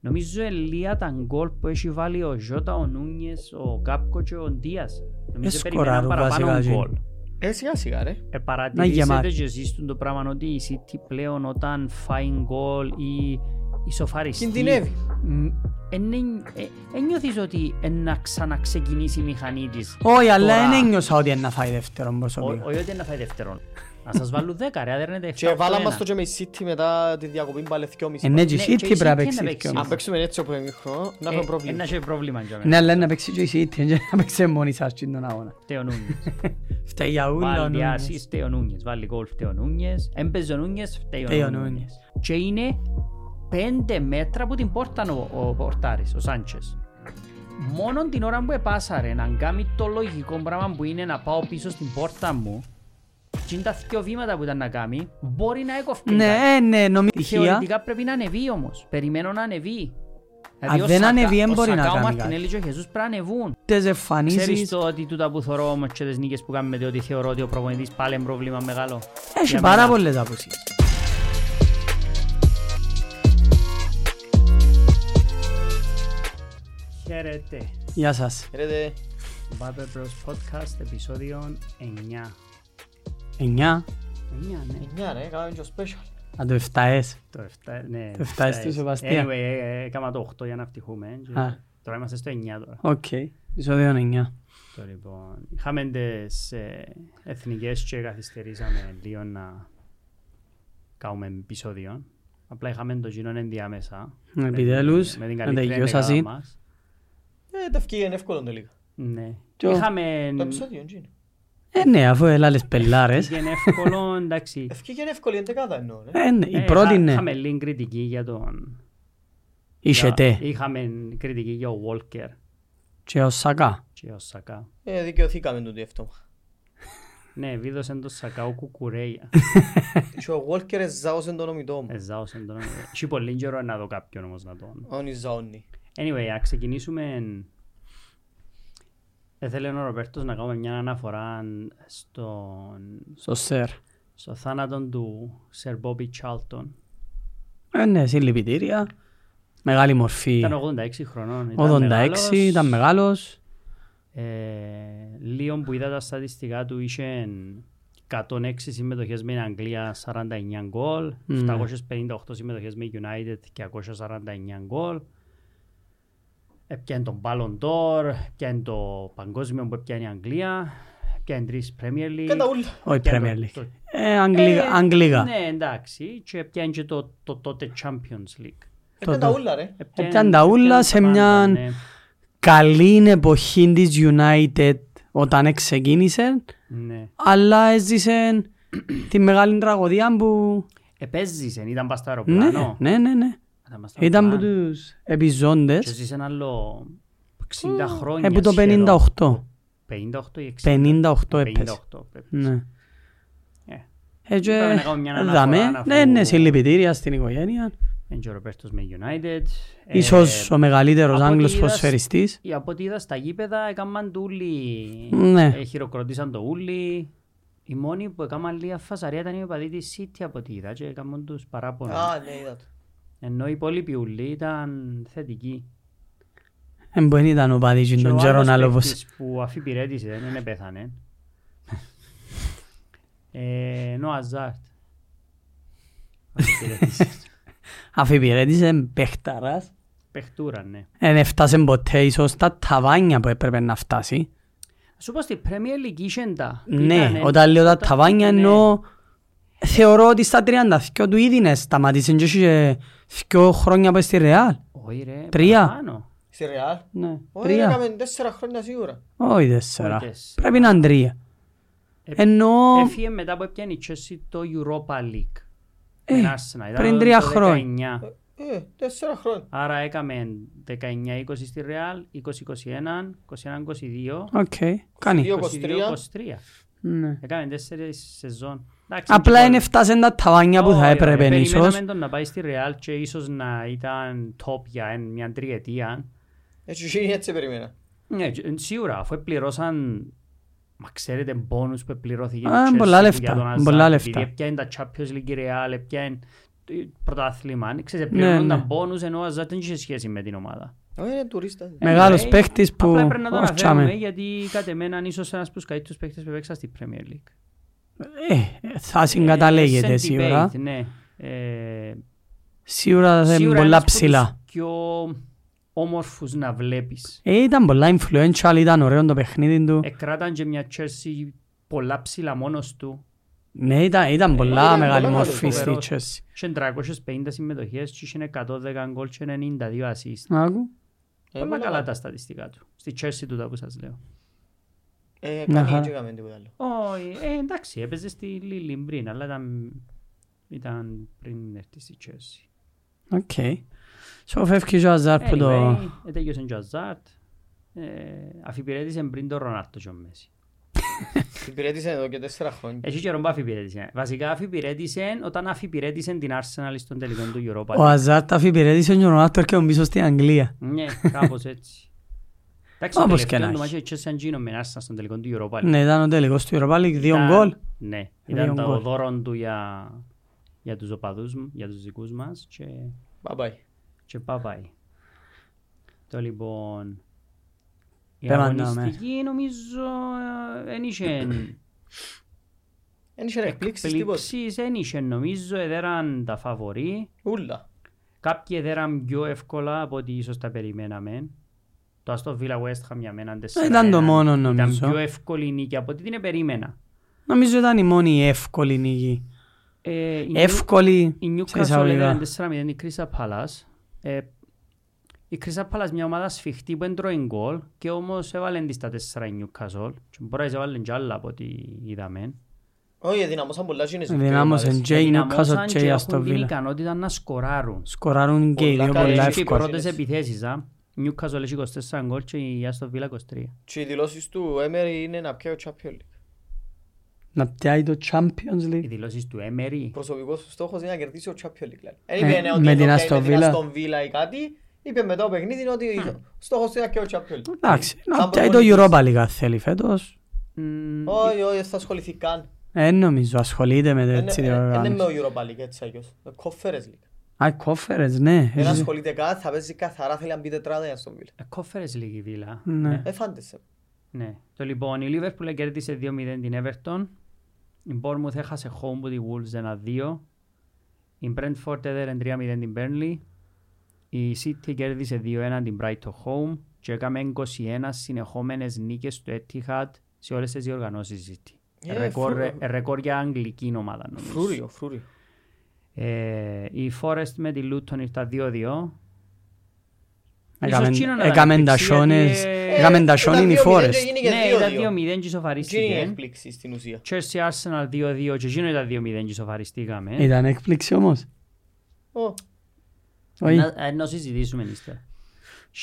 Νομίζω ελία τα γκολ που έχει βάλει ο Ζώτα, ο Νούνιες, ο Κάπκο και ο Ντίας. Νομίζω περιμέναν σκοράρουν παραπάνω βασικά, γκολ. Ε, σιγά σιγά ρε. Ε, γεμάτη. παρατηρήσετε και εσείς το πράγμα ότι η City πλέον όταν φάει γκολ ή ισοφαριστεί Κινδυνεύει. Δεν νιώθεις ότι ναι, ε, να ξαναξεκινήσει η μηχανή της Όχι, αλλά τώρα. δεν ένιωσα ότι είναι να φάει δεύτερον Ο- προσωπικά. Όχι ότι να φάει δεύτερον Να σας βάλουν δέκα ρε, δεν είναι Και βάλαμε μας το και με η City μετά τη διακοπή πάλι δυόμιση. Είναι και η Ναι, και η City πρέπει να City παίξει. να παίξει. πιο μέσα. Αν παίξουμε έτσι όπως είναι χρόνο, Ε, να έχουμε πρόβλημα. Ένα και πρόβλημα για μένα. Ναι, αλλά είναι να παίξει και η City, είναι να παίξει μόνη σας στην τον αγώνα. Φταίει ο Νούνιες. Φταίει για ούλα ο Βάλει Νούνιες. assist, φταίει ο Νούνιες. Βάλει γκολ, φταίει ο Νούνιες. Έμπαιζε ο Νούνιες, Φταίει φταίει ο ο Νούνιες. Νούνιες. Και είναι πέντε μέτρα από την πόρτα ο, ο πορτάρης, ο Σάντσες. Μόνο την ώρα που επάσαρε να κάνει το λογικό πράγμα που είναι να πάω πίσω στην πόρτα μου και είναι τα δυο βήματα που ήταν να κάνει, μπορεί να έκοφτει. κάτι. Ναι, ναι, νομίζω τυχεία. Θεωρητικά πρέπει να ανεβεί όμως. Περιμένω να ανεβεί. Αν δεν ανεβεί, δεν μπορεί να κάνει. Ο κάνει Μαρτινέλη και ο Χεζούς πρέπει να ανεβούν. Τις Ξέρεις εμφανίσεις. το ότι τούτα που θωρώ όμως και τις νίκες που κάνουμε διότι θεωρώ ότι ο προπονητής πάλι είναι πρόβλημα μεγάλο. Έχει Για πάρα μένα. πολλές απουσίες. Χαίρετε. Γεια σας. Χαίρετε. Μπάπε Bros Podcast, επεισόδιο 9. 9, 9, ναι. Μια ρε, κάναμε και special. να το 7S. Το 7, ναι. Το εφτά στη Σεβαστία. Anyway, ε, έκανα το 8 για να πτυχούμε. και Α. Τώρα είμαστε στο 9 τώρα. Οκ, επεισόδιο 9. Το λοιπόν, είχαμε τις ε, εθνικές και καθυστερήσαμε λίγο να κάνουμε επεισόδιο. Απλά είχαμε το γίνον ενδιάμεσα. Ε, Επιτέλους, με την να καλή τελειώσασαι. τρέλα μας. Ε, τα ευκαιρία είναι εύκολο τελικά. Ναι. Κι ο- Είχαμε... Το επεισόδιο είναι. Ε, ναι, αφού έλαλες πελάρες. Είναι εύκολο, εντάξει. Ευκαιρία είναι εύκολη, εντεκάδα εννοώ ρε. Ε, ναι, η Ε, πρώτη είχα- ναι. Είχαμε λίγο κριτική για τον... Είχε για- τε Είχαμε κριτική για ο Walker και ο Σακά. και ο Σακά. Ε, δικαιωθήκαμε τούτο αυτό. Ναι, βίδωσε τον Σακά ο Κουκουρέια. Και ο Walker εζάωσε τον ομιτό μου. Εζάωσε Ε, τον... Έχει πολύ καιρό να δω κάποιον όμως να τον... Όν η ζαώνει. Anyway, ας ξεκινήσουμε. Έθελε ο Ρομπέρτος να κάνουμε μια αναφορά στον, Στο Σερ. στο θάνατο του Σερ Μπόμπι Τσάλτον. Ε, ναι, συλληπιτήρια. Μεγάλη μορφή. Ήταν 86 χρονών. Ήταν 86, μεγάλος. ήταν μεγάλος. Ε, λίγο που είδα τα στατιστικά του είχε 106 συμμετοχές με την Αγγλία, 49 γκολ, Ναι. 758 συμμετοχές με United και 249 γκολ. Ε, Έπιανε τον Ballon d'Or, έπιανε το παγκόσμιο που έπιανε η Αγγλία, έπιανε τρεις Premier League. Κατά ούλα. Όχι έπιανε Premier το- League. το- Ε, Αγγλίγα. Αγγλίγα. Ναι, εντάξει, και έπιανε και το, το τότε Champions League. Ε, Έπαιρνε τα ούλα ρε. Έπιανε Ε, τα ούλα έπιανε σε τα πάντα, μιαν- ναι. Καλή εποχή της United όταν ξεκίνησε, Ναι. αλλά έζησε τη μεγάλη τραγωδία που... Επέζησε, Ε, ήταν πας στο Ναι, αεροπλάνο. ναι, ναι, ναι. Ήταν πας στο Ήταν από αεροπλάνο. τους Και επιζώντες ζεις ένα άλλο 60 χρόνια. από το σχεδόν. 58 ή 60. 58. 58 έπαιζε. 58 πρέπει. Ναι. Ε, Έτσι, Πρέπει να κάνουμε μια αναφορά, δαμε, αφού- ναι, ναι, συλληπιτήρια στην οικογένεια. είναι και ο Ροπέρτος με United. Ε, Ίσως ο μεγαλύτερος από ό,τι Άγγλος είδα- ποδοσφαιριστής. ε, Από ό,τι είδα στα γήπεδα έκαναν το ούλι. Ναι. Ε, χειροκροτήσαν το ούλι. Η μόνη που έκαναν λίγα φασαρία ήταν η οπαδή της City από ό,τι είδα και έκαναν τους παράπονα. Α, ναι, είδα το. Ενώ οι υπόλοιποι ούλοι ήταν θετικοί. Εν που δεν ήταν ο Παδίτζιν Και τον ο Τζέρον άλλος Αλόβος. παίκτης που αφιπηρέτησε, δεν είναι πέθανε. ε, ενώ ο Αζάρτ. Αφιπηρέτησε. Αφιπηρέτησε παίχταρας. Παιχτούρα, ναι. Εν έφτασε ποτέ ίσως τα ταβάνια που έπρεπε να φτάσει. Σου πω στη Premier League είχε τα. Ναι, Ήτανε- όταν λέω τα ε, όταν- ταβάνια ναι. εννοώ θεωρώ ότι στα 32 του ήδη είναι σταματήσει και είχε δυο χρόνια πες στη Ρεάλ. Όχι ρε, Τρία. παραπάνω. Στη Real. Ναι, Όχι, τρία. έκαμε τέσσερα χρόνια σίγουρα. Όχι τέσσερα. Όχι τέσσερα. Πρέπει να είναι τρία. Ε, Εννοώ Έφυγε μετά που έπιανε η Chelsea το Europa League. Ε, με την Arsenal. Ήταν πριν το τρία 19. χρόνια. Ε, τέσσερα χρόνια. Άρα έκαμε 19-20 στη Real, 20-21, 21-22, Οκ, κάνει. Δύο. 22-23. Ναι. Έκαμε τέσσερις σεζόν. Εντάξει, Απλά και είναι πολύ. φτάσαν τα ταβάνια που θα Όχι, όχι, έπρεπε ίσως. ε, Περιμέναμε τον να πάει στη Real και ίσως να ήταν top για εν- μια τριετία. Έτσι γίνει, έτσι περίμενα. Ναι, και- σίγουρα, αφού πληρώσαν Μα ξέρετε μπόνους που πληρώθηκε η Α, Chelsea πολλά για λεφτά, τον Hazard, πολλά επειδή λεφτά. Έπιανε τα Champions League η Real, έπιανε πρωτάθλημα. Ξέρεις, Ναι, πληρώνονταν ναι. πόνους ενώ ο Αζάτ δεν είχε σχέση με την ομάδα. Όχι, είναι τουρίστας. Μεγάλος Ε, παίχτης που Απλά πρέπει να το ορτσάμε. αναφέρουμε γιατί κατ' εμένα είναι ίσως ένας από τους καλύτερους παίχτες που έπαιξα στη Premier League. Ε, θα συγκαταλέγεται Ε, σίγουρα. debate, Ναι. Ε, Σίγουρα θα είναι σίγουρα πολλά ένας από ψηλά. τους πιο όμορφους να βλέπεις. Ε, ήταν πολλά influential, ήταν ωραίο το παιχνίδι Ε, του. Εκράταν και μια Chelsea πολλά ψηλά μόνος του. Ναι, ήταν, ε, ήταν πολλά ήταν μεγάλη πολλά μορφή στη φοβερός. Chelsea. Είχε 350 συμμετοχές και είχε 110 γκολ και 92 assist. Άκου. Πολλά καλά τα στατιστικά του. Στη Chelsea του τα που σας λέω. Ε, Να κανείς χαρά. δεν έκαμε τίποτα άλλο. Όχι, ε, εντάξει, έπαιζε στη Λίλιν πριν, αλλά ήταν, ήταν πριν έρθει στη Chelsea. Οκ. So, φεύγει ο Αζάρ που το... Anyway, ε, τέλειωσε και ο Αζάρτ. Ε, αφιπηρέτησε πριν τον Ρονάτο και ο Μέση. Την πηρέτησε εδώ και τέσσερα χρόνια. Έχει καιρό που αφιπηρέτησε. Βασικά αφιπηρέτησε όταν αφιπηρέτησε την Arsenal στον τελικό του Europa. Ο Αζάρ τα αφιπηρέτησε και ο Ρονάτο και πίσω στην Αγγλία. Ναι, κάπως έτσι. Εντάξει, το Όπως και τελευταίο να του έχει. μάτσο η Chelsea αν γίνω με την Arsenal στον τελικό του Europa. Ναι, ήταν ο τελικός του Europa League, δύο Ήταν- γκολ. Ε, Ναι, ήταν Δύο το γκολ. δώρο του για, για τους οπαδούς, μ- για τους δικούς μας και, Bye bye. και παπάει. Το λοιπόν... Η Πέρανταμε. αγωνιστική νομίζω ε, εν είχε Εν είχε εκπλήξεις τίποτα. εκπλήξεις, εν είχε νομίζω, εδέραν τα φαβορεί. Ούλα. Κάποιοι εδέραν πιο εύκολα από ότι ίσως τα περιμέναμε. Το Aston Villa West Ham για μένα τεσσέρα Ήταν το ένα. μόνο Ήταν νομίζω. πιο εύκολη η νίκη από ό,τι την περίμενα. Νομίζω ήταν η μόνη εύκολη νίκη. Ε, η Νιου- Εύκολη Η σε Newcastle εισαγωγικά. έδεραν 4-0 η Crystal Palace. Ε, η Crystal Palace μια ομάδα σφιχτή που έντρωε γκολ και όμως έβαλε τις τα 4 η Newcastle. Και μπορεί να έβαλε και άλλα από ό,τι είδαμε. Όχι, δυναμώσαν πολλά γίνες. Δυνάμωσαν και Ε, η Newcastle Δυναμώσαν και η έχουν Aston την Villa. ικανότητα να σκοράρουν. Σκοράρουν και οι Πολλά δύο καλά, πολλά είναι Και οι εύκολα. εύκολα. πρώτες επιθέσεις, α. Η Newcastle έχει 24 γκολ και η Aston Villa 23. Και οι δηλώσεις του Έμερι είναι να πιάει ο Champions League. Να πιάει το Champions Οι League. δηλώσεις του Emery. Προσωπικός του στόχος είναι να κερδίσει ο Champions League. λέει. Ε, Εν είπε ναι, ότι με εδώ την πιάει Aston με την Villa. Aston Villa ή κάτι. Είπε μετά το παιχνίδι είναι ότι ο στόχος είναι να πιάει ο Ε, Champions League. Εντάξει, να Σαν πιάει το προπονητής. Europa League αν θέλει φέτος. Μμμ, Όχι, όχι, δεν θα ασχοληθεί καν. Ε, Ε, νομίζω, ασχολείται με Είναι τέτοιες ναι, με ο διοργανώσεις. Europa League έτσι αλλιώς. Με Conference League. Α, κόφερες, ναι. Δεν ασχολείται καν, θα παίζει καθαρά, θέλει να μπει τετράδα για στον Βίλα. Conference League η Villa. Ναι. Ε, φάντεσαι. Ναι. Το λοιπόν, η Liverpool κέρδισε 2-0 την Everton. Η Bournemouth έχασε home που τη Wolves 1-2. Η Brentford έδερε 3-0 την Burnley. Η City κέρδισε 2-1 την Brighton home. Και έκαμε 21 συνεχόμενες νίκες του Etihad σε όλες τις διοργανώσεις η City. Ε, Ρεκόρ- φρούριο. Ρεκόρ για αγγλική ομάδα νομίζω. Φρούριο, φρούριο. Ε, η Forest με τη Luton ήρθα 2-2. Έκαμεν- Ίσως εκείνο να ήταν Έκαμεν τα έκπληξη, γιατί, σιόνες, ε, έκαμεν τα Ήταν σιόνες οι 2-0 και φόρες. έγινε Ναι, ήταν 2-0 2-2. και Τι είναι η σοφαρίστηκε. έκπληξη στην ουσία. Chelsea Arsenal 2-2 και εκείνο ήταν 2-0 και σοφαριστήκαμε. Ήταν έκπληξη όμως. Ω, Όχι. Να- ε, Να συζητήσουμε ύστερα.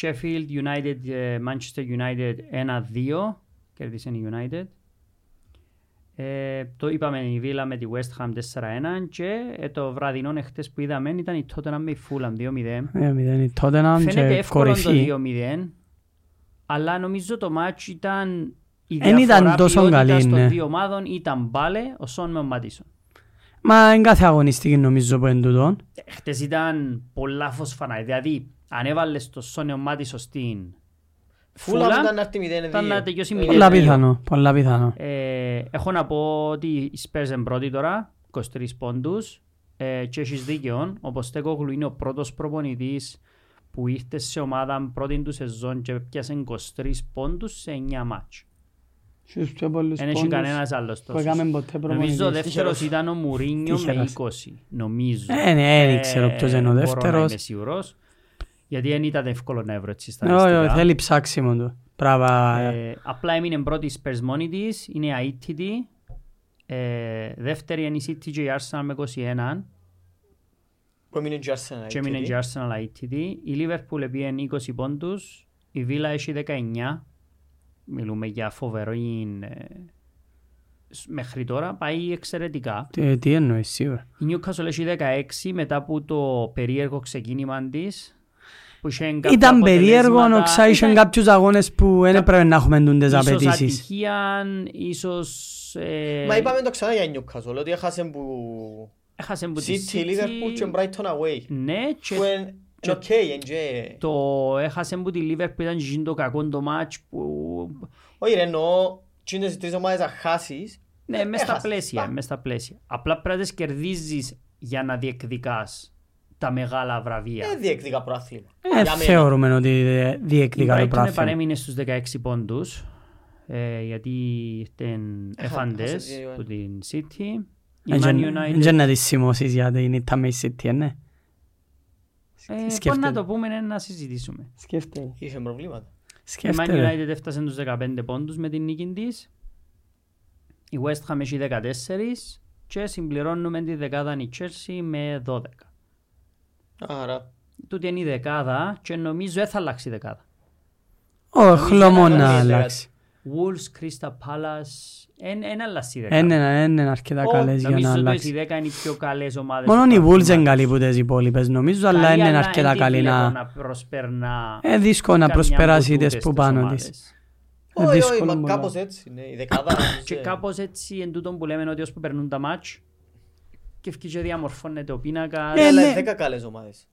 Sheffield United, ε, Manchester United 1-2, κέρδισε η United. Ε, το είπαμε η Villa με τη West Ham 4-1 και ε, το βραδινό εχθές που είδαμε ήταν η Tottenham με η Fulham 2-0. Ε, μηδέν η Tottenham Φαίνεται και εύκολο το κορυφή. 2-0, αλλά νομίζω το μάτς ήταν η Εν διαφορά ήταν τόσο ποιότητας καλή, των ναι. δύο ομάδων ήταν μπάλε ο Σον με ο Μάτισον. Μα είναι κάθε αγωνιστική νομίζω που είναι τούτον. Ε, Χτες ήταν πολλά φωσφανά. Δηλαδή, αν έβαλες το Σόνιο Μάτισο στην Φούλαμ ήταν Φούλα, να έρθει 0-2. ήταν να τελειώσει Ε, 0-2. Πολλά δύο. πιθανό, πολλά πιθανό. ε, έχω να πω ότι η Spurs είναι πρώτη τώρα, 23 πόντους, ε, και έχεις δίκαιο. Ο Ποστέκογλου είναι ο πρώτος προπονητής που ήρθε σε ομάδα πρώτη του σεζόν και πιάσε 23 πόντους σε 9 μάτς. Στους πιο πολλούς Δεν έχει κανένας άλλος που τόσο. έκαμε ποτέ Νομίζω ο προπονητής. δεύτερος ήταν ο Μουρίνιο με Τυχερός. 20. Νομίζω. Ε, ναι, δεν ξέρω ποιος είναι ο μπορώ να δεύτερος. Είμαι σίγουρος. Γιατί δεν ήταν εύκολο να βρω έτσι Ναι, όχι, όχι, στατιστικά. θέλει ψάξιμο του. Πράγμα. Ε, απλά έμεινε πρώτης η Spurs μόνη της, είναι αίτητη. Ε, δεύτερη είναι η City και η Arsenal με 21 Που έμεινε και η Arsenal, και έμεινε έτσι. και η Arsenal αίτητη. Η Liverpool επήγε 20 πόντους, η Villa έχει 19. Μιλούμε για φοβερό ε, σ- μέχρι τώρα, πάει εξαιρετικά. Τι- Τι εννοείς σίγουρα. Η Newcastle έχει 16 μετά από το περίεργο ξεκίνημα της. Ήταν περίεργο, όξα είχαν κάποιους αγώνες που δεν έπρεπε να έχουμε τούντες Ίσως απαιτήσεις. ατυχία, ίσως... ε, Μα είπαμε το ξανά για Newcastle, ότι έχασε που... έχασε από τη City, Liverpool και Brighton away. Ναι, και Που είναι και- οκ, είναι και- το έχασε από τη Liverpool που ήταν γίνει το κακό το μάτς που... Όχι ρε, εννοώ, τσίντες οι τρεις ομάδες να χάσεις. Ναι, μες στα έχασες. πλαίσια, Πα. μες στα πλαίσια. Απλά πρέπει να τις κερδίζεις για να διεκδικάς τα μεγάλα βραβεία. Δεν διεκδικά προάθλημα. Ε, Για μένα. θεωρούμε ότι δε- Η διεκδικά το Brighton πράγμα. παρέμεινε στους 16 πόντους ε, γιατί ήταν εφαντές έχασε από τη- την City. Η Man United... Ε, Είναι να τη σημώσεις για την ήταν με η City, ναι. Ε, Πώς σκέφτεται. να το πούμε είναι να συζητήσουμε. Σκέφτεται. Είχε προβλήματα. Η Man Σκέφτεται. United έφτασε τους 15 πόντους με την νίκη της. Η West Ham έχει 14 και συμπληρώνουμε τη δεκάδα η Chelsea με 12. Άρα, Τούτη είναι η δεκάδα και νομίζω δεν θα αλλάξει η δεκάδα. Ο χλωμό Νομίζω να ότι αλλάξει. Wolves, Crystal Palace, ένα αλλάξει η δεκάδα. Είναι ναι, ε, είναι αρκετά Ω, καλές για Νομίζω να ότι οι αλλάξει. 10 είναι οι πιο καλές ομάδες. Μόνο του η Wolves είναι πρωταθλήματος. καλή που τις υπόλοιπες νομίζω, αλλά Καλή, είναι αλλά αρκετά εν τη καλή βλέπω να... να προσπερνά Ε, δύσκολο να καμιά προσπεράσει από τις τούτες που τις πάνω ομάδες. της. Ε, όχι, όχι, δύσκολο μα πολλά. κάπως έτσι, ναι, η δεκάδα. Και ε, κάπως έτσι εν τούτον που λέμε ότι ώσπου περνούν τα μάτς και ευκείς και διαμορφώνεται ο πίνακας. Ε, αλλά ναι. οι δέκα καλές ομάδες.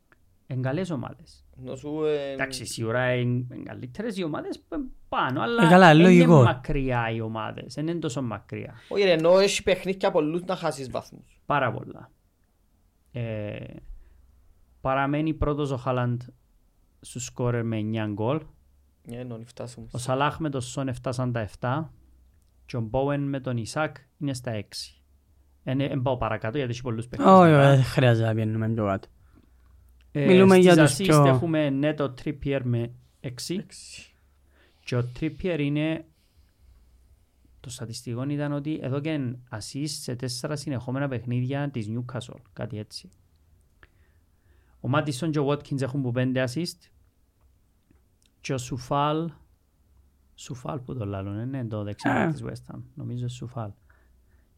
Εν καλές ομάδες. Να σου, ε, Εντάξει, σίγουρα είναι είναι καλύτερες οι ομάδες που είναι πάνω, αλλά Ε, καλά, είναι λογικό. μακριά οι ομάδες. Δεν είναι τόσο μακριά. Όχι ρε, ενώ έχει παιχνίδια πολλούς να χάσεις βαθμούς. Πάρα πολλά. Ε, παραμένει πρώτος ο Χάλαντ στους σκόρερ με 9 γκολ. Ναι, ενώ να φτάσουμε. Ο Σαλάχ με τον Σον έφτασαν τα 7 και ο Μπόεν με τον Ισακ είναι στα Ε, 6. Δεν πάω παρακάτω γιατί έχει πολλούς παιχνίδες. Όχι, μετά. δεν χρειάζεται να πιένουμε πιο κάτω. Ε, ε, μιλούμε στις για τους assist πιο- έχουμε ναι το Trippier με 6 και ο Trippier είναι το στατιστικό ήταν ότι εδώ και assist σε τέσσερα συνεχόμενα παιχνίδια της Newcastle, κάτι έτσι. Ο Μάτισον και ο Watkins έχουν που πέντε assist και ο Σουφάλ Σουφάλ που το λάλλον είναι το δεξιά Ε. της West Ham, νομίζω Σουφάλ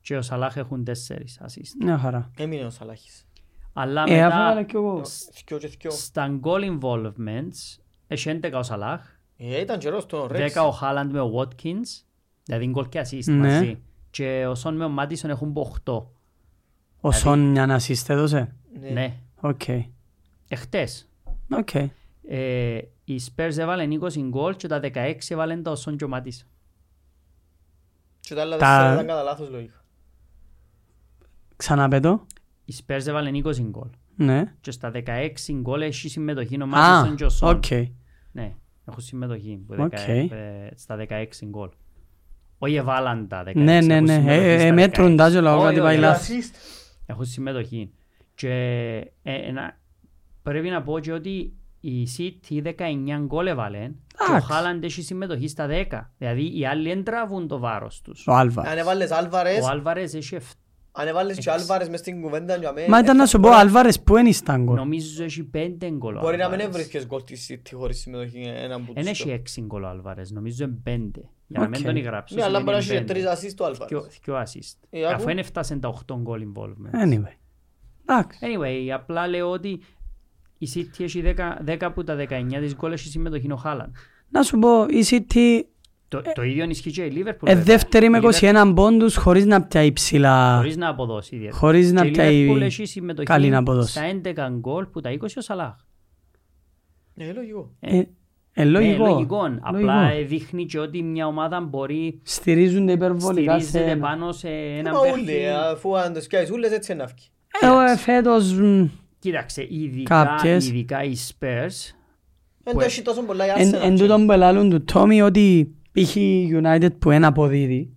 και ο Σαλάχ έχουν τέσσερις assist. Μια χαρά. Έμεινε ο Σαλάχης. Αλλά Ε, αφού μετά έβαλα κι εγώ. Θκυο και θκυο. στα goal involvements έχει 11 ο Σαλάχ, Ε, Ήταν καιρός τον 10 Ρεξ. ο Χάλαντ με ο Watkins, δηλαδή goal και assist Ναι. μαζί. Και ο Σον με ο Μάτισον έχουν από 8. Ο Δηλαδή- Σον μια να έδωσε. Ναι. Ναι, Οκ. εχθές. Οκ. Ε, οι Spurs έβαλαν 20 goal και τα 16 έβαλαν τα ο Σον και ο Μάτισον. Και τα άλλα Τα- τέσσερα ήταν κατά λάθος λογικά. Ξαναπέτω. Οι Spurs έβαλαν 20 goal Ναι. και στα 16 goal έχει συμμετοχή ο Α, Μάτισον και ο Σον. οκ. Ναι, έχουν συμμετοχή που Οκ. δεκα- ε, στα 16 goal. Όχι έβαλαν τα 16. Ναι, ναι, έχουν ναι. συμμετοχή Ε, ε, στα ε, 16. μέτρουν τα και λαό Όχι, κάτι όχι, πάει όχι. λάθος. Έχουν συμμετοχή. Και ε, ε, να- πρέπει να πω και ότι η City 19 γκολ έβαλε και ο Εντάξει. Χάλαντ έχει συμμετοχή στα 10. Δηλαδή οι άλλοι δεν τραβούν το βάρος τους. Ο Άλβα. Αν έβαλες Άλβαρες, Ο Άλβαρες έχει 7. αν έβαλες και Άλβαρες μες στην κουβέντα για μένα, ε, Μα ήταν να σου πω, ο Άλβαρες που είναι στα γκολ. Νομίζω έχει 5 γκολ. ο Μπορεί να μην Άλβαρες. έβρισκες γκολ της City χωρίς συμμετοχή ε, έναν που Εν τους έχει 6 γκολ ο Άλβαρες. Νομίζω είναι 5. Για να μην Οκ. τον το. γράψω. Ναι, αλλά μπορεί να έχει και σημαίνει τρεις πέντε. ασίστ του Άλβαρες. Δυο- δυο assist. Ε, άκου. Αφού δεν έφτασαν τα 8 γκολ involvement. Anyway. Εντάξει. Anyway, απλά λέω ότι η City έχει 10, 10 από τα 19 της γκολ έχει συμμετοχή ο Χάλαντ. Να σου πω, η City Το, το ίδιο ενισχύει και η Λίβερπουλ. ε, δεύτερη με 21 πόντους χωρίς να πιάει ψηλά. Χωρίς να αποδώσει ιδιαίτερα. Χωρίς να Και η Λίβερπουλ πιάει... έχει συμμετοχή καλή να αποδώσει. στα 11 γκολ που τα 20 ο Σαλάχ. Ναι, λογικό. Ε, ε, Ναι, λογικό. λογικό. Απλά Λογικό. ε, δείχνει και ότι μια ομάδα μπορεί Στηρίζονται υπερβολικά σε... στηρίζεται ένα. πάνω σε Ε, έναν Μα παίχτη. όλοι, αφού αν το σκιάζεις ούλες έτσι είναι αύκη. Ε, ο, ε, φέτος... μ, Κοίταξε, ειδικά, Κάποιες. ειδικά οι Spurs Εν Που- το έχει τόσο πολλά η ε- Εν, Arsenal, εν ξέρω. τούτον που ελάλουν του Τόμι ότι π.χ. η United που ένα αποδίδει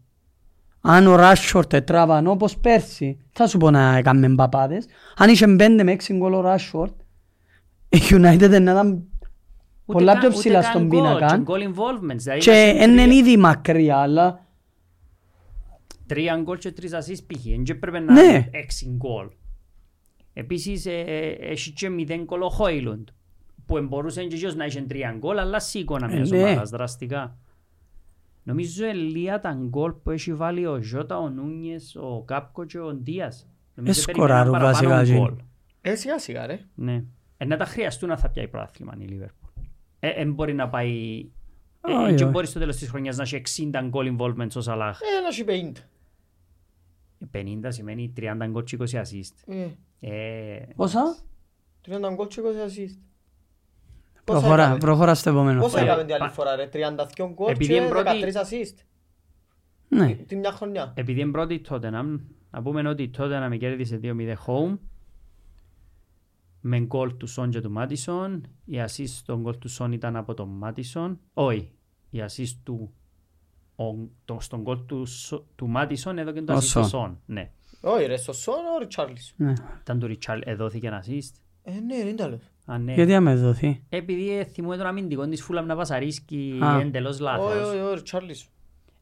αν ο Ράσχορτ έτραβαν όπως πέρσι θα σου πω να έκαμε παπάδες αν είχε πέντε με έξι γκολ ο Ράσχορτ η United δεν ήταν ούτε πολλά καν- πιο ούτε ψηλά καν στον γκολ, πίνακα και Goal involvements. Δηλαδή και έχει είναι ήδη μακριά αλλά τρία γκολ και τρεις ασίς π.χ. Εν και πρέπει να Ναι. είναι έξι γκολ. Επίσης ε, ε, έχει και μηδέν γκολ ο Χόιλουντ που μπορούσε και γιος να είχε τρία γκολ αλλά σήκωνα Ε, μιας ναι. ομάδας δραστικά. Νομίζω ελία τα γκολ που έχει βάλει ο Ζώτα, ο Νούνιες, ο Κάπκο και ο Ντίας. Νομίζω Εσκοράρουν περιμέναν παραπάνω Ε, βασικά, γκολ. γίνει. Ε, σιγά σιγά ρε. Ναι. Ε, να τα χρειαστούν να θα πιάει πρόθυμα η Λίβερπουλ. Ε, ε, μπορεί να πάει... Ε, Όχι, και όχι. μπορεί στο τέλος της χρονιάς να έχει 60 γκολ involvement ο Σαλάχ. Ε, να έχει 50. 50 σημαίνει 30 γκολ και 20 assist. Ε, Ε, Πόσα? 30 γκολ και 20 assist. Πόσα Προχωρά, έκαμε? προχωρά στο επόμενο. Πόσα Ε, έκαμε την άλλη πα- φορά ρε, 32 γκολ Επειδή και είναι πρώτη- 13 assist. Ναι. Την μια χρονιά. επειδή είναι πρώτη η Tottenham, να πούμε ότι η Tottenham με κέρδισε 2-0 home με γκολ του Σον και του Μάτισον. Η assist των γκολ του Σον ήταν από τον Μάτισον. Όχι, η assist του ο- το- στον γκολ του, Σο- του Μάτισον εδώ και το Ο assist του Son. Σον. Ναι. Όχι ρε, σωσόν ο Ριτσάρλις. ναι. Ήταν του Ριτσάλ, εδόθηκε ένα assist. Ε, ναι, ρε, ήταν λες. Α, ναι. Γιατί άμα δοθεί. Επειδή ε, θυμούμαι τον αμυντικό της Φούλαμ να πασαρίσκει Α. εντελώς Όχι, λάθος. όχι, ο Ριτσάρλις.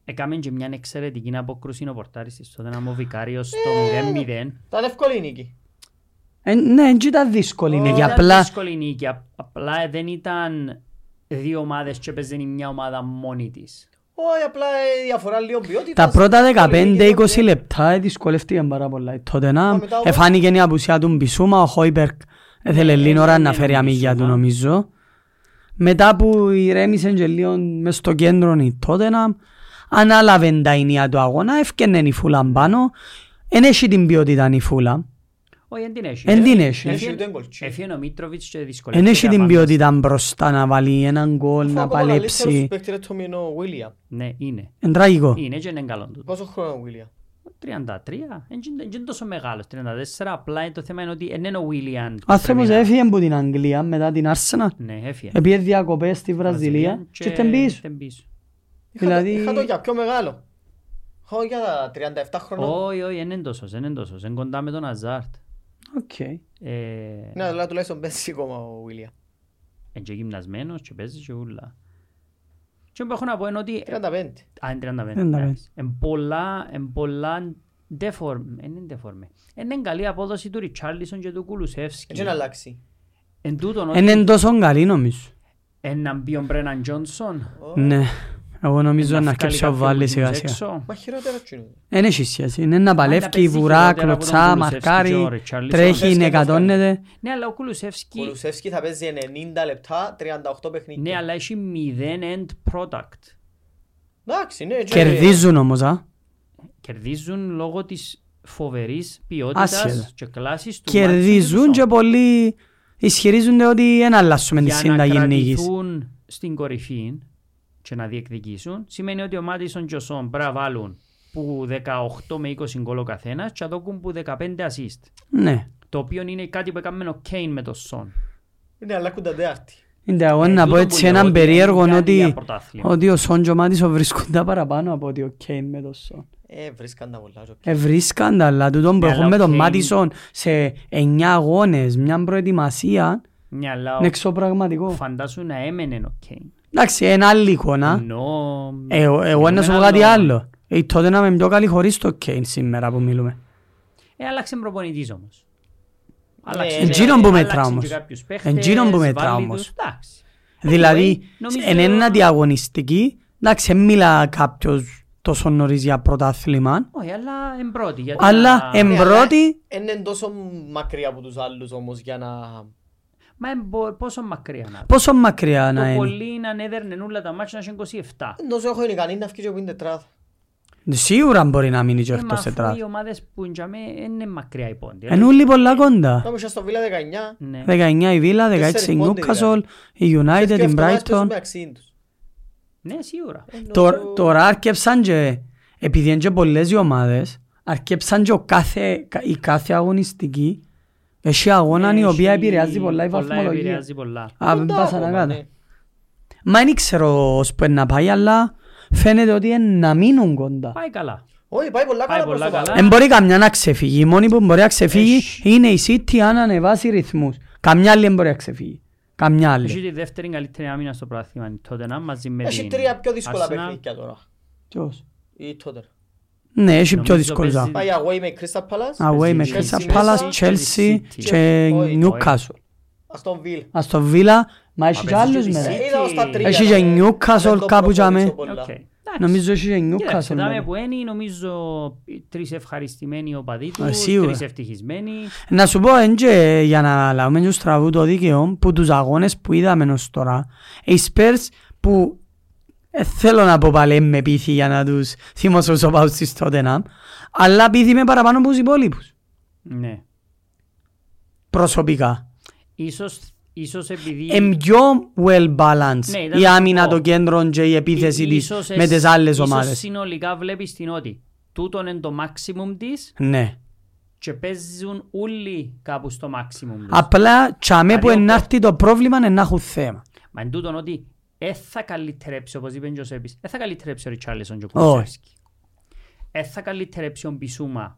Έκαμε και μια εξαιρετική απόκρουση ο πορτάρης της τότε να μου Βικάριος στο 0-0. Ήταν εύκολη η νίκη. Ε, ναι, εν ήταν δύσκολη είναι. Ήταν Ναι, Και απλά δύσκολη νίκη. απ- Απλά ε, δεν ήταν δύο ομάδες και έπαιζε η μια ομάδα μόνη της. Όχι, απλά ε, διαφορά λίγο ποιότητας. τα πρώτα Εύκολη νίκη, εύκολη. 15-20 λεπτά ε, δυσκολεύτηκαν πάρα πολλά. Η Tottenham, μετά όμως- εφάνηκε η απουσία του Μπισούμα, ο Χόιμπερκ έθελε λίγο ώρα να φέρει αμύγια του νομίζω. Μετά που ηρέμησε και λίγο μες στο κέντρο η Tottenham, ανάλαβε τα ενία του αγώνα, έφκαινε η Φούλαμ πάνω, εν έχει την ποιότητα η Φούλαμ, Όχι, δεν την έχει. εν την έχει. Έχει ούτε γκολ, Ε, τσι. Έφυγε ο Μίτροβιτς και Εν δυσκολεύτηκε. έχει την απάντηση. ποιότητα μπροστά να βάλει έναν γκολ, Αφού να ακόμα καλύτερος παλέψει. παίκτης, ρε, το μείνω ο William. Ναι, είναι. Εν τραγικό. Είναι και είναι καλό του. Πόσο χρόνο είναι ο William. 33, δεν είναι τόσο μεγάλος. 34, απλά ε, το θέμα είναι ότι δεν είναι ο Βίλιαν. Ο άνθρωπος έφυγε από την Αγγλία μετά την Άρσενα. Ναι, έφυγε. Επίε διακοπές στη Ε, Βραζιλία και ήταν πίσω. ήταν πίσω. Είχα το- Δηλαδή- Είχα το για πιο μεγάλο. Είχα το για τα 37 χρονών. Όχι, όχι, δεν είναι τόσος, δεν είναι τόσος. Είναι κοντά με τον Αζάρτ. Οκ. Ε, Ναι, αλλά τουλάχιστον πέσει ακόμα ο William. Είναι και γυμνασμένος και παίζει και ούλα. Και που έχω να πω είναι Ε. ότι... 35. Α, είναι 35. 35. εντάξει. Είναι πολλά, είναι πολλά... Deform, είναι deform. Είναι καλή απόδοση του Ριτσάρλισον και του Κουλουσεύσκη. Ε. Έτσι να αλλάξει. Εν τούτον ότι Είναι τόσο καλή νομίζω. έναν μπει ο Μπρέναν Τζόνσον. Ναι. Εγώ νομίζω να βγάλει αρκέψει να κάποιον βάλει που σιγά τους σιγά. έξω. Μα χειρότερα τσινούν. Δεν έχει σχέση. Είναι να παλεύει, παίζει βουρά, χειρότερα από τον κλωτσά, Κουλουσεύσκη και ο μαρκάρει, Ριτσάρλισον. τρέχει, Παίζει και νεκατώνεται. Ναι, αλλά ο Κουλουσεύσκη... Ο Λουσεύσκι θα παίζει 90 λεπτά, 38 Ναι, παιχνίδια. αλλά έχει μηδέν end product. Εντάξει, ναι. και- Κερδίζουν όμως, α. Κερδίζουν λόγω της φοβερής ποιότητας Άσχετα. και κλάσης του Κερδίζουν Μάτσον και πολλοί ισχυρίζονται ότι δεν αλλάσουμε τη για να σύνταγη νίκης. κρατηθούν στην κορυφή και να διεκδικήσουν, σημαίνει ότι ο Μάτισον και ο Σον πρέπει να βάλουν που 18 με 20 γκολ ο καθένας και να δώκουν που 15 assist. Ναι. Το οποίο είναι κάτι που έκαμε ο Κέιν με τον Σον. Ναι, αλλά κούντα τέαρτη. Είναι εγώ Ε, να τούτο πω που έτσι λέω, έναν ότι περίεργο είναι κάτι για ότι, πρωτάθλημα. ότι ο Σον και ο Μάτισον βρίσκονται παραπάνω από ότι ο Κέιν με τον Σον. Ε, βρίσκαν τα πολλά. Ε, βρίσκαν τα, αλλά τούτον Ναι, που αλλά έχουν ο με τον Kane- Μάτισον σε 9 αγώνες, μια προετοιμασία, Ναι, αλλά ο- είναι εξωπραγματικό. φαντάσου να έμενε ο Κέιν. Εντάξει, ένα άλλη εικόνα. Ενώ... Ε, ο- Ναι, Εγώ να σου πω Ένα κάτι άλλο. Ε, τότε να είμαι πιο καλή χωρίς το Κέιν σήμερα που μιλούμε. Ε, άλλαξε προπονητής όμως. ναι, ναι. Εντζήνον Ε, που μετρά άλλαξε όμως. και κάποιους παίχτες, Εντζήνον που μετρά βάλει όμως. τους, εντάξει. Δηλαδή, Ε, νομίζω- εν ένα διαγωνιστική, εντάξει, δεν μιλά κάποιος τόσο νωρίς για πρωτάθλημα, Όχι, αλλά εν πρώτη. γιατί αλλά να- εν πρώτη, Είναι τόσο μακριά από τους άλλους όμως για να... Μα εν πο- πόσο μακριά να πόσο μακριά να Το είναι. πολύ να ανέδερνε όλα τα μάτια να είχε 27. Εν Τόσο έχω είναι κανείς να βγει και πίντε τετράδα. Σίγουρα μπορεί να μείνει και Ε, μα εκτός αφού τετράδας. οι ομάδες που είναι είναι μακριά οι πόντοι. Εν όλοι πολλά κόντα. Να μου είσαι στο Βίλα 19. Ναι. 19 η Βίλα, 16 η Τέσσερις πόντοι Newcastle, η United, Και η εβδομάδες παίζουν Brighton. με αξίν τους. ναι, σίγουρα. Τώρα- Τώρα αρκέψαν και, επειδή είναι και πολλές οι ομάδες, αρκέψαν και ο κάθε, η κάθε αγωνιστική. Έχει αγώναν η οποία Έχει- επηρεάζει πολλά η πολλά βαθμολογία. επηρεάζει πολλά. Α, Κοντά πάσα να ακόμα, κάτω. ναι. Μα δεν ξέρω ως που είναι να πάει, αλλά φαίνεται ότι είναι να μείνουν κοντά. Πάει καλά. Όχι, πάει πολλά Πάει καλά προς πολλά το καλά. παρόν. Δεν μπορεί καμιά να ξεφύγει. Η μόνη που μπορεί να ξεφύγει είναι η City αν ανεβάσει ρυθμούς. Καμιά άλλη δεν μπορεί να ξεφύγει. Καμιά Έχει άλλη. τη δεύτερη καλύτερη άμυνα στο πράθυμα τότε να μαζί με Έχει την τρία πιο δύσκολα Arsenal. παιχνίδια τώρα. Ποιος? Ή τότε. Ναι, έχει πιο Νομίζω δύσκολους παίζει- αγώνες. Πάει away με Crystal Palace. Away με Chelsea Crystal μέσα, Palace, Chelsea Chelsea City. και Όχι, Newcastle. Αστον Βίλ. Αστον Βίλα, μα έχει παίζει και και άλλους τη μέσα. City. Είδα ως τα τρία. Ε, Έχει και ναι. Newcastle Δεν το κάπου για μέ. προπονήσω πολλά. Οκ. Εντάξει. Νομίζω έχει και Κοίταξε, Newcastle δάμε μέσα. που είναι, νομίζω τρεις ευχαριστημένοι οπαδοί Α, τους, σίγουρα. τρεις ευτυχισμένοι. Να σου πω, εν και για να λάβουμε τους τραβούς το δίκαιο, που τους αγώνες που είδαμε ως τώρα, οι Spurs που Ε, θέλω να πω πάλι με πείθει για να τους θυμώσω όσο πάω στις Tottenham, αλλά πείθει με παραπάνω από τους υπόλοιπους, Ναι. προσωπικά. Ίσως, ίσως επειδή... Εν πιο well balanced Ναι, ήταν η άμυνα αυτό. των κέντρων και η επίθεση της ίσως με εσ- τις άλλες ίσως ομάδες. συνολικά βλέπεις την ότι τούτον είναι το maximum της Ναι. και παίζουν όλοι κάπου στο maximum τους. Απλά τσάμε που Αλλιώς- ενάρτη το πρόβλημα είναι να έχουν θέμα. Μα εν τούτον ότι δεν θα καλυτερέψει, όπως είπε ο Τζοσέπης, δεν θα καλυτερέψει ο Ριτσάρλισον και ο Όχι. Κουλουσεύσκι. Δεν θα καλυτερέψει ο Μπισούμα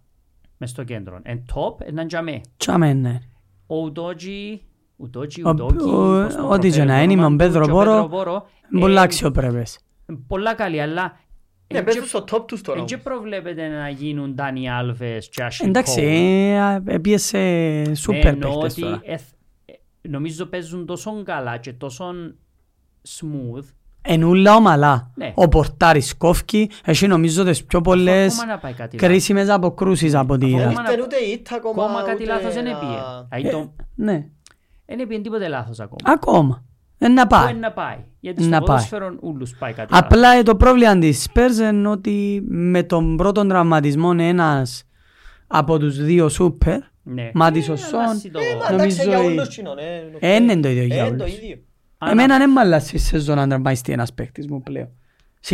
μες στο κέντρο. Εν top, έναν τζαμέ. Τσάμε ναι. Ο Ουτότζι, Ουτότζι, Ο- Ουτόκι, ο- πώς το ό,τι προφέρει και να το είναι, όνομα με τον του, και ο Πέδρο Πόρο, ε, Πολλά αξιοπρεπές. Πολλά καλή, αλλά... Ναι, εν παίζουν και- στο top τους τώρα. Εν και όμως. προβλέπεται να γίνουν Ντάνι Άλβες και Άσιν Εντάξει, ε, έπιεσε Ναι, σούπερ παίχτες τώρα. ε, Νομίζω παίζουν τόσο καλά και τόσο smooth Εν ούλα ομαλά. Ναι. Ο Πορτάρης κόφκι, έχει νομίζω τις πιο πολλές ακόμα να πάει κάτι λάθος. κρίσιμες αποκρούσεις από ό,τι Ακόμα είδα. να- Ήρθε ούτε η ήττα ακόμα. Ακόμα κάτι ούτε λάθος δεν ένα- έπιε. Ε, Δηλαδή το- Ναι, Δεν έπιε τίποτε λάθος ακόμα. ακόμα. Ε, να Πού είναι πάει. να πάει. Γιατί Να στο πάει. ποδόσφαιρο ούλους πάει κάτι λάθος. Απλά ε, το πρόβλημα της Spurs είναι ότι με τον πρώτο τραυματισμό είναι ένας από τους δύο σούπερ, Ναι. Μάτις ο Ε, Σον. αλλάζει το- Ε, μα Νομίζω εντάξει, για η- όλους κοινών, ε, νομίζω. Ε, είναι το ίδιο Ε, για είναι το όλους. ίδιο. Άνα- Εμένα δεν μ' αλλάζει η σεζόν αν τραυματιστεί ένας παίκτης μου πλέον.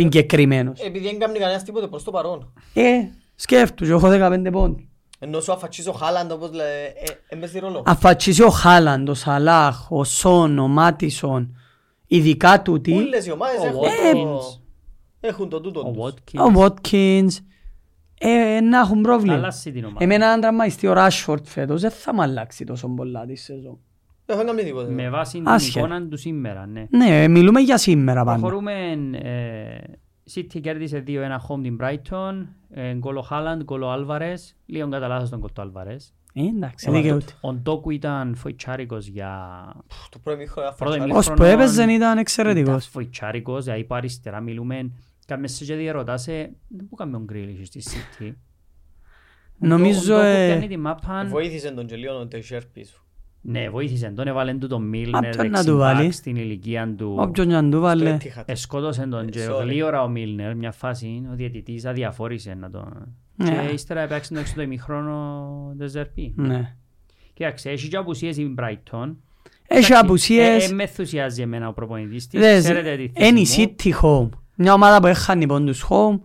Συγκεκριμένος. Επειδή δεν κάνει κανένας τίποτε προς το παρόν. Ε, σκέφτους, έχω 15 πόντους. Ενώ σου αφατσίζει ο Χάλαντ όπως λέει, ε, ε, μες στη ρόλο. Αφατσίζει ο Χάλαντ, ο Σαλάχ, ο Σον, ο Μάτισον, ειδικά τούτοι, Όλες οι ομάδες Ο έχουν Watkins. το- έχουν το τούτο Ο τους. ο Watkins. Βότκινς, ε, ε, να έχουν πρόβλημα. Αλλάζει την ομάδα. Εμένα αν τραυματιστεί ο Ράσφορτ φέτος, δεν θα μ' αλλάξει τόσο πολλά τη σεζόν. Δεν έχουν κάνει τίποτε. Με βάση την Ε, Άσχετα. εικόνα του σήμερα, ναι. Ναι, ε, μιλούμε για σήμερα πάντα. Προχωρούμε. ε, City κέρδισε 2-1 home την Brighton. ε, Γκολ ο Χάλαντ, γκολ ο Άλβαρες. Λίγο κατά λάθος τον γκολ του Άλβαρες. Ε, Εντάξει, δικαιούται. Ο Ντόκου ήταν φοητσάρικος για... Πφ, Το πρώτο ε, μήχρο Πρώτο αφατσάζει. ημίχρονο. Ως που λοιπόν, έπαιζε ήταν Ήταν εξαιρετικός. φοητσάρικος, δηλαδή που αριστερά μιλούμε. Κάμες σε και διαρωτάσαι, πού κάμε ο Γκρίλης στη City. Νομίζω, Ο Ντόκου ε, πιάνει την μάπαν. Βοήθησε τον Τζελίον ο Τεσέρ πίσω. Ναι, βοήθησε τον, έβαλε του τον Α, Μίλνερ ποιον να του βάλει. δεξιμπάκ στην ηλικία του. Όποιον να του Το βάλε. έτυχα. Εσκότωσε Ε, τον και sorry. γλίωρα ο Μίλνερ μια φάση, ο διαιτητής αδιαφόρησε να τον... Ναι. Και ύστερα έπαιξε τον έξω ημιχρόνο Δεζερπή. Ναι. Κοίταξε, έχει και απουσίες η Brighton. Έχει Ε, απουσίες. ε, με ενθουσιάζει εμένα ο προπονητής της. Δες, Ξέρετε τι Είναι η θέση μου. City Home. Μια ομάδα που έχανε πόντους Home.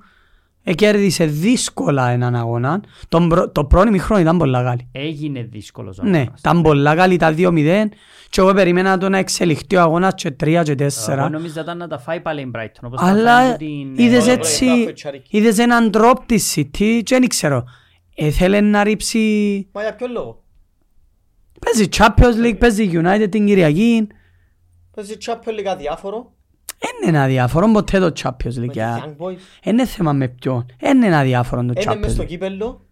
Εκέρδισε δύσκολα έναν αγώνα. Τον πρω- Το πρώτο μηχρό ήταν πολλά καλή. Έγινε δύσκολος ο Ναι, αγώνας. ήταν πολλά καλή, ήταν 2-0. Και εγώ περίμενα το να εξελιχθεί ο αγώνας και 3 και 4. Εγώ νόμιζα ήταν να τα φάει πάλι η Brighton. Όπως τα φάει Αλλά του την, ε, είδες ε, έτσι, ε, ε, είδες έναν drop της City και δεν ξέρω. Έθελε να ρίψει, Μα για ποιο λόγο. παίζει Champions League, παίζει United την Κυριακή. Παίζει Champions League αδιάφορο. Είναι ένα διάφορο ποτέ το Champions Με League. τους α. Young Boys. Είναι θέμα με ποιον. Είναι ένα διάφορο Ε, το ναι, Είναι μες Champions στο League. κύπελλο.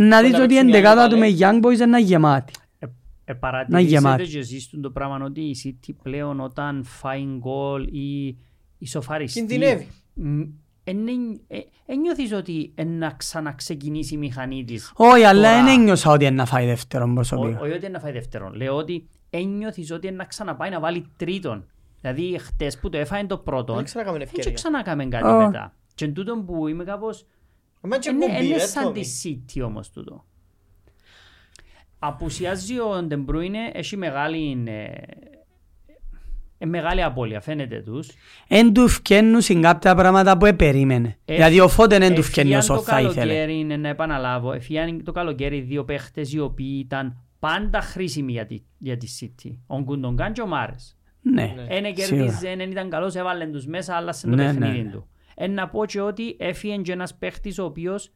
Να δεις να ότι η παίξουν οι εντεκάδα άλλοι του με Young Boys είναι γεμάτη. Ε, ε, παρατηρήσετε γεμάτη. και εσείς το πράγμα ότι η City πλέον όταν φάει γκολ ή ισοφαριστεί Κινδυνεύει. μ, εν- εν- ε, εν νιώθεις ότι εν να ξαναξεκινήσει η μηχανή της Όχι, αλλά Τώρα. δεν ένιωσα ότι είναι να φάει δεύτερον Ο- προσωπικά. όχι ότι να φάει δεύτερον λέω ότι ένιωθεις ότι εν να ξαναπάει να βάλει τρίτον δηλαδή χτες που το έφαγε το πρώτο Δεν ξανακάμεν έτσι ευκαιρία. ξανακάμε κάτι Α. μετά και εν τούτον που είμαι κάπως Μα και Είναι- κόμπι, ναι, Είναι ρε, σαν Τόμι. τη City όμως τούτο. Απουσιάζει ο De Bruyne, έχει μεγάλη, ε, ε, μεγάλη απώλεια, φαίνεται τους. Εν του φκένουν σε κάποια πράγματα που περίμενε. Ε, Δηλαδή ο Φώτεν εν του Εφιάν φκένει όσο το θα ήθελε. καλοκαίρι, είναι να επαναλάβω, εφιάν το καλοκαίρι δύο παίχτες οι οποίοι ήταν πάντα χρήσιμοι για τη, για τη City. Ο Γκουντογκάν και ο Μάρες. Ε, Ναι, Ναι. Ένα κερδίζει, έναν ήταν καλός, έβαλε τους μέσα, άλλασε το Ναι, παιχνίδι ναι, ναι. του. Ε, να πω και ότι έφυγε και ένας παίχτης ο οποίος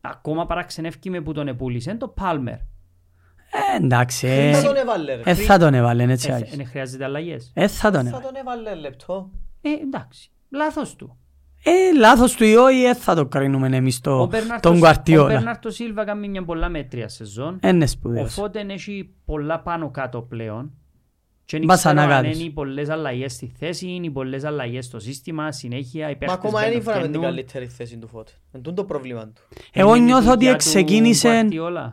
ακόμα παραξενεύκει με που τον επούλησε, το Πάλμερ. Ε, εντάξει. ε, Δεν θα τον έβαλε, ρε. Ε, θα τον έβαλε, έτσι Ε, άγιες. ε, χρειάζεται αλλαγές. Ε, θα τον Θα έβαλε. τον έβαλε λεπτό. Ε, εντάξει. Λάθος του. Ε, λάθος του ή όχι, ε, θα το κρίνουμε εμείς το, τον Ε, Ο Κουαρτιόλα. Μπερνάρτο Σίλβα κάνει μια πολλά μέτρια σεζόν. Είναι ο ναι, σπουδαίος. Φώτεν έχει πολλά πάνω κάτω πλέον. Και δεν ξέρω Βασανά αν κάτω. είναι οι πολλές αλλαγές στη θέση, είναι οι πολλές αλλαγές στο σύστημα, συνέχεια οι Μα παίχτες ακόμα μπαίνουν, δεν ήφερα με την βγαίνουν. καλύτερη θέση του Φώτη. Εν τούν το πρόβλημα του. Εγώ Είναι η νιώθω ότι δουλειά του ξεκίνησε... Guardiola.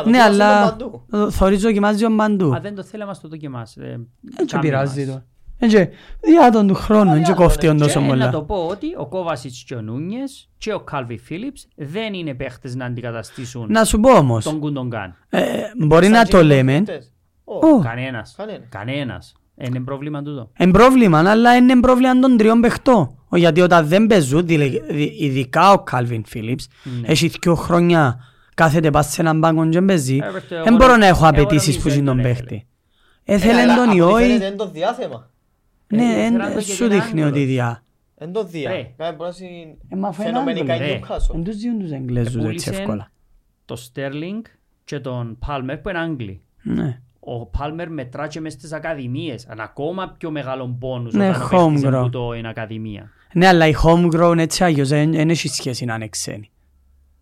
Ναι, δοκίμασε τον αλλά παντού. θωρίζω δοκιμάζει ο Μπαντού. Α, δεν το θέλαμε να το δοκιμάσει. Δεν και Ε, πειράζει το. Έτσι, διάτον του χρόνου, έτσι διάτον, κόφτει ε, όντως Και να το πολλά. πω ότι ο Κόβασιτς και ο Νούνιες και ο Κάλβι Φίλιπς δεν είναι παίχτες να αντικαταστήσουν Να σου πω όμως, τον Κουντογκάν. ε, μπορεί να το λέμε, Ω. Κανένας. Κανένας. Κανένας. Είναι πρόβλημα τούτο. Εν πρόβλημα, αλλά είναι πρόβλημα των τριών παιχτών. Ο- Γιατί όταν δεν παίζουν, διλε- δι- ειδικά ο Κάλβιν Φίλιπς, Ναι. έχει δύο χρόνια κάθεται πας σε έναν πάγκο και παίζει, Ε, βρε, δεν εγώ μπορώ νο- να έχω εγώ απαιτήσεις νομίζω που είναι δεν τον τον παίχτη. Ε, Έθελε τον ή όχι, Είναι το διάθεμα. Ε, ναι, ήθελαν εν- το και την σου δείχνει Άγγλο. ότι διά. Εν το Ε. διά. Κάτι μπορεί να είναι Ε, μα αφού είναι φαινομενικά Άγγλοι, η ρε. Newcastle. Εν τους δίνουν τους Εγγλέζους έτσι Επούλησεν εύκολα. Το Στέρλινγκ και τον Πάλμερ που είναι Άγγλοι. Ναι. Ο Πάλμερ μετρά και μες στις ακαδημίες. Ένα ακόμα πιο μεγάλο μπόνους Ναι, όταν ο παίχτης homegrown. είναι τούτο είναι ακαδημία. Ναι, αλλά η homegrown έτσι αλλιώς δεν δεν έχει σχέση να είναι ξένοι.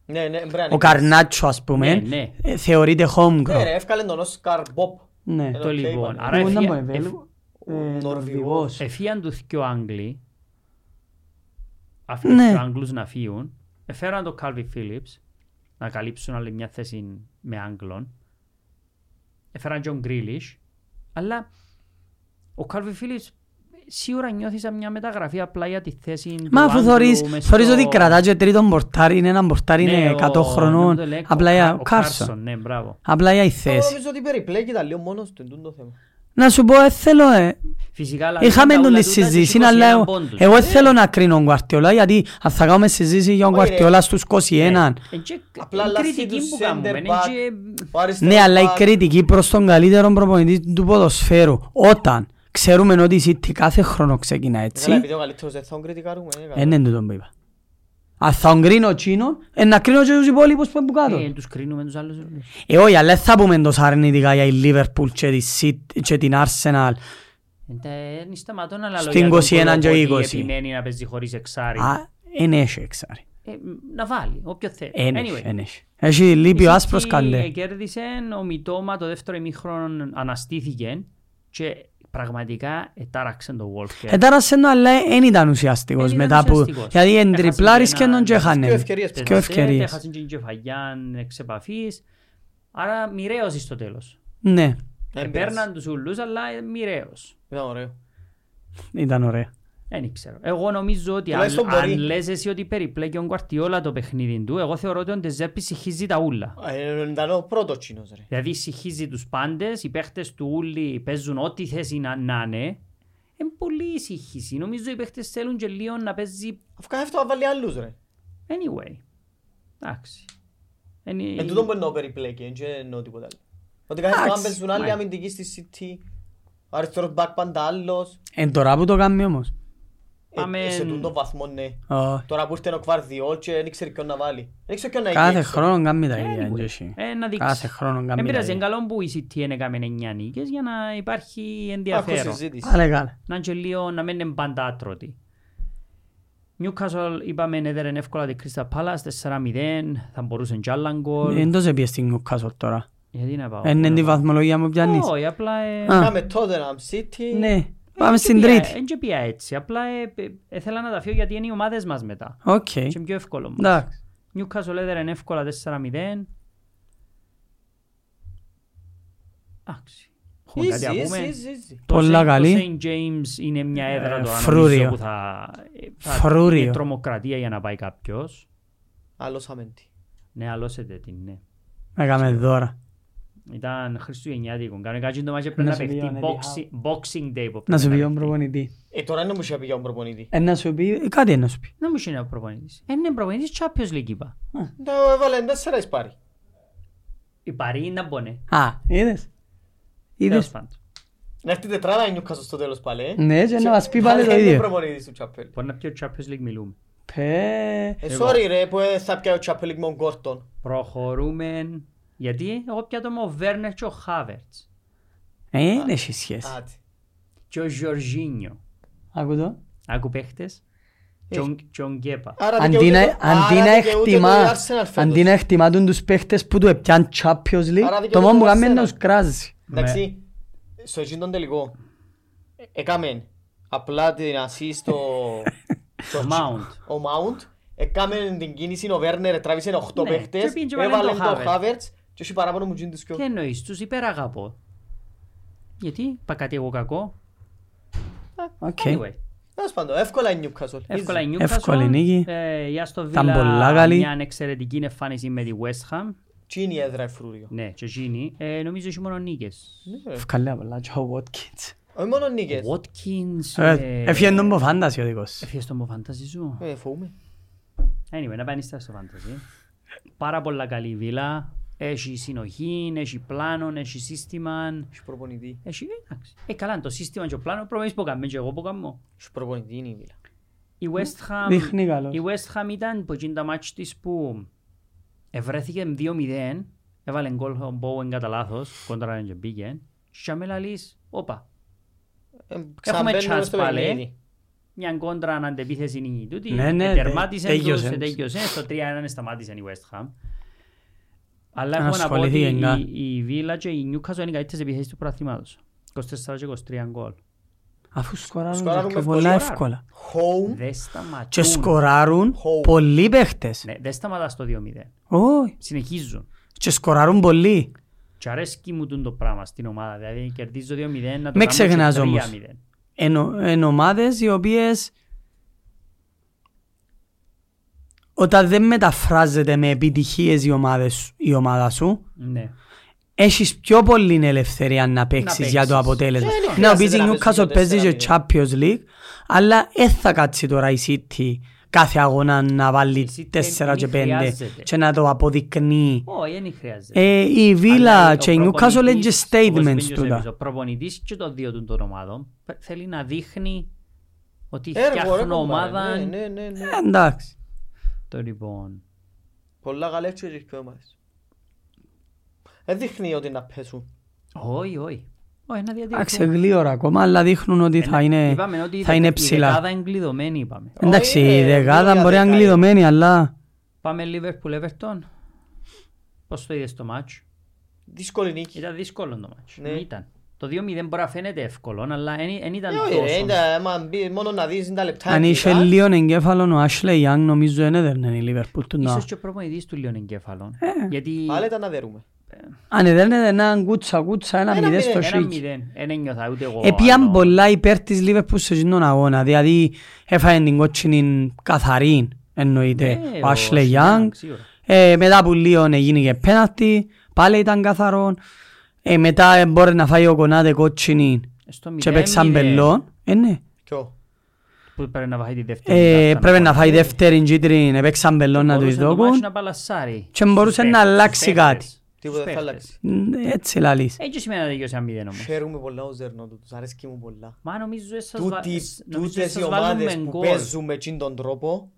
Ναι, ναι, μπρε, Ε, Ο ναι. Καρνάτσο, ας Ναι, πούμε, ναι. ε, θεωρείται Ναι, homegrown. ρε, έφκαλε τον Oscar Bob. Ναι. Ε, Το οκ, λοιπόν. είπαμε. Άρα Πού να εφια- μπορεί, εφ- Βέλγο? Ε, Νορβηγός. Εφίαν τους δυο Άγγλοι, αφού Ναι. τους Άγγλους να φύγουν, έφεραν τον Κάλβι Φίλιπς να καλύψουν άλλη μια θέση με Άγγλων. Έφεραν τον Γκρίλις, αλλά ο Κάλβι Φίλιπς σίγουρα νιώθει σαν μια μεταγραφή απλά για τη θέση Μα του αφού Άγγλου θωρείς, μες θωρείς στο- ότι κρατάς και τρίτον πορτάρι, είναι έναν πορτάρι Ναι, είναι ο- 100 χρονών, ναι, με το λέγω, απλά ο για Κάρ- ο Κάρσον. Κάρσον, Ναι, μπράβο. Απλά για η Εγώ θέση. νομίζω ότι περιπλέκει τα λίγο μόνος του, τούτο το θέμα. Να σου πω, ε, θέλω, ε, Φυσικά, αλλά είχαμε τα όλα τον τη τούτα έχει συζήτηση, 21 αλλά εγώ- πόντους. Ε. εγώ δεν θέλω να κρίνω τον Guardiola, γιατί αν θα κάνουμε συζήτηση για τον Όχι, ρε. Guardiola στους 21. Απλά Απλά η λάθη Ε, κριτική τους που center κάνουμε είναι back. και- Ο αριστερός Ναι, αλλά η back, κριτική προς τον καλύτερο προπονητή του ποδοσφαίρου, όταν ξέρουμε ότι η City κάθε χρόνο ξεκινά Καλά, έτσι, επειδή ο καλύτερος δεν θα τον κριτικάρουμε. ε, καλά. δεν είναι τούτο που είπα. Αν θα τον κρίνω εκείνον, ε, να κρίνω και τους υπόλοιπους που είναι που κάτω. Ε, τους κρίνουμε τους άλλους. όλους. Ε, όχι, αλλά δεν θα πούμε τόσο αρνητικά για η Liverpool και, τη City, και την Arsenal. Ε, τα- ε, Εν σταματώ να λαλώ Στην για τον 21 και Κολοπότη 20. επιμένει να παίζει χωρίς εξάρι. Α, εν έχει εξάρι. Ε, Ε, Να βάλει, όποιο θέλει. Εν Anyway, έχει, εν έχει. Έχει λείπει η ο City ναι. άσπρος καλέ. Κέρδισε, ο Μιτόμα το δεύτερο ημίχρονο αναστήθηκε και πραγματικά ε, ετάραξε το Ε, Wolfgang. Ετάρασε το, αλλά εν ήταν ουσιαστικός Δεν ήταν μετά που... ουσιαστικός. Γιατί Έχασε και εντριπλάρισκε ένα- τον και τις χάνε. δύο ευκαιρίες που Δυο Τεταρτέ, ευκαιρίες. Έχασε και την κεφαλιά εξ επαφής. Άρα μοιραίος στο τέλος. Ναι, ε, Δεν Επέρναν τους ούλους, αλλά ε, μοιραίος. Ήταν ωραίο. Ναι, ήταν ωραία. Ε, Δεν ξέρω. Εγώ νομίζω ότι αν, Τουλάχιστον μπορεί. αν λες εσύ ότι περιπλέκει ο Γκουαρτιόλα το παιχνίδι του, εγώ θεωρώ ότι ο Ντεζέπη συχίζει τα ούλα. Α, ε, Ήταν ο πρώτος τσινός, ρε. Δηλαδή συχίζει τους πάντες, οι παίχτες του ούλοι παίζουν ό,τι θέση να, να είναι. Είναι πολύ ησυχήση. Νομίζω οι παίχτες θέλουν και λίγο να παίζει Αφού κάθε αυτό θα βάλει άλλους, ρε. anyway. Εντάξει. Είναι- Εν Ε, τούτο που εννοώ περιπλέκει, δεν εννοώ τίποτα άλλο. Ότι κάθε φορά Εντάξει, αν παίζουν άλλοι μάλιστα. αμυντικοί στη City, ο αριστερός back πάντα άλλος. Εν τώρα που το κάνει όμως. Ε, Πάμε- ε, Σε τούτο βαθμό, ναι. Ω, Τώρα που ήρθε ο Κβαρδιόλ και δεν ήξερε ποιον να βάλει. Δεν ήξερε ποιον να Κάθε εγγίξει. χρόνο κάνει τα ίδια. εν Anyway, και εσύ. ε, να δείξεις. Κάθε χρόνο Δεν κάνει τα πειράζει, είναι ίδια. καλό που η City είναι κάμεν εννιά νίκες για να υπάρχει Άκουσε ενδιαφέρον. συζήτηση. Άρα καλά. να είναι και λίγο να μην είναι πάντα άτρωτοι. Newcastle είπαμε έδερεν εύκολα τη Crystal Palace 4-0, θα μπορούσε κι άλλα γκολ. Δεν το σε πιες στην Newcastle τώρα. Γιατί να πάω. πού Είναι να τη πάω. βαθμολογία μου πιάνεις. Όχι, απλά... ε, ναι, Α. Κάμε Tottenham City. Ναι, εν πάμε και στην πια- τρίτη. Εν και πια έτσι, απλά ε, ε, έθελα να τα φύγω γιατί είναι οι ομάδες μας μετά. Οκ. Και πιο εύκολο μας. Εντάξει. Newcastle έδερεν εύκολα 4-0. Εντάξει. Έχουμε κάτι Easy, να easy, πούμε. easy, easy. Το Πολλά Saint- καλή. Το St. James είναι μια έδρα Ε, τώρα φρούριο. νομίζω που θα, ε, θα Φρούριο. είναι τρομοκρατία για να πάει κάποιος. Άλλος αμέντη. Ναι, αλώσετε την, ναι. Έκαμε δώρα. Ήταν Χριστουγεννιάτικο. Κανονικά και το μάτς πρέπει να σου πει παιχτεί ο boxing, boxing day. που Να σου πρέπει πει ο παιχτεί. προπονητή. Ε, τώρα είναι που είχε πει για τον προπονητή. Ε, να σου πει, ε, κάτι να σου πει. Να μου είναι ο προπονητής. Ε, Είναι προπονητής Champions League είπα. Ναι. Το έβαλε τέσσερα εις πάρει. Η Παρή να μπωνε. Α, είδες. Τέλος Είδες. πάντων. Να έρθει τετράδα η Newcastle στο τέλος πάλι. ε. Ναι, και να μας πει πάλι το Είναι ίδιο. προπονητής του Chapel. Μπορεί να πιω Champions League μιλούμε. Πε... Ε, sorry ρε που ε, θα πιάει ο Chapel με τον Gordon. Προχωρούμε. Γιατί εγώ πιάτω με ο Βέρνερ και ο Χάβερτς. Ε, δεν έχει σχέση. Άντε. Και ο Γιοργίνιο. Ακού το. Άκου παίχτες. Και ο- Και ο Γκέπα. Άρα Αντί να- δικαιούται το- Αντί άρα να δικαιούται το εκτιμά, η Arsenal φέτος. αντί να εκτιμάτουν τους παίχτες που του έπιαν Champions Άρα League, δικαιούται το μόνο που το κάνει είναι να Arsenal. τους κράζει. Εντάξει, στο εκείνον τον τελικό, ε, έκαμεν απλά την ασύ στο... Ο Mount. ο Mount, έκαμεν την κίνηση, ο Βέρνερ τράβησε 8 Ναι, παίχτες, και πήγε και βάλε έβαλε τον το Havertz. Havertz και όχι παράπονο μου γίνεις τους Τι πιο. εννοείς, τους υπεραγαπώ. Γιατί, είπα κάτι εγώ κακό. Οκ. Anyway, Τέλος πάντων, εύκολα η Newcastle. εύκολα η Newcastle. Εύκολη νίκη. Ε, η Aston Ήταν Villa, πολλά καλή. Μια εξαιρετική εμφάνιση με τη West Ham. Τι είναι η έδρα εφρούριο. Ναι, και εκείνη. Ε, νομίζω έχει μόνο νίκες. Ναι. Ευκαλέα πολλά και ο Watkins. Όχι μόνο νίκες. Watkins. ε, Έφυγε τον φάνταση ο δικός. Έφυγες το μου φαντάζι σου. Ε, φοβούμαι. Anyway, να πάνε στα στο φανταζί. Πάρα πολλά καλή η βίλα. Έχει συνοχή, έχει πλάνο, έχει σύστημα. Έχει προπονητή. Έχει, εντάξει. Ε, καλά, το σύστημα και ο πλάνος προβλέπεις που κάνουμε και εγώ που κάνω. Έχει προπονητή είναι η Βίλα. Η West Ham, Δείχνει καλός. η West Ham ήταν που εκείνη τα μάτς της που ευρέθηκε 2-0, έβαλε γκολ ο Bowen κατά λάθος, κόντρα και μπήκε. Και με λαλείς, όπα, Ε, ξαναμπαίνουμε chance στο πάλι. παιχνίδι. μια κόντρα αντεπίθεση είναι η τούτη. Ναι, ναι, ε, τε- τερμάτισε, τέλειωσε. τούτος, ε, τέλειωσε. Στο 3-1 σταμάτησε η West Ham. Αλλά έχω να πω ότι Ανασχοληθήκε, ναι. η, η Villa και η Newcastle είναι οι καλύτερες επιθέσεις του προαθήματος. 24 και 23 γκολ. Αφού σκοράρουν Σκοράρουν και με πολλά εύκολα. εύκολα. Home. Δεν σταματούν. Και σκοράρουν Χω. πολλοί παίχτες. Ναι, δεν σταματάς το 2-0. Όχι. Συνεχίζουν. Και σκοράρουν πολλοί. Και αρέσκει μου τούν το πράγμα στην ομάδα. Δηλαδή κερδίζω 2-0 να το κάνω Μην ξεχνάς και όμως. 3-0. Εν, εν ομάδες οι οποίες όταν δεν μεταφράζεται με επιτυχίες η, ομάδες, η ομάδα σου Ναι. έχεις πιο πολύ ελευθερία να παίξεις για το παίξεις. ναι. αποτέλεσμα. Ε, δεν Να χρειάζεται πεις η να παίζεις Newcastle το παίζει και 4-0. Champions League αλλά δεν θα κάτσει τώρα η City κάθε αγώνα να βάλει Η City 4 και δεν 5 χρειάζεται. και να το αποδεικνύει. Όχι, δεν χρειάζεται. Ε, η Αλλά Villa ο και η Newcastle προπονητής, είναι και όπως statements πήγε ο Σεβίς, τούτα. Ο προπονητής και των δύο του των ομάδων πε- θέλει να δείχνει ότι Έργο, Ε, ρε φτιάχνω ομάδα. κομπάρε. Ναι, ναι, ναι, ναι. Ε, Εντάξει. Το λοιπόν. Πολλά καλά και οι ομάδες. Δεν δείχνει ότι να πέσουν. Όχι, όχι. Όχι, να Εντάξει, διατηρηθούμε. γλίωρα ακόμα, αλλά δείχνουν ότι θα είναι, Είπαμε Ε, ναι, ότι η ναι. θα δε- είναι Η ψηλά. δεκάδα Ε, είναι κλειδωμένη, είπαμε. Εντάξει, Όχι, η είναι δεκάδα δύο μπορεί να είναι δεκάδες. κλειδωμένη, αλλά Πάμε Liverpool Everton. Πώς το είδες το μάτσο. Δύσκολη νίκη. Ήταν δύσκολο το μάτσο. Ναι. Ήταν. Το 2-0 μπορεί να φαίνεται εύκολο, αλλά δεν ήταν Ε, όχι, ρε, τόσο. ήταν, άμα μπει- μόνο να δεις είναι τα λεπτά. αν είχε αγγλικά. λίγο εγκέφαλο ο Ashley Young νομίζω δεν έδερνε η Liverpool του να. Ίσως και ο προπονητής του λιώνει εγκέφαλον. Ε. Γιατί Πάλι ήταν να δέρουμε. Αν έδερνε έναν κούτσα κούτσα, ένα Ένα μηδέ στο μηδέν, σίκι. 1-0 δεν ένιωθα ούτε εγώ. Ε, Επίαν άλλο. πολλά υπέρ της Liverpool σε εκείνον τον αγώνα, δηλαδή έφαγε την κότσινη καθαρή, εννοείται, Ναι, Ε, ο Ashley Young, Young. σίγουρα. Ε, μετά που λίγο έγινε και πέναλτι, πάλι ήταν καθαρό. Ε, μετά ε, μπορεί να φάει ο Κονάτε κότσινη Στο και 0-0 παίξαν πελόν. Ε, ναι. Ποιο. Που πρέπει να φάει τη δεύτερη. Ε, τάχτα, πρέπει να να φάει δεύτερη κίτρινη, παίξαν πελόν να τους Μπορούσε το μάτσι εισδόκουν. να μπαλασάρει. Και μπορούσε να Στους αλλάξει παίχτες. κάτι. Στους Τίποτα θα παίχτες. αλλάξει. Ν- Έτσι λαλείς. Ε, και σημαίνει να τελειώσει ένα μηδέν όμως. Χαίρομαι πολλά ο Ζερνό του. Τους αρέσκει μου πολλά. Μα νομίζω εσάς βα- Τούτοι- εσ- νομίζω Τούτες οι εσάς βάλουμε ομάδες που γκολ. παίζουν με εκείνον τον τρόπο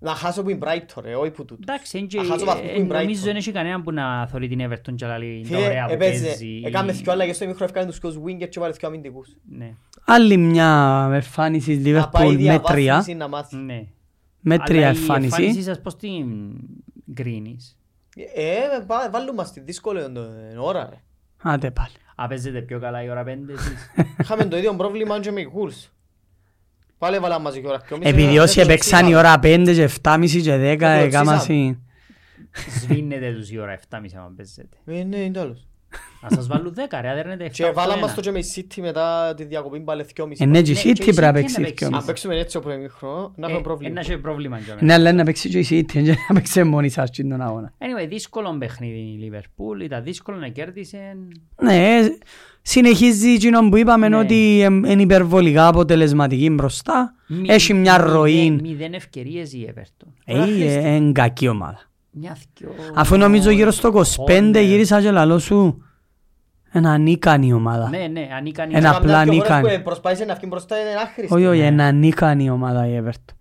να χάσω που είναι Brighton ρε, όχι που τούτους. Εντάξει, εν και- Να χάσω βαθμού που ε, είναι νομίζω δεν Brighton. έχει κανέναν που να θωρεί την Everton και να λέει είναι Φίλε, ωραία που έπαιζε, παίζει. έκαμε δυο αλλαγές στο ημίχρονο, έφκανε τους δυο winger και βάλε δυο αμυντικούς. Ναι, Άλλη μια εμφάνιση της Να πάει Liverpool με τρία. διαβάθμιση να μάθει. ναι. Με Αλλά τρία η εμφάνιση. σας πώς την κρίνεις. Ε, πά- βάλουν μας τη δύσκολη ε, ώρα ρε. Άντε πάλι. Α, παίζετε πιο καλά η ώρα πέντε εσείς. Είχαμε το ίδιο πρόβλημα και με οι Wolves. Πάλι βάλαμε μαζί και ώρα δυο μισή, Επειδή ένα όσοι τέτοιο έπαιξαν η ξύλο. ώρα 5 και 7.30 και 10 Έπαιξε έκαμασι. Σβήνετε τους η ώρα 7.30 άμα παίζετε. Ε, ναι, είναι τέλος. Να σας βάλουν 10 ρε, αδέρνετε 7 Και βάλαμε στο και με η City μετά τη διακοπή πάλι δυο μισή. Ενέ Ε, και η Ναι, και η City πρέπει να City παίξει να δυο παίξει. μισή. Αν παίξουμε έτσι ο ημίχρονο, να έχουμε πρόβλημα. Ε, Ένα πρόβλημα για μένα. Ναι, αλλά να παίξει και η City, και να παίξει μόνη σας και τον αγώνα. Anyway, δύσκολο παιχνίδι η Λιβερπούλ, ήταν δύσκολο να κέρδισε. Ναι, ε, συνεχίζει εκείνο που είπαμε Ναι. ότι ε, είναι υπερβολικά αποτελεσματική μπροστά. Μη- Έχει μια μηδέν- ροή. Μηδέν ευκαιρίες η Everton. Ε, Είναι κακή ομάδα. Μια θκιο... Αφού νομίζω γύρω στο 25 Ναι. γύρισα και λαλό σου ένα νίκαν η ομάδα. Ναι, ναι, αν ήταν Ένα η- Καμιά απλά δυο φορές νίκαν. που, ε, προσπάθησε να βγει μπροστά είναι άχρηστη. Όχι, όχι, Ναι. ένα νίκαν η ομάδα η Everton.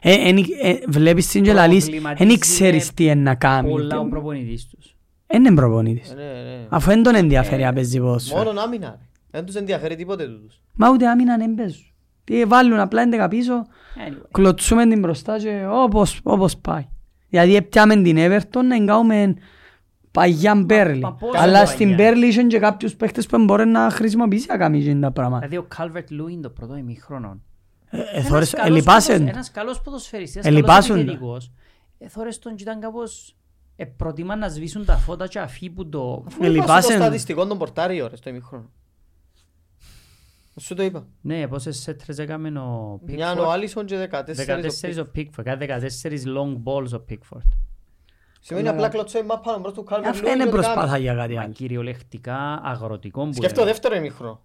Ε, εν, ε, βλέπεις την και λαλείς, δεν Προβληματίζει ξέρεις τι είναι να κάνεις. πολλά ο προπονητής τους. Δεν είναι προπονητής. Ναι, ναι. Αφού δεν τον ενδιαφέρει Ε, να παίζει ποδόσφαιρο. Μόνον άμυνα. ρε. Δεν τους ενδιαφέρει τίποτε τούτους. Μα ούτε άμυνα δεν παίζουν. Τι βάλουν απλά έντεκα πίσω, Anyway, κλωτσούμε την μπροστά και όπως, όπως πάει. Δηλαδή έπιαμε την Everton να κάνουμε παγιάν Μπέρλι. πόσο Αλλά παγιά. στην Μπέρλι είχαν και κάποιους παίχτες που μπορεί να χρησιμοποιήσει να κάνει εκείνα τα πράγματα. Ε, δηλαδή ο Calvert Lewin το πρώτο ημιχρόνο. Εθώρες, ελυπάσεν. Ένας καλός ποδοσφαιριστής, Ε, ένας καλός λυπάσουν. επιθετικός. Εθώρες τον και ήταν κάπως... ε, προτιμά να σβήσουν τα φώτα και αφή που το... Πού είναι το λυπάσαι. στατιστικό των πορτάριων, ρε, στο ημίχρονο. Σου το είπα. Ναι, πόσες σέτρες έκαμε ο Μια ο Pickford. Άλισον και 14. 14 ο Pickford, κάτι 14 long balls ο Pickford. Σημαίνει απλά κλωτσό η μάπα μπρος του Calvert Αυτό Lewin και είναι ότι προσπάθεια ε, κάνει. για κάτι Μα άλλο. κυριολεκτικά αγροτικό που Σκέφτω είναι. δεύτερο ημίχρονο.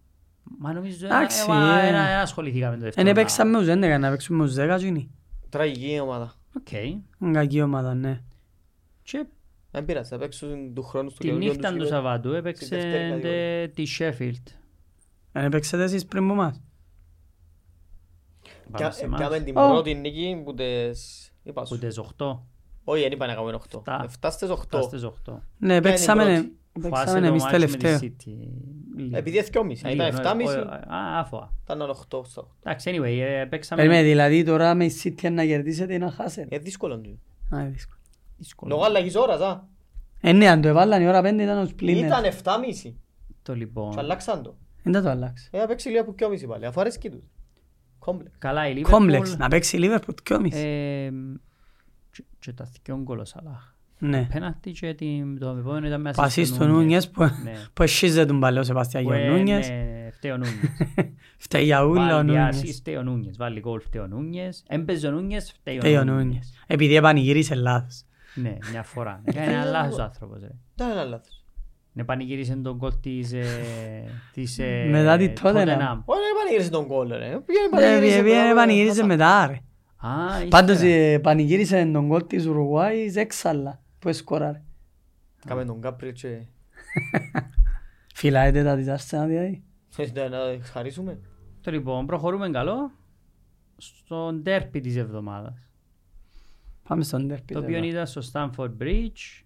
Μα νομίζω Εντάξει, ένα, ε. ένα, ένα ασχοληθήκαμε το δεύτερο. Εν έπαιξαμε με τους 11, να παίξουμε με τους 10 γίνει. Τραγική ομάδα. Οκ. Είναι κακή ομάδα, ναι. Και Δεν πειράζει, θα παίξουν του χρόνου του τη καινούριου νύχτα τους του γύρω. Σαββάτου Στη δεύτερη έπαιξε κατηγορία. ε, τη Sheffield. Εν έπαιξατε εσείς πριν από εμάς. Κα- Πάμε σε εμάς. Κάμε την Ω. πρώτη νίκη που τις... Είπα Που σου. τις 8. Όχι, δεν είπα να κάνουμε 8. Εφτά. Εφτάστες 8. Φτάσεις 8. Ναι, παίξαμε πρώτη. ναι. Φάσε Παίξαμε το ναι, εμείς μάτς με τη τελευταίο. City. Λίγο. Επειδή 2,5. Αν Λίγο, ήταν 7,5 ε, ε, Α, άφωα. ήταν 8 στο. Εντάξει, anyway, ε, Περίμενε, παίξαμε δηλαδή τώρα με η City να κερδίσετε ή να χάσετε. Είναι Ε, δύσκολο του. Α, είναι δύσκολο. δύσκολο. Λόγω αλλαγής ώρας, α. Ε, ναι, αν το έβαλαν η ώρα 5 ήταν ο ναι. Ήταν Splinter. 7,5. Το λοιπόν. Και αλλάξαν το. Δεν θα το αλλάξεις. Ε, παίξει λίγο από 2,5 πάλι. Αφού αρέσκει του. Κόμπλεξ. Καλά η Liverpool. Κόμπλεξ, να παίξει η Liverpool δυόμιση. Ε, και- Και τα δυο γκολ ο Σαλάχ. Ναι. Πέναντι και την- το επόμενο ήταν με Πασί assist στο του Νούνιες. Νούνιες που- Ναι. που εσύζε τον παλαιό Σεβαστιάγιο Που, ε, Νούνιες. ναι, φταίει ο Νούνιες. Φταίει για ούλα ο Βάλει Νούνιες. assist, φταίει ο Νούνιες. Βάλει γκολ, φταίει ο Νούνιες. Έμπαιζε ο Νούνιες, Φταίει ο Νούνιες. Επειδή επανηγύρισε λάθος. Ναι, μια φορά. Έκανε ένα λάθος ο άνθρωπος. ρε. Ήταν ένα λάθος. Ναι, πανηγύρισε τον γκολ της... ε, της, ε, Μετά τη Tottenham. Tottenham. Όχι, δεν πανηγύρισε τον κόλλο, ρε. Πήγαινε Ε, πανηγύρισε. βγαίνει, μπράβο, Επανηγύρισε χάσα. μετά ρε. Α, ύστερα. Πάντως ε, πανηγύρισε τον κόλ της Ουρουγουάης έξαλλα που έσκοραρε. Κάμε τον Κάπριλ και... Φυλάεται τα της Arsenal δηλαδή. Ήταν Ε, ναι, να χαρίσουμε. Το λοιπόν, προχωρούμε καλό στον τέρπι της εβδομάδας. Πάμε στον τέρπι. Το ναι. οποίο είδα στο Stanford Bridge.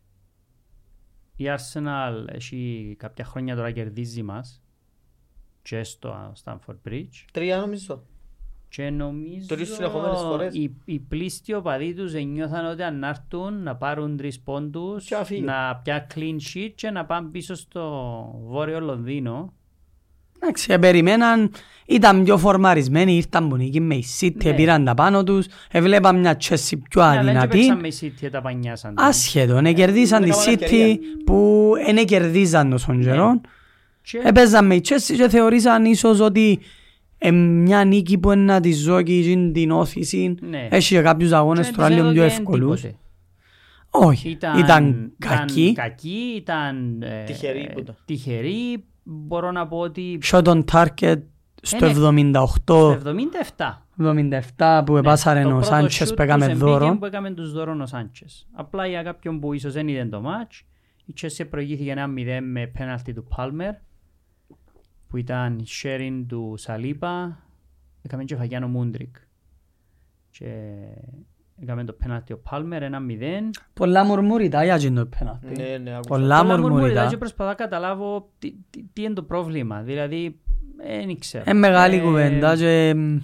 Η Arsenal έχει κάποια χρόνια τώρα κερδίζει μας και στο Stanford Bridge. Τρία νομίζω. Και νομίζω Τρεις συνεχόμενες φορές. οι, οι πλήστοι οπαδοί τους νιώθαν ότι αν έρθουν να πάρουν τρεις πόντους, Και να φύγουν. να πια clean sheet και να πάνε πίσω στο Βόρειο Λονδίνο. Εντάξει, ε, περιμέναν, ήταν πιο φορμαρισμένοι, ήρθαν που νίκη με η City, Ναι. πήραν τα πάνω τους, έβλεπαν μια Chelsea πιο Ναι, αλλά και αδυνατή. παίξαμε η City, τα πανιάσαν. Άσχετο, ναι, κερδίσαν τη έκαναν City ναι, ευκαιρία. που δεν κερδίζαν τόσον καιρό. Και- Έπαιζαν με η Chelsea και θεωρήσαν ίσως ότι ε, μια νίκη που είναι να τη ζώκει τζιν την όθηση. Ναι. Έχει και κάποιους αγώνες και τώρα τους λίγο πιο έδωκεν εύκολους. τίποτε. Όχι, Ήταν, ήταν κακοί. κακοί, ήταν ε, Τυχεροί που ήταν. τυχεροί. Μπορώ να πω ότι Shot on target στο Ε, 78 77. 77 που επάσαρε Ναι. Το ο πρώτο Σάντσες shoot που του έκαμε Σεμπίγεν δώρο. Που έκαμε τους δώρο ο Σάντσες. Απλά για κάποιον που ίσως δεν είδε το μάτς, η Chelsea προηγήθηκε ένα 0 με πέναλτι του Πάλμερ, που ήταν sharing του Σαλίπα, έκαμε και φαγιάνο Μούντρικ. Και έκαμε το πέναλτι ο Πάλμερ, ένα 0. Πολλά μουρμούρητα για τζιν το πέναλτι. Ναι, ναι, άκουσα. Πολλά Ε, μουρμουριτά και μουρμούρητα. προσπαθώ να καταλάβω τι, τι, τι είναι το πρόβλημα. Δηλαδή, δεν ήξερα. Είναι μεγάλη κουβέντα και μ,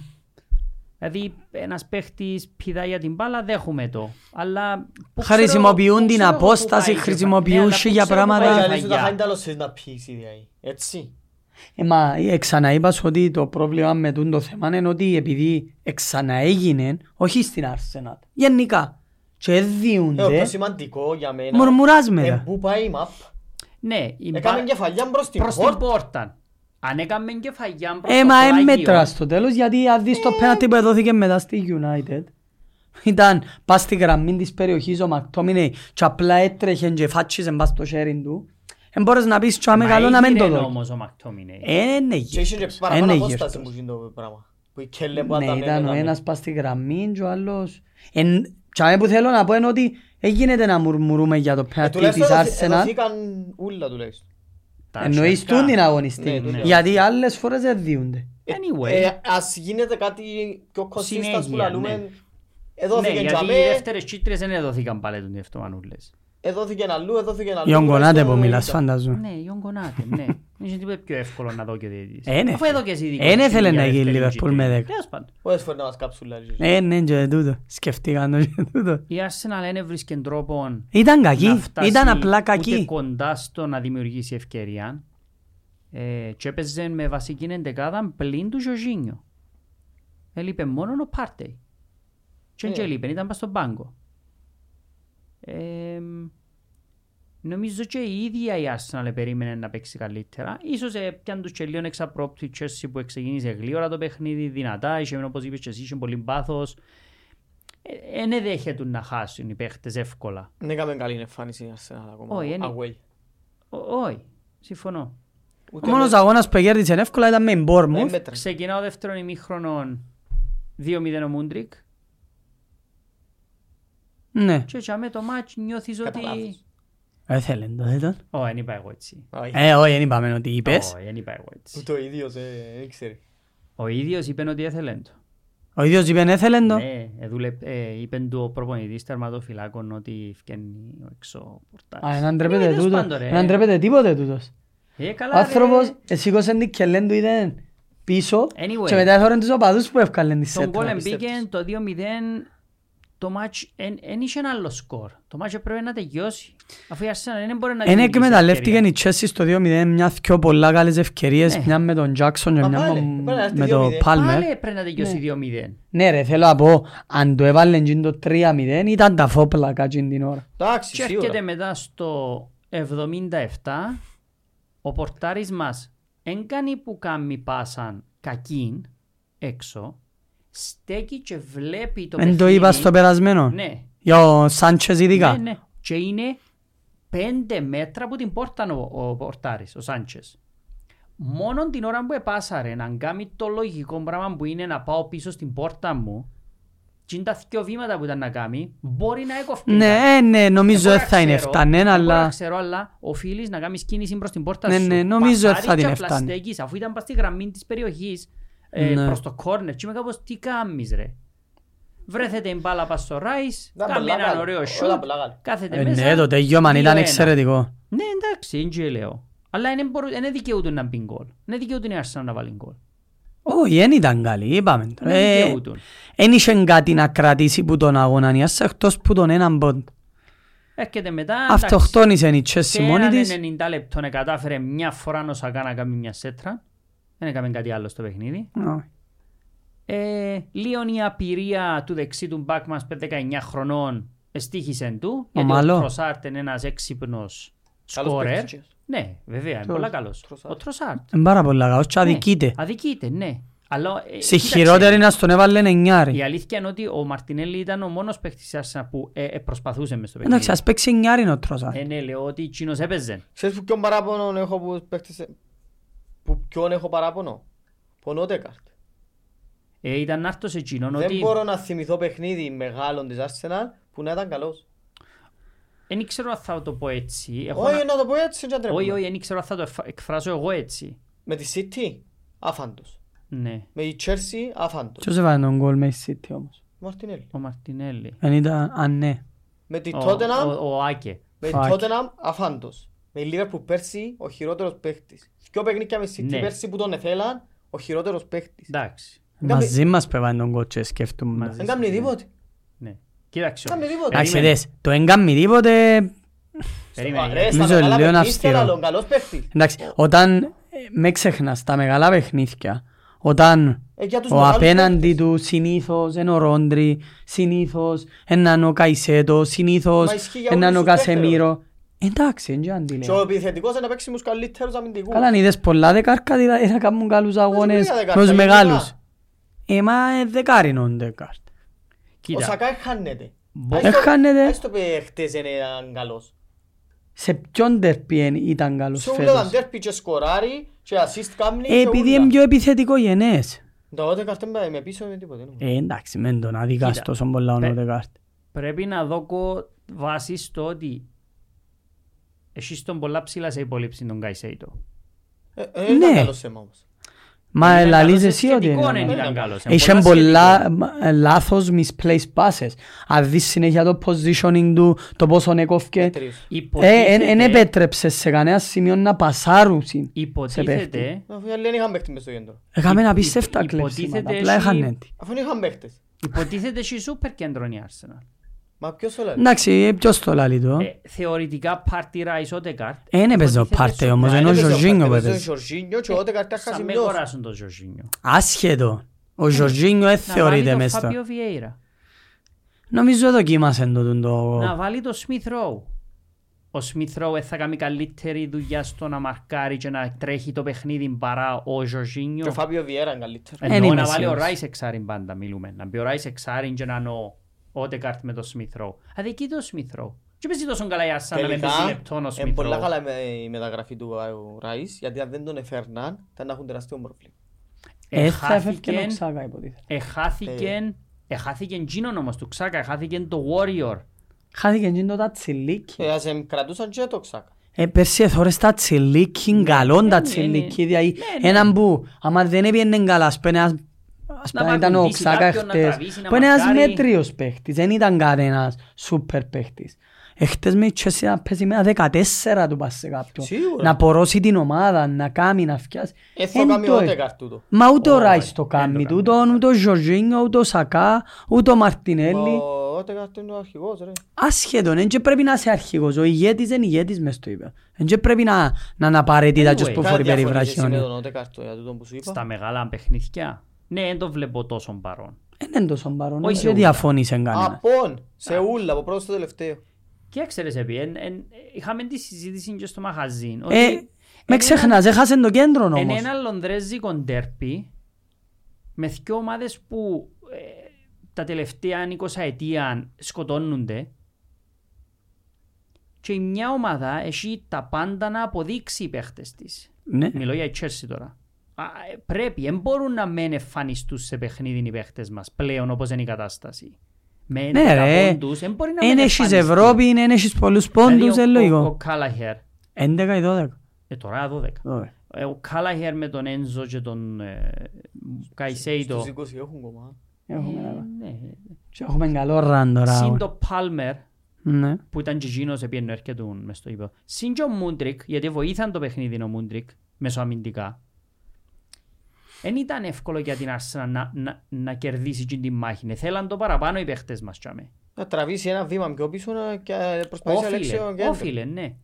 Δηλαδή, ένας παίχτης πηδάει για την μπάλα, δέχομαι το. Αλλά. πού ξέρω- Χρησιμοποιούν πού την ξέρω εγώ απόσταση, πού πάει, χρησιμοποιούν ναι, αλλά σε πού για ξέρω πού πράγματα. πάει η Πάει καλή σου τα Αγιά. χάνει άλλος να πείσει, δηλαδή. Έτσι. ε, μα, ε, ξαναείπα σου ότι το πρόβλημα με τούν το θέμα είναι ότι επειδή ξαναέγινε, όχι στην Arsenal, γενικά, και Ε, το διούνται, πιο σημαντικό για μένα ε, μουρμουράσματα. πού πάει η map. Ναι, η Έκαμε μπα- κεφαλιά μπρος την προς την πόρτα. πόρτα. Αν έκαμε κεφαγιά προς Ε, το μα εν πλάγιο, μέτρα στο τέλος, γιατί αν δεις Ε. το πέναλτι που έδωθηκε μετά στη United, ήταν πας στη γραμμή της περιοχής ο Μακτόμινε και απλά έτρεχε και φάτσιζε πας στο χέρι του, δεν μπορείς να πεις μα τσάμε καλό να μην το έγινε δω. όμως ο Μακτόμινε. Ε, ναι, Και είχε και γύρτος. Ε, παραπάνω ναι, απόσταση γύρτος. που γίνει το πράγμα. Που η Κέλλε που Ναι, ήταν ήταν ο ένας πας στη γραμμή και ο άλλος... Εν- Τσάμε που θέλω να πω είναι ότι δεν γίνεται να μουρμουρούμε για το Ε, πέναλτι της τουλάχιστον εδωθή- Arsenal, εδωθήκαν ούλα τουλάχιστον. Τα εννοείς τσακά. τούν την Ναι, αγωνιστή, ναι. γιατί άλλες φορές δεν διούνται. Anyway, Ε, Ας γίνεται κάτι πιο consistent που Συνέχεια, ναι. λαλούμε. ναι, Εδώθηκε γιατί οι τζαμέ, δεύτερες τσίτρες δεν εδωθήκαν πάλι τον ευτομανούλες. εδώθηκε αλλού, εδώθηκε αλλού. Ιον Κονάτε που τουλάχιστον μιλάς, ήταν. φαντάζομαι. Ναι, Ιον Κονάτε, ναι. Είναι τίποτε πιο εύκολο να δω και ο διαιτητής. Ε, ναι, Αφού φίλε. εδώ και εσύ δικό Ε, ναι, σου θέλει για να γίνει δεύτερη Liverpool τσίτρη. με δέκα. Τέλος πάντων. Πόσες φορές να μας κάψουν λαλείς. Ε, ναι, και τούτο. Σκεφτήκαν το και τούτο. Η Arsenal ε, ναι, δεν έβρισκε τρόπο Ήταν να κακή. φτάσει Ήταν απλά ούτε κακή. κοντά στο να δημιουργήσει ευκαιρία. Ε, και έπαιζε με βασική εντεκάδα πλην του Ζωζίνιο. Έλειπε μόνο ο Πάρτεϊ. Και Ε. δεν έλειπε, ήταν πάνω στον πάγκο. Ε, Νομίζω και η ίδια η Arsenal περίμενε να παίξει καλύτερα. Ίσως ε, πιαν τους και λίγο εξαπρόπτου η Chelsea που ξεκίνησε γλύωρα το παιχνίδι, δυνατά, είχε όπως είπες και εσύ, είχε πολύ πάθος. Δεν ε, δέχεται να χάσουν οι παίχτες εύκολα. Δεν έκαμε Ναι, καλή εμφάνιση η Arsenal ακόμα. Όχι, είναι. Away. Ό- Όχι, συμφωνώ. Ο Ούτε μόνος με- αγώνας που κέρδισε εύκολα ήταν με Ναι, δεν Bournemouth. μέτρησε. Ξεκινά ο δεύτερο ημίχρονο 2-0 ο Μούντρικ Ναι. και έτσι το μάτς νιώθεις ότι... Καταλάβεις. Έθελε το δεν ήταν. Όχι, δεν είπα εγώ έτσι. Όχι. Ε, όχι, δεν είπαμε ότι είπες. Όχι, δεν είπα εγώ έτσι. Που το ίδιος, ε, δεν ξέρει. Ο ίδιος είπε ότι έθελε το. Ο ίδιος είπε έθελε το. Ναι, ε, δουλε- ε, είπε του ο προπονητής τερματοφυλάκων ότι φκένει ο έξω Α, πορτάρις. να ντρέπεται Ε, τέλος τούτο. πάντων, ρε. Να ντρέπεται τίποτε τούτος. Ε, καλά, Ο ρε. άνθρωπος ε, σήκωσε την κελέν του είδε πίσω Anyway. και μετά έφερε τους οπαδούς που έφκαλαν τη Τον σέτρα. κόλεν πιστέψεις. μπήκε το 2-0. Το μάτς δεν είχε ένα άλλο σκορ. Το μάτς έπρεπε να τελειώσει. Αφού η Arsenal δεν μπορεί να Ένα δημιουργήσει εκμεταλλεύτηκε ευκαιρία. η Chelsea στο 2-0 μια δυο πολλά καλές ευκαιρίες, Ναι. μια με τον Jackson και Μα μια πάλι, με- πάλι να έρθει με τον 2-0. Palmer. Πάλι έπρεπε να τελειώσει 2-0. Ναι ρε, θέλω να πω, αν το έβαλε εκείνο το 3-0 ήταν τα φόπλακα εκείνη την ώρα. Εντάξει, Και σίγουρα. έρχεται μετά στο 77 ο πορτάρης μας δεν κάνει που κάνει πάσαν κακήν έξω στέκει και βλέπει το Εν το είπα στο περασμένο. ναι, Για ο Σάντσες ναι, ειδικά. ναι. και είναι πέντε μέτρα από την πόρτα ο, ο πορτάρης, ο Σάντσες Μόνο την ώρα που επάσαρε να κάνει το λογικό πράγμα που είναι να πάω πίσω στην πόρτα μου και είναι τα δυο βήματα που ήταν να κάνει, μπορεί να έκοφτει. Ναι, ε, ναι, νομίζω Εγώ δεν θα να είναι ξέρω, φτανέν, εγώ να αλλά ξέρω, αλλά οφείλεις να κάνεις κίνηση προς την πόρτα Ναι, σου. ναι, νομίζω Πασάρεις θα την και απλά έφτανε. στέκεις, αφού ήταν πας στη γραμμή της περιοχής, ε, Ναι. προς το κόρνερ, και είμαι κάπως τι κάνεις ρε. Βρέθεται η μπάλα πας στο Ράις, Ήταν κάνει πολλά έναν καλά. ωραίο Όλα σιούτ, πολλά καλά. κάθεται ε, μέσα. ναι, το τελειώμα ήταν 2-1. εξαιρετικό. Ναι, εντάξει, δεν και λέω. Αλλά δεν μπορού- δεν δικαιούτουν να μπει γκολ. Δεν δικαιούτουν η Arsenal να βάλει γκολ. Όχι, δεν ήταν καλή, είπαμε. το. Δεν Ε, δικαιούτουν. Εν είχε κάτι να κρατήσει που τον αγώνα νιάς, εκτός που τον έναν πόντ. Έρχεται μετά, εντάξει, Αυτοκτόνησε η Chelsea σε μόνη έναν της. 90 λεπτό ναι, κατάφερε μια φορά ο Σακά να κάνει μια σέτρα. Δεν έκαμε κάτι άλλο στο παιχνίδι. Ναι. Ε, Λίον η απειρία του δεξί του μπακ μας 19 χρονών εστίχησε του. γιατί Μαλό. ο Τροσάρτ είναι ένας έξυπνος σκόρερ. παίκτης, yes. Ναι, βέβαια, είναι Ποιος? πολύ καλός. Τροσάρτ. Ο Τροσάρτ. Είναι πάρα πολλά καλός και αδικείται. Ναι, αδικείται, ναι. Αλλά, ε, Σε κοίταξε, χειρότερη να στον έβαλε νιάρι. Η αλήθεια είναι ότι ο Μαρτινέλη ήταν ο μόνος παίκτης της Arsenal που ε, ε, προσπαθούσε μες στο παιχνίδι. Εντάξει, ας παίξει νιάρι ο Τρόσα. Ε, ναι, λέω ότι εκείνος έπαιζε. Ξέρεις που ποιον παράπονο έχω που παίχτησε... Που ποιον έχω παράπονο. Πονότεκαρτ. Ε, ήταν άρτος εκείνον Δεν ότι μπορώ να θυμηθώ παιχνίδι μεγάλων της Arsenal που να ήταν καλός. δεν ξέρω αν θα το πω έτσι. Έχω Όχι, ένα- να το πω έτσι, δεν τρέπομαι. όχι, όχι, δεν ξέρω αν θα το εφα- εκφράσω εγώ έτσι. Με τη City, άφαντος. Ναι, Με τη Chelsea, άφαντος. Ποιος έβαλε τον γκολ με η City όμως. Μαρτινέλη. ο Μαρτινέλη. Εν ήταν, α ναι. Με τη Ο- ο- Tottenham, Ο Άκε. με τη Fuck. Tottenham, αφάντος. Με η Liverpool πέρσι, ο χειρότερος παίχτης. Δυο παιχνίδια με City Ναι. πέρσι που τον εθέλαν, ο χειρότερος παίχτης. Εντάξει. Ήταν- Μαζί μας που έβαλε τον γκολ και σκέφτομαι. Μαζί. Δεν κάνει τίποτε. Ναι. Κοίταξε. Κάμε όμως. τίποτα. Εντάξει, Περίμενε. δες, το έγκαμε τίποτε Περίμενε. Ρε, στα Νομίζω μεγάλα λέω να παιχνίδια, αυστηρό. αλλά ο καλός παίχτης. Εντάξει, όταν ε, με ξεχνάς τα μεγάλα παιχνίδια, όταν Ε, για τους ο μεγάλους απέναντι του συνήθως είναι ο Ρόντρι, συνήθως έναν ο Καϊσέτο, συνήθως Μα ισχύει για έναν ο όλους τους Κασεμίρο. Εντάξει, είναι και Και ο αντιλέον. επιθετικός είναι να παίξει με τους καλύτερους αμυντικούς. ναι. Καλά, αν είδες πολλά δεκάρκα, δηλαδή θα κάνουν καλούς αγώνες βρήκα με τους δεκάρκα, μεγάλους. γενικά. Ε, μα ε, δεκάρινο είναι δεκάρ. Ο Κοίτα. Σακά χάνεται. Μπο- Ας το- Έχανεται. ας το πει χτες είναι έναν καλός. Σε ποιον τερπί εν- ήταν καλός Σου λέω φέτος. αντέρπι και σκοράρει και assist κάνει Ε, και Επειδή ούλα. είναι πιο επιθετικό γενές. Τα τότε καρτέμπα με πίσω με τίποτε. ναι. Ε, εντάξει, μεν τον αδικάς Κοίτα, τόσο πολλά ο πε- Νοδεκάρτ. Πρέπει να δω κο- βάση στο ότι εσύ τον πολλά ψηλά σε υπολείψη τον Καϊσέιτο. Ε, ε, δεν ήταν Ναι. καλός θέμα όμως. Μα Ήταν ελαλείς καλός, εσύ ότι σχετικό, είναι. ναι, καλός. ήταν καλός. Ε, Είχε σχετικό. πολλά μ, ε, λάθος misplaced passes. Αν δεις συνέχεια το positioning του, το πόσο έκοφκε. Τρεις. Ε, εν- εν Υποτίθεται- επέτρεψε σε κανένα σημείο να πασάρουσιν. Υποτίθεται. Αφού οι άλλοι δεν είχαν παίχτη μες στο κέντρο. Έκαμε Υπο- απίστευτα υποτίθεται κλέψιματα, έχει- απλά είχαν έτσι. Αφού δεν είχαν παίχτες. Υποτίθεται έχει σούπερ κέντρο η Arsenal. Μα ποιος το λέει. Εντάξει, ε, ποιος το λαλεί το. Ε, Ε, Θεωρητικά πάρτι Ράις Ότεκαρτ. Εν έπαιζε ο Πάρτε όμως, Ε, Μα, ενώ ο έπαιζε Ζορζίνιο Παρτέ, έπαιζε. έπαιζε ο Ζορζίνιο και ο Ότε καρτά Θα χάσει με μειώσει. κοράσουν τον Ζορζίνιο. Άσχετο. Ο Ζορζίνιο δεν Ναι. Να βάλει θεωρείται τον μες στο. Φάπιο Βιέιρα. Νομίζω δοκίμασε το τούτο. Να βάλει τον Σμιθ Ρόου. ο Σμιθ Ρόου ε, θα κάνει καλύτερη δουλειά στο να μαρκάρει και να τρέχει το παιχνίδι παρά ο Και ο Ζορζίνιο. Φάβιο Βιέρα είναι καλύτερος. Εν Ενώ είμαι να βάλει ο σίγουρος. Ράις εξάριν πάντα μιλούμε. Να μπει ο Ράις εξάριν και να εννοώ Ότε κάρτ με τον Σμιθ Ρόου. Αδικεί το Σμιθ Ρόου. Και παίζει τόσο καλά η Ασάνα με Τελικά, παίζει λεπτόν ο είναι Σμιθ πολλά Ρόου. καλά με- η μεταγραφή του ε, Ράις, γιατί αν δεν τον έφερναν, θα να έχουν τεραστίο πρόβλημα. Ε, θα έφευκε ο Εχάθηκεν- Ξάκα υποτίθεται. Ε. Εχάθηκεν, εχάθηκεν τζίνον όμως του Ξάκα, εχάθηκεν το Warrior. Χάθηκε εκείνο το τατσιλίκι. Ε, ας εμ- κρατούσαν και το ξάκα. Ε, πέρσι εθώρες τα Ναι, τσιλίκι, καλόν τα τσιλίκι. Δηλαδή, έναν που, άμα δεν έπιανε καλά, ας πένε ένας- ας Να πένε ήταν ο παγωνίσει Ξάκα κάποιον, να χτες, τραβήσει, να που είναι ένας μαρκάρει. μέτριος παίχτης, δεν ήταν κανένας σούπερ παίχτης. Εχθές με η Chelsea να παίζει με ένα 14 του πας σε κάποιον. Σίγουρα. Να πορώσει την ομάδα, να κάνει, να φτιάσει. Ε, θα Εν κάνει το ούτε ε- καρτ τούτο. Μα ούτε ο Όχι, Ράις το δεν ε, το κάνει. κάνει τούτον, ούτε ο Ζορζίνιο, ούτε ο Σακά, ούτε ο Μαρτινέλli. Ο Ότεγαρτ είναι ο αρχηγός ρε. Ασχέτον, δεν και πρέπει να είσαι αρχηγός. Ο ηγέτης είναι ηγέτης μες στο είπε. Δεν και πρέπει να, να είναι απαραίτητα Anyway, και που Που Κάτι φορεί διαφωνείς εσύ με περιβραχιόνι. τον Ότεγαρτ για τούτο που σου είπα. Στα μεγάλα παιχνίδια. Ναι, δεν το βλέπω τόσο παρόν. Δεν είναι τόσο παρόν, ε, Όχι δεν ούτε. διαφώνησε κανένας. Απόν, σε ούλα, από πρώτος στο τελευταίο. Και ξέρεις επί, εν- εν- είχαμε τη συζήτηση και στο μαχαζίν. ότι Ε, με εν ξεχνάς, έχασε το κέντρο Εν όμως. ένα λονδρέζικο ντέρπι με δυο ομάδες που ε, τα τελευταία 20 ετία σκοτώνονται και η μια ομάδα έχει τα πάντα να αποδείξει οι παίχτες της. Ναι. Μιλώ για η Chelsea τώρα. Α, ε, πρέπει, δεν μπορούν να μεν εμφανιστούν σε παιχνίδι οι παίχτες μας πλέον όπως είναι η κατάσταση. Με Ναι 11 ρε, πόντους, εν μπορεί να εν μεν έχεις εμφανιστούν. Ευρώπη, εν έχεις πολλούς Δηλαδή, πόντους, ο- δεν ο- λογικό. Ο Κάλαχερ, 11 ή 12. ε, τώρα 12. Ωραία. Ε, ο Κάλαχερ με τον Ένζο και τον ε, Καϊσέιτο. Στους 20 έχουν κομμά. Έχουμε ένα- Ναι. και Έχουμε καλό ραν Συν τώρα. το Πάλμερ Ναι. που ήταν και εκείνος επειδή έρχεται μες στο ύπο. Συν και ο Μούντρικ γιατί βοήθαν το παιχνίδι ο Μούντρικ μεσοαμυντικά. Δεν ήταν εύκολο για την Άρσενα να, να, να κερδίσει την τη μάχη. Ναι, Θέλαν το παραπάνω οι παίχτες μας. τσάμε. Να τραβήσει ένα βήμα πιο πίσω να- και ε, προσπαθήσει να λέξει ο Όφιλε, κέντρο. όφιλε, ναι.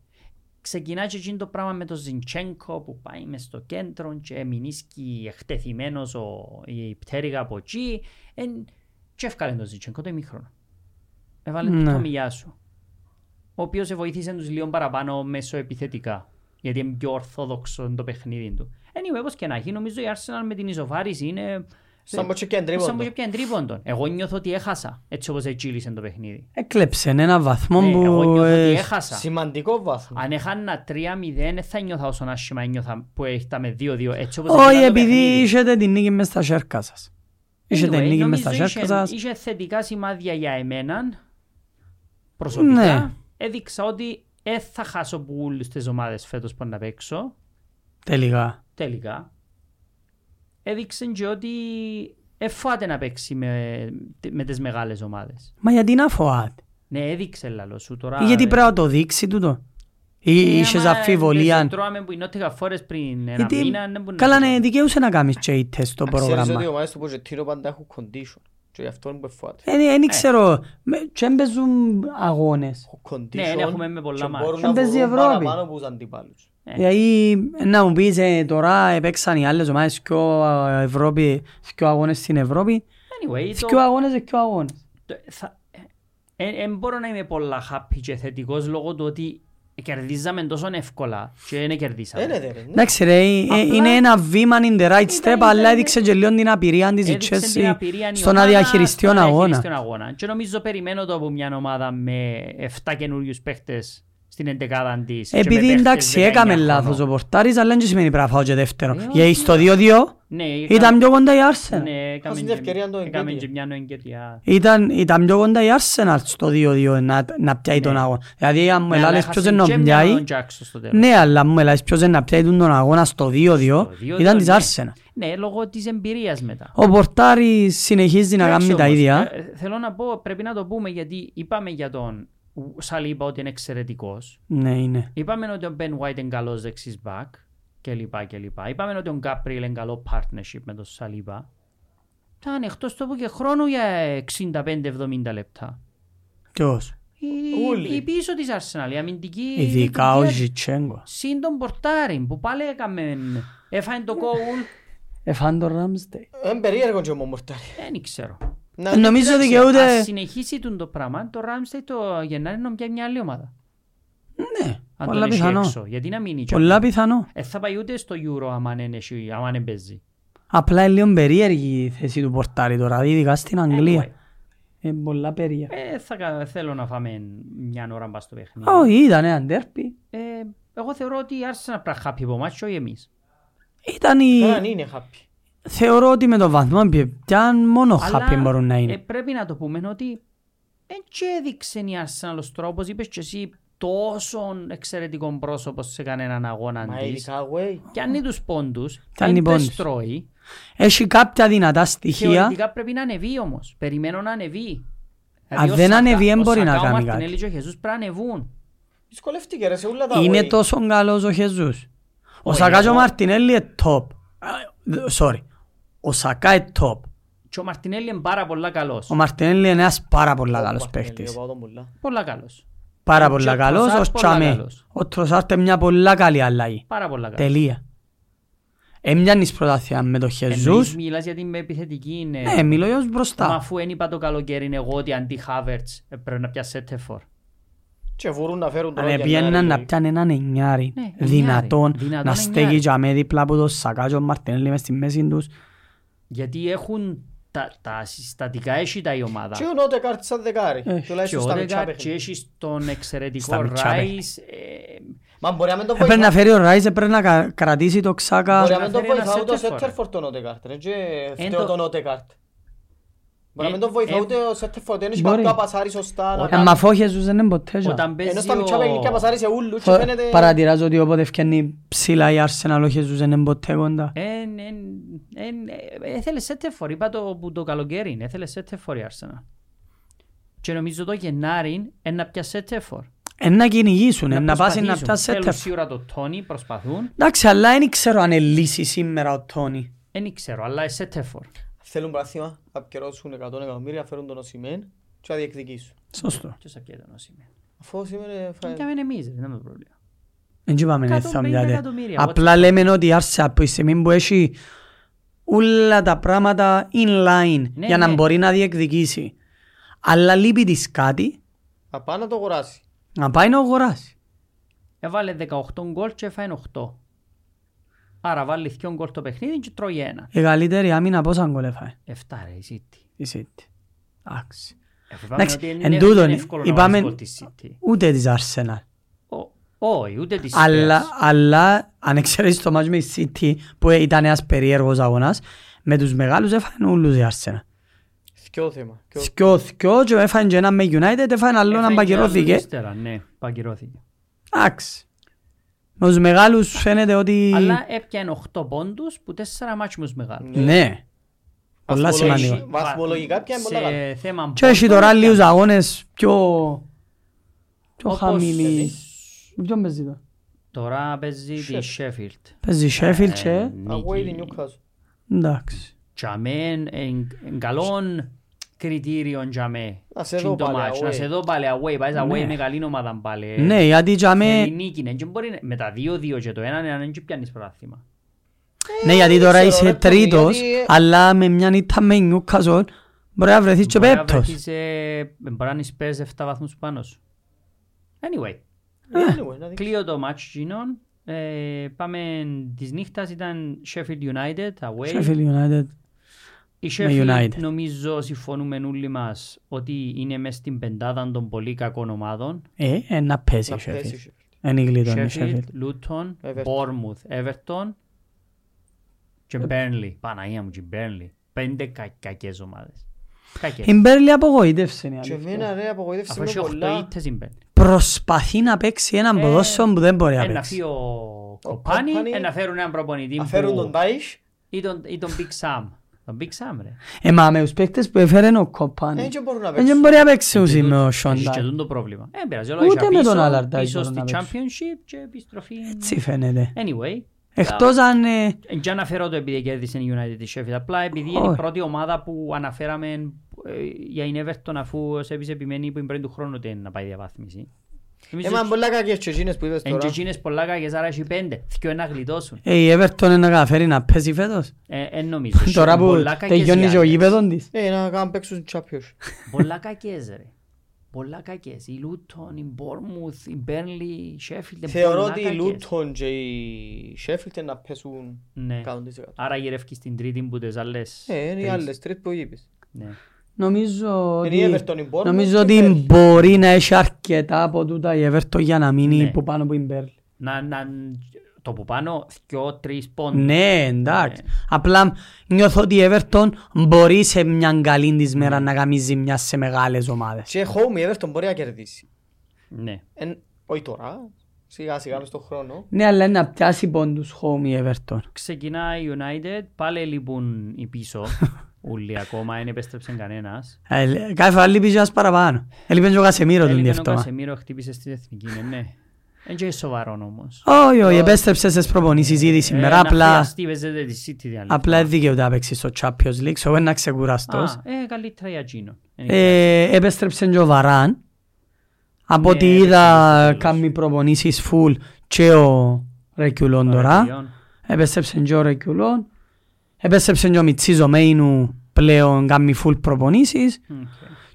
Ξεκινά και εκείνο το πράγμα με τον Ζιντσέγκο που πάει μες στο κέντρο και μηνίσκει εκτεθειμένος ο, η πτέρυγα από εκεί. Εν, και έφκαλε τον Ζιντσέγκο το ημίχρονο. Έβαλε Ναι. το μιλιά σου. Ο οποίος σε βοήθησε τους λίγο παραπάνω μέσω επιθετικά. Γιατί είναι πιο ορθόδοξο το παιχνίδι του. Anyway, όπως και να έχει, νομίζω η Arsenal με την ισοφάριση είναι... Σαν πως και κέντρο. Ναι. Σαν πως και πιάνε τρίποντον. Εγώ νιώθω ότι έχασα έτσι όπως εγγύλησε το παιχνίδι. Έκλεψε ένα βαθμό Ναι, εγώ που... νιώθω ε, ότι έχασα. Σημαντικό βάθμο. Αν έχανα 3-0, δεν θα νιώθα όσο άσχημα ένιωθα που έχταμε 2-2. Έτσι όπως Όχι, ήταν το επειδή παιχνίδι. είχετε την νίκη μες στα σέρκα σας. Είχετε την Anyway, νίκη μες νομίζω στα σέρκα είχε- σας. Είχε θετικά σημάδια για εμένα. Προσωπικά. Ναι. Έδειξα ότι δεν θα χάσω που όλες τις ομάδες φέτος που να παίξω. Τελικά. Τελικά. Έδειξε και ότι εφάτε να παίξει με, με τις μεγάλες ομάδες. Μα γιατί να φοβάται. Ναι, έδειξε λαλό σου τώρα. Γιατί ε, πρέπει να το δείξει τούτο. Ή είχες άμα αφιβολία. δεν Τρώαμε που η Νότια φορές πριν ένα Γιατί μήνα. δεν μπορεί να καλά το ναι, δικαιούσε να κάνεις και οι τεστ στο Ξέρεις ότι οι πρόγραμμα. ομάδες του Ποζετίνο πάντα έχουν condition. Και γι' αυτό είναι που εφάται. Ε, ναι, Ε. Δεν ξέρω, με- και δεν παίζουν αγώνες. Condition Ναι, ναι, έχουμε με πολλά και μάτς. μπορούν Εν να παίζει η βγουν Ευρώπη. παραπάνω από τους αντιπάλους. Ε. Δηλαδή να μου πεις ε, τώρα έπαιξαν οι άλλες ομάδες δυο, ε, Ευρώπη, δυο αγώνες στην Ευρώπη. Anyway, το, Δυο αγώνες, δυο αγώνες. το- θα, ε, ε, μπορώ να είμαι πολλά happy και θετικός λόγω του ότι κερδίζαμε τόσο εύκολα και δεν κερδίσαμε. Ε, ναι, ναι, ναι. Εντάξει ρε, ε, είναι ένα βήμα in the right step, αλλά έδειξε και λίγο την απειρία της η Έδειξε την Chelsea απειρία η στον ομάδα αδιαχειριστείον στον αγώνα. αδιαχειριστείον αγώνα. Και νομίζω περιμένω το από μια ομάδα με 7 καινούριους παίχτες στην εντεκάδα της. και με Ε, Επειδή παίχτες εντάξει 19 έκαμε χρονών. λάθος ο Πορτάρης, αλλά δεν σημαίνει πρέπει να φάω και δεύτερο. Ε, Γιατί στο 2-2 Ναι, ήταν πιο κοντά η Arsenal. ναι, έκαμε την και- ευκαιρία το έκαμε Εγκέτια. και μια νοεγκέτια. Ήταν, ήταν πιο κοντά η Arsenal στο 2-2 να, να πιάει τον αγώνα. Δηλαδή αν μου Ναι, αλλά ελάλες ποιος έχασε δεν και να μια πιάει, τον Τζάξο στο τέλος. ναι αλλά αν μου ελάλες ποιος δεν να πιάει τον αγώνα στο 2-2, Στο 2-2, ήταν της ναι. Arsenal. Ναι, λόγω της εμπειρίας μετά. Ο Πορτάρης συνεχίζει να Εντάξει κάνει τα όμως, ίδια. ε, θέλω να πω, πρέπει να το πούμε γιατί είπαμε για τον Σαλίπα ότι είναι εξαιρετικός. Ναι, είναι. Είπαμε ότι ο Μπεν White είναι καλός δεξί back και λοιπά και λοιπά. Είπαμε ότι ο Γκάπριλ είναι καλό partnership με τον Σαλίπα. Ήταν εκτός τόπου και χρόνου για 65-70 λεπτά. Ποιος. Η, Όλοι. η πίσω της Arsenal, η αμυντική. Ειδικά ο λειτουργία- Ζιτσέγκο. Συν τον Πορτάριν που πάλι έκαμε. Έφανε το κόουλ. Ε, Εφάν τον Ράμστεϊ. Είναι περίεργο και ο Μομορτάρη. Δεν ξέρω. Να- ε, Νομίζω κοίταξε, δικαιούται... Ας συνεχίσει τον το πράγμα, το Ramsey το Γενάρη να πιάνει μια άλλη ομάδα. Ναι, Αν πολλά τον έχει πιθανό. έξω. Γιατί να μείνει. Πολλά πιθανό. Ε, θα πάει ούτε στο Euro άμα δεν έχει- άμα δεν παίζει. Απλά είναι λίγο περίεργη η θέση του πορτάρι τώρα, ειδικά στην Αγγλία. Anyway, Είναι πολλά περίεργα. ε, θα κα- θέλω να φάμε μια ώρα μπας στο παιχνίδι. Όχι, ήταν ένα ντέρπι. Ε, εγώ θεωρώ ότι άρχισε να πράγει happy από μάτσο ή εμείς. Ήταν η... Τώρα είναι happy. Θεωρώ ότι με τον βαθμό πια μόνο χάπι μπορούν να ε, είναι. πρέπει να το πούμε ότι δεν και έδειξε η Arsenal ως τρόπος. Είπες και εσύ τόσο εξαιρετικό πρόσωπο σε κανέναν αγώνα Μα της. ειδικά way. Και αν είναι τους πόντους, Πιάνει δεν πόντους. τις τρώει. Έχει κάποια δυνατά στοιχεία. Θεωρητικά πρέπει να ανεβεί όμως. Περιμένω να ανεβεί. Δηλαδή, Αν δεν ανεβεί, δεν μπορεί να κάνει Ο Σακά, ο κάτι. Μαρτινέλη και ο Χεζούς πρέπει να ανεβούν. Δυσκολεύτηκε ρε σε όλα τα ε. Είναι way. τόσο καλός ο Χεζούς. Ο Όχι, Σακάς και ο εγώ- Μαρτινέλη είναι top. Α, δε- Sorry. Ο Σακά είναι top. Και ο Μαρτινέλη είναι πάρα πολλά καλός. Ο Μαρτινέλη είναι ένας πάρα πολλά Ο καλός Μαρτινέλη, παίχτης. εγώ πάω τον πουλά. Πολλά καλός. Πάρα ο πολλά Τσερ καλός. Ε, Τροσάρ Ο πολλά Τσαμέ. καλός. Ο Τροσάρτε μια πολλά καλή αλλαγή. Πάρα πολλά καλός. Τελεία. Έμοιανες πρωτάθλια με Ε, τον Εννοείς, Χεζούς. μιλάς γιατί είμαι επιθετική είναι. Ναι, μιλώ για τους ε, Μα μπροστά. αφού δεν είπα το καλοκαίρι εγώ ότι αντί Χάβερτς ε, πρέπει να πιάσει Σέτεφορ. Και βουρούν να φέρουν τον Αν Όγια πιέναν Γιάννη. να πιάνε έναν εννιάρι Ναι, εννιάρι. δυνατόν, Δυνατόν να στέκει εννιάρι. για με δίπλα από το Σακά και ο Μαρτινέλη μες στη μέση τους. Γιατί έχουν τα, τα συστατικά έχει τα η ομάδα. Και ο Νότεκαρτ σαν Ε, δεκάρι. Και Τουλάχιστον ο στα μητσά Όντεγκαρ και παιχνίδια. έχεις τον εξαιρετικό Στα μητσά Ράις. ε, Μα μπορεί να μην τον Έπρεπε βοηθά. να φέρει ο Ράις, έπρεπε να κα- κρατήσει το Ξάκα. Μπορεί να να μην τον φέρει ένα βοηθά ούτε ο Σέτερφορ. Σέτερφορ τον Νότεκαρτ. ρε, Και Εν φταίω το- τον Νότεκαρτ. Μπορεί Ε, να μην τον βοηθά ε, ούτε ο Σέτερφορ. Δεν έχει μπορεί. κάποιο να πασάρει σωστά. να Όταν- Ε, Μα αφού ο Χεζούς δεν είναι ποτέ και. Όταν Ενώ παίζει στα μητσά παιχνίδια ο... πασάρει σε ούλους και Φο- φαίνεται... Παρατηράζω ότι όποτε φτιάχνει ψηλά η Arsenal ο Χεζούς δεν είναι ποτέ κοντά. Εν, εν, εν, ε, έθελε Σέτεφορ, είπα το, που το καλοκαίρι, έθελε Σέτεφορ η Arsenal. Και νομίζω το Γενάρη ε, να πιάσει Σέτεφορ. Ε, να κυνηγήσουν, ε, να πάσει να προσπαθήσουν. πιάσεις Θέλουν σέτερ. σίγουρα το Τόνι, προσπαθούν. Εντάξει, αλλά δεν ξέρω αν είναι λύση σήμερα ο Τόνι. Δεν ξέρω, αλλά η Σέτεφορ. Θέλουν πράθυμα, απκαιρώσουν 100 εκατομμύρια, φέρουν τον Οσημέν και να διεκδικήσουν. Σωστό. Ποιος θα πιέζει τον Οσίμεν. Αφού ο Οσημέν ε, Τον έφαγε... πιάμε εμείς, ρε, δεν είναι πρόβλημα. Δεν είπαμε να 150 θα μιλάτε. εκατομμύρια, Απλά λέμε ότι η Arsenal από τη στιγμή που έχει όλα τα πράγματα in line Ναι, για να ναι. μπορεί να διεκδικήσει. Αλλά λείπει της κάτι Να πάει να το αγοράσει. να πάει να αγοράσει. Έβαλε 18 γκολ και έφαγε 8. Άρα βάλει 2 γκολ το παιχνίδι και τρώει ένα. Η καλύτερη άμυνα πόσα γκολ έφαγε 7 ρε η City. η City. Εντάξει. Ε, φοβάμαι Εντάξει, ότι εν είναι- τούτον, είναι εύκολο να είπαμε- βάλεις γκολ της City. Ούτε της Arsenal. Ω- Όχι, ούτε της Spurs. Αλλά, αλλά αν εξαιρέσεις το μάτς με η City που ήταν ένας περίεργος αγώνας, με τους μεγάλους έφαγαν όλους η Arsenal. Θκιό θέμα. Θκιό- Θκιο, θκιο και έφαγαν και ένα με United, έφαγαν Έφαγε άλλο να και άλλο παγγελώθηκε. ύστερα, Ναι, παγκυρώθηκε. Εντάξει. Με τους μεγάλους φαίνεται ότι... Αλλά έπιανε 8 πόντους που 4 μάτς με τους μεγάλους. Ναι. Πολλά βαθμολογικά- σημαντικό. Βαθμολογικά πια είναι πολλά καλά. Σε θέμα Ναι. Και έχει πόντων, τώρα λίγους αγώνες πιο... πιο Όπως χαμηλή. εμείς. Ποιον παίζει τώρα. Τώρα παίζει τη Sheffield. Παίζει Sheffield και... Away the Newcastle. Εντάξει. Τζαμέν, καλόν κριτήριον τζαμέ. Να σε δω πάλι away. Να σε δω πάλι away. Πάει away με καλή ομάδα πάλι. ε. Ναι, γιατί για Η με... νίκη είναι. Και μπορεί να- Με τα δύο-δύο και το έναν έναν και πιάνεις πρωτάθλημα. Ναι, γιατί τώρα ξέρω, είσαι ρε, τρίτος, γιατί, ε, αλλά με μια νύχτα με Newcastle μπορεί να βρεθείς και Μπορεί να πέπτος. βρεθείς, ε, Μπορεί να σπέρεις 7 βαθμούς πάνω σου. Anyway, Ε, Anyway, να δει. κλείω το match γίνον. Ε, Πάμε της νύχτας ήταν Sheffield United, away. Sheffield United. Η με Sheffield United. νομίζω συμφωνούμε όλοι μας ότι είναι μες στην πεντάδα των πολύ κακών ομάδων. Ε, ε, να παίζει η Να Sheffield. πέσει. Εν η γλίτωνη η Sheffield, Sheffield. Luton, Everton. Bournemouth, Everton και Ε, Burnley. Παναγία μου και Burnley. Πέντε κα- κακές ομάδες. Κακές. Η Μπέρλι απογοήτευσε είναι η Και αλήθεια. εμένα ρε Αφού απογοήτευσε με έχει οχτώ πολλά. ήττες η Burnley. Προσπαθεί να παίξει έναν Ε, ποδόσφαιρο που δεν μπορεί να Ε, να φύγει παίξει. ο Κοπάνη, Κοπάνη. ε, να φέρουν έναν προπονητή Να φέρουν τον που... Τάις. Ή τον, ή τον Big Sam. Τον Big Sam ρε. Ε, μα με τους παίκτες που έφερε ο Κοπάνη. Δεν και μπορούν να Ε, Δεν παίξουν. μπορεί να παίξει ουσί με ο Έχεις και Σόντα. τούτο πρόβλημα. Ε, πειράζει, όλα Ούτε είσαι με τον πίσω, Allardyce Πίσω μπορούν στη να παίξουν. Championship και επιστροφή. Έτσι φαίνεται. Anyway, Εκτός αν... ε, Ε, Και αναφέρω το επειδή κέρδισε η United τη Sheffield. Απλά επειδή είναι η Όχι. πρώτη ομάδα που αναφέραμε ε, για την Everton αφού ο Σέβης επιμένει που είναι πριν του χρόνου ότι είναι να πάει διαβάθμιση. Νομίζω Έμαν Ε, πολλά κακές και εκείνες που είπες εν και τώρα. εκείνες πολλά κακές, άρα έχει πέντε. Θκιο να γλιτώσουν. ε, Η Everton είναι να καταφέρει να παίζει φέτος. Ε, εν νομίζω. Τώρα Έχουν που πολλά κακές τελειώνει και ο διάρκειες. γήπεδον της. Ε, Ε, να κάνουν παίξουν Champions. Πολλά κακές ρε. πολλά κακές. Η Λούτον, η Μπόρμουθ, η Μπέρνλι, η Σέφιλτ, είναι Θεωρώ πολλά ότι η κακές. Λούτον και η Σέφιλτ να πέσουν Ναι. 100%. Άρα γυρεύκεις την τρίτη που τις άλλες. Ε, είναι οι τρεις. άλλες τρεις που είπες. Ναι. Νομίζω Είναι η ότι, Everton, η Bournemouth νομίζω και η ότι Burnley. μπορεί να έχει αρκετά από τούτα η Everton για να μείνει Ναι. που πάνω από την Burnley. Να, να, το που πάνω, δυο, τρεις πόντους. Ναι, εντάξει. Απλά νιώθω ότι η Everton μπορεί σε μια καλή της μέρα να κάνει ζημιά σε μεγάλες ομάδες. Και home η Everton μπορεί να κερδίσει. Ναι. Εν, όχι τώρα, σιγά σιγά μες τον χρόνο. Ναι, αλλά είναι να πιάσει πόντους home η Everton. Ξεκινάει η United, πάλι λείπουν οι πίσω. Ούλοι ακόμα, δεν επέστρεψε κανένας. Ε, λέ- Κάθε φορά λείπεις ένας παραπάνω. Έλειπε και ο Κασεμίρο τον Έλειπε ο διευτόμα. Κασεμίρο, χτύπησε στην εθνική, ναι, ναι. Δεν και σοβαρόν όμως. Όχι, όχι, επέστρεψε στις προπονήσεις ήδη σήμερα. Ε, να Απλά, χρειαστεί, παίζεται τη City την άλλη απλά δεν δικαιούται να παίξει στο Champions League. Εγώ να ξεκουραστός. Α, ε, καλύτερα για Gino. Ε, έπεστρεψε και ο Βαράν. Από Ναι, ό,τι έπαιξε είδα τέλος. κάνει προπονήσεις full και ο Ρεκιουλόν τώρα. Έπεστρεψε και ο Ρεκιουλόν. Έπεστρεψε και ο Μιτσίζο Μέινου πλέον κάνει full προπονήσεις. Ε,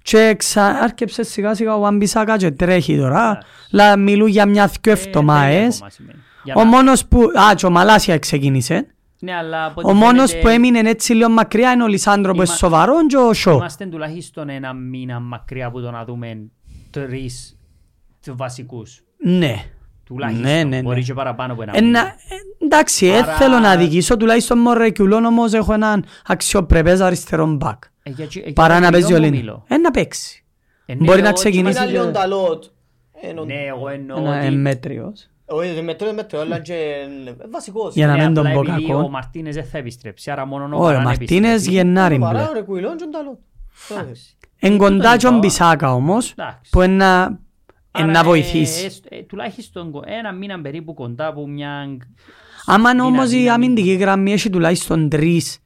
Και ξα... άρχεψε σιγά σιγά ο Αμπισάκα και τρέχει τώρα. Ναι. Λα μιλούν για μια Ε, δυο εβδομάδες. Ο μόνος που... Α, και ο Μαλάσια ξεκίνησε. Ναι, αλλά από Ο ό,τι μόνος φαίνεται, που έμεινε έτσι λίγο μακριά είναι ο Λισάνδρο που είναι Είμα- σοβαρόν και ο Σο. Είμαστε τουλάχιστον ένα μήνα μακριά από το να δούμε τρεις τους βασικούς. Ναι. Τουλάχιστον. Ναι, ναι, ναι. Μπορεί και παραπάνω από ένα Ένα, μήνα. ε, εντάξει, δεν Άρα- θέλω να δικήσω, τουλάχιστον με ο Ρεκιουλόν όμως έχω έναν αξιοπρεπές αριστερό μπακ. Ε, για- για- για Παρά τον να παίζει ο Λιόν μου Λίνι. μιλώ. Ε, να παίξει. Ε, ναι, Μπορεί να λέω ότι ξεκινήσει- Είναι είμαστε- και- αλλιόν τα λότ. Ε, νο- ε, Ναι, εγώ εννοώ Ένα ε, ότι- εμμέτριος. Όχι, δεν μετρώ, δεν μετρώ, αλλά και ε, βασικός. Για να Ναι, μην τον απλά πω επειδή Ο κακό. Μαρτίνες δεν θα επιστρέψει, άρα μόνο Ωραία, ο Βαράν Μαρτίνες επιστρέφει. Γενάρη Το μπλε. Βαράν, ο Ρεκουιλόν και τα λότ. Ε, Εντάξει. Εν κοντά και ο είπα. Μπισάκα όμως, Εντάξει. που είναι να- Άρα, να ε, βοηθήσει. ε, ε, τουλάχιστον κο- ένα μήνα περίπου κοντά από μια... Άμα είναι όμως η αδύναμη. αμυντική γραμμή έχει τουλάχιστον τρεις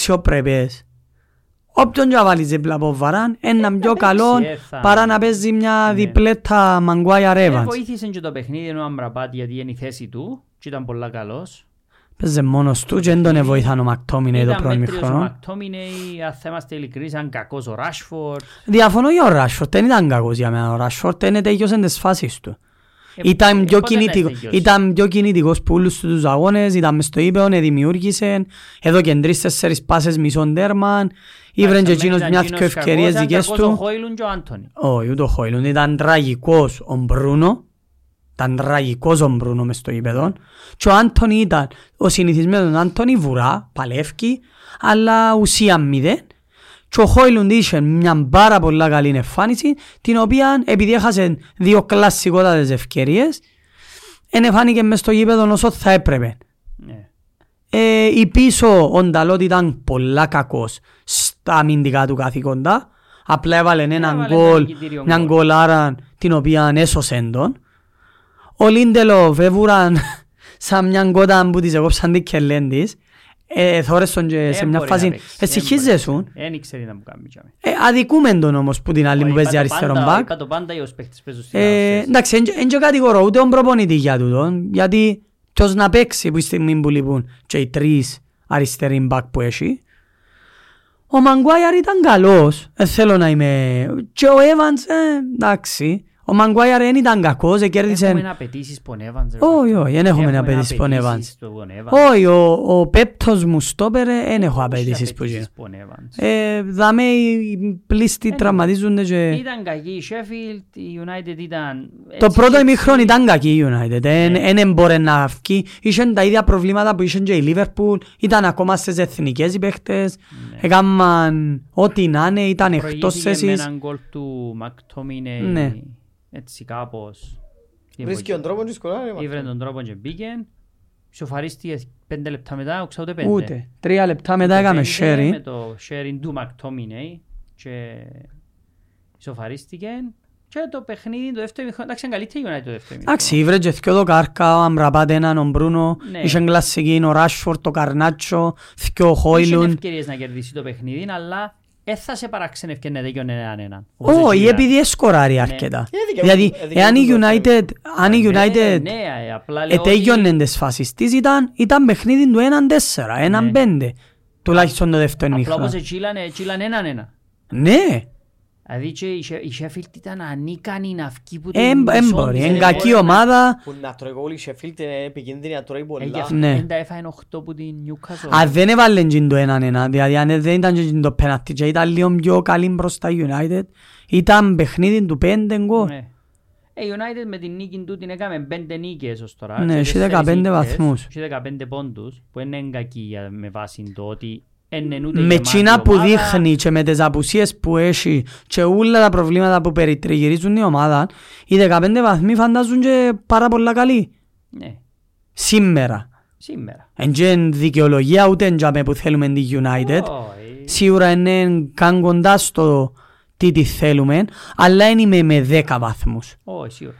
αξιοπρεπές. Όποιον και να βάλει δίπλα από βαράν, ένα πιο παίξει, καλό ε, θα- Ναι. παρά να παίζει μια διπλέτα Μαγκουάια Ε, Ρέβανς. βοήθησε και το παιχνίδι ο Αμπραμπάτ γιατί είναι η θέση του και ήταν πολλά καλός. Παίζε μόνος του και δεν Ε, τον εβοήθαν ο Μακτόμινε το Ήταν πρώτο μέτριος ο μηχρόνο. Μακτόμινεϊ, αν θα είμαστε ειλικρινείς, ήταν κακός ο Ράσφορτ. Διαφωνώ για ο Ράσφορτ, δεν ήταν κακός για μένα ο Ράσφορτ, δεν τέλειωσε τις φάσεις του. Ε, Ήταν ε, πιο, πότε να κινητικό, τελειώσει. ήταν πιο κινητικός που όλους τους αγώνες, ήταν μες στο ε, ύπεον, δημιούργησε, εδώ και τρεις τέσσερις πάσες μισόν τέρμαν, ήβρεν και Εντάξει, εκείνος ήταν μια Τζίνος δυο ευκαιρίες κακός, ήταν δικές κακός Ο του. Χόιλουν και ο Άντωνη. Όχι, ούτε ο Χόιλουν, ήταν τραγικός ο Μπρούνο, ήταν τραγικός ο Μπρούνο μες στο ύπεδο. Και ο Άντωνη ήταν, ο συνηθισμένος Άντωνη βουρά, παλεύκει, αλλά ουσία μηδέν. Και ο Χόιλουντ είχε μια πάρα πολλά καλή εμφάνιση, την οποία επειδή έχασε δύο κλασσικότατες ευκαιρίες, δεν εφάνηκε μες στο γήπεδο όσο θα έπρεπε. Ναι. Ε, η πίσω ο Νταλότ ήταν πολλά κακός στα αμυντικά του καθήκοντα. Απλά έβαλε έναν έβαλε ένα γκολ, νικητήριο μια γκολ. γκολάρα την οποία έσωσε τον. Ο Λίντελοφ έβουραν σαν μια γκότα που της έκοψαν την κελέν της. Ε, θόρες τον και σε Δεν μια μπορεί να φάση. ε, παίξεις, δεν Εσυχίζεσουν. μπορεί. Δεν ήξερε να μου κάνει. τζάμε. Ε, αδικούμεν τον όμως που την άλλη Είπα που παίζει το αριστερό πάντα- μπακ. Είπα το πάντα οι ως παίκτες παίζουν στην Ε, Άρσεναλ. εντάξει, εν- εν και κατηγορώ ούτε τον προπονητή για τούτον, γιατί ποιος να παίξει που η στιγμή που λείπουν και οι τρεις αριστεροί μπακ που έχει. Ο Μαγκουάιαρ ήταν καλός, ε, θέλω να είμαι... Και ο Εύανς, ε, εντάξει. Ο Μαγκουάιαρ δεν ήταν κακός, ε, Έχουμε κέρδισε... απαιτήσεις πον Evans. ρε. Όχι, όχι, δεν έχουμε Έχουμε απαιτήσεις πον Εύανς. απαιτήσεις του πον Evans. Όχι, ο, ο πέπτος μου στόπερε, δεν έχω Έχουμε απαιτήσεις που απαιτήσεις Ε, γίνει. πον Evans. Ε, δαμέ οι οι πλήστοι τραυματίζονται και... Ήταν κακή η Sheffield, η United ήταν... Το έτσι πρώτο και ημίχρον έτσι. Ναι. ήταν κακή η United. ε. Δεν μπορεί να βγει. Είχαν τα ίδια προβλήματα που είχαν και η Liverpool. Ήταν ακόμα στις εθνικές οι παίχτες. Έκαναν ό,τι να είναι. Ήταν εκτός Ναι. Προηγήθηκε με εσείς. έναν γκολ του Μακτόμινε, Ναι. έτσι κάπως. Βρίσκει τον τρόπο και σκοράρει. μα. Ήβρε τον τρόπο και μπήκε. Σοφαρίστηκε πέντε λεπτά μετά, οξά ούτε πέντε. Ούτε. Τρία λεπτά μετά Το έκαμε πέντε sharing. Με το sharing του McTominay και ισοφαρίστηκε. Και το παιχνίδι, το δεύτερο ημίχρονο, εντάξει, ήταν καλύτερη η United το δεύτερο ημίχρονο. Εντάξει, ήβρε και δυο το κάρκα, ο Αμπραπάτε έναν, ο Μπρούνο, Ναι. είχαν κλασική, ο Ράσφορτ, ο Καρνάτσο, δυο ο Είχε Χόιλουν. ευκαιρίες να κερδίσει το παιχνίδι, αλλά δεν θα σε παραξενευκέ να δέκιον έναν έναν. όπως Όχι, έγινε. επειδή εσκοράρει αρκετά. δικαιούται- Δηλαδή, ε, δικαιούται εάν η το United, αν η Ναι, United Ναι, ε, απλά λέω ότι- Ετέγιονεν τις φάσεις της ήταν, ήταν παιχνίδι του 1-4, 1-5 τουλάχιστον το δεύτερο Ναι. Απλά ημίχρονο. όπως ετσίλανε, ετσίλανε έναν ένα. Ναι, Δηλαδή και η She- η Sheffield ήταν ανίκανη να βγει που Ε, Εν εν μπορεί, εν κακή ομάδα. Που να τρώει γκολ η Sheffield είναι επικίνδυνη να τρώει πολλά. Έγιαφ- Ναι. εν τα έφαγε 8 που την Newcastle. Αν δεν έβαλε τζιν το έναν ένα, δηλαδή αν δεν ήταν τζιν το πέναλτι και ήταν λίγο πιο καλή μπροστά η United, ήταν παιχνίδι του πέντε γκολ. Ναι. Ε, η United με την νίκη του την έκαμε πέντε νίκες ως τώρα. Ναι, και έχει τέσσερις 15 νίκες, βαθμούς. Έχει 15 πόντους, που είναι κακή για- με βάση το ότι είναι ούτε Με γεμάτη τσίνα που ομάδα. δείχνει και με τις απουσίες που έχει και όλα τα προβλήματα που περιτριγυρίζουν η ομάδα, οι 15 βαθμοί φαντάζουν και πάρα πολλά καλοί. Ναι, Σήμερα. σήμερα. Εν και εν δικαιολογία ούτε εν τζάμε που θέλουμε τη United. Όχι. Σίγουρα είναι καν κοντά στο τι τη θέλουμε, αλλά είναι με 10 βαθμούς. Όχι, σίγουρα.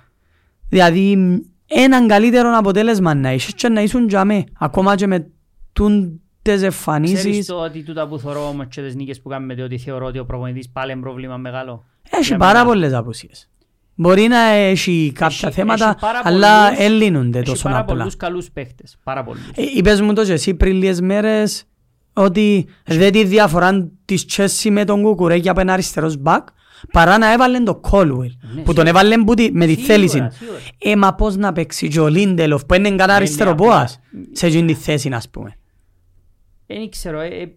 Δηλαδή, μ, έναν καλύτερο αποτέλεσμα να είσαι και να ήσουν τζαμέ. Ακόμα και με τούν τις Ξέρεις εμφανίσεις. το ότι τούτα που θωρώ όμως και τις νίκες που κάνουμε διότι θεωρώ ότι ο προπονητής πάλι είναι πρόβλημα μεγάλο. Έχει Για πάρα μένα. πολλές απουσίες. Μπορεί να έχει κάποια έχει θέματα, πάρα αλλά πολλούς- ελλήνονται Έχει τόσο πάρα απλά. πολλούς καλούς παίχτες. Πάρα πολλούς. Ε, Είπες μου το και εσύ πριν λίγες μέρες ότι δεν τη διαφορά της Chelsea με τον Κουκουρέκη από ένα αριστερός μπακ παρά να έβαλε τον Κόλουελ Ναι, που τον έβαλε που τη- με τη Σίγουρα, θέληση. σίγουρα. Ε, Ε, μα πώς να παίξει και ο Λίντελοφ που είναι κανένα αριστερό απλά. πόας σε εκείνη τη θέση ας πούμε. Δεν ξέρω. Ε, ε, ε,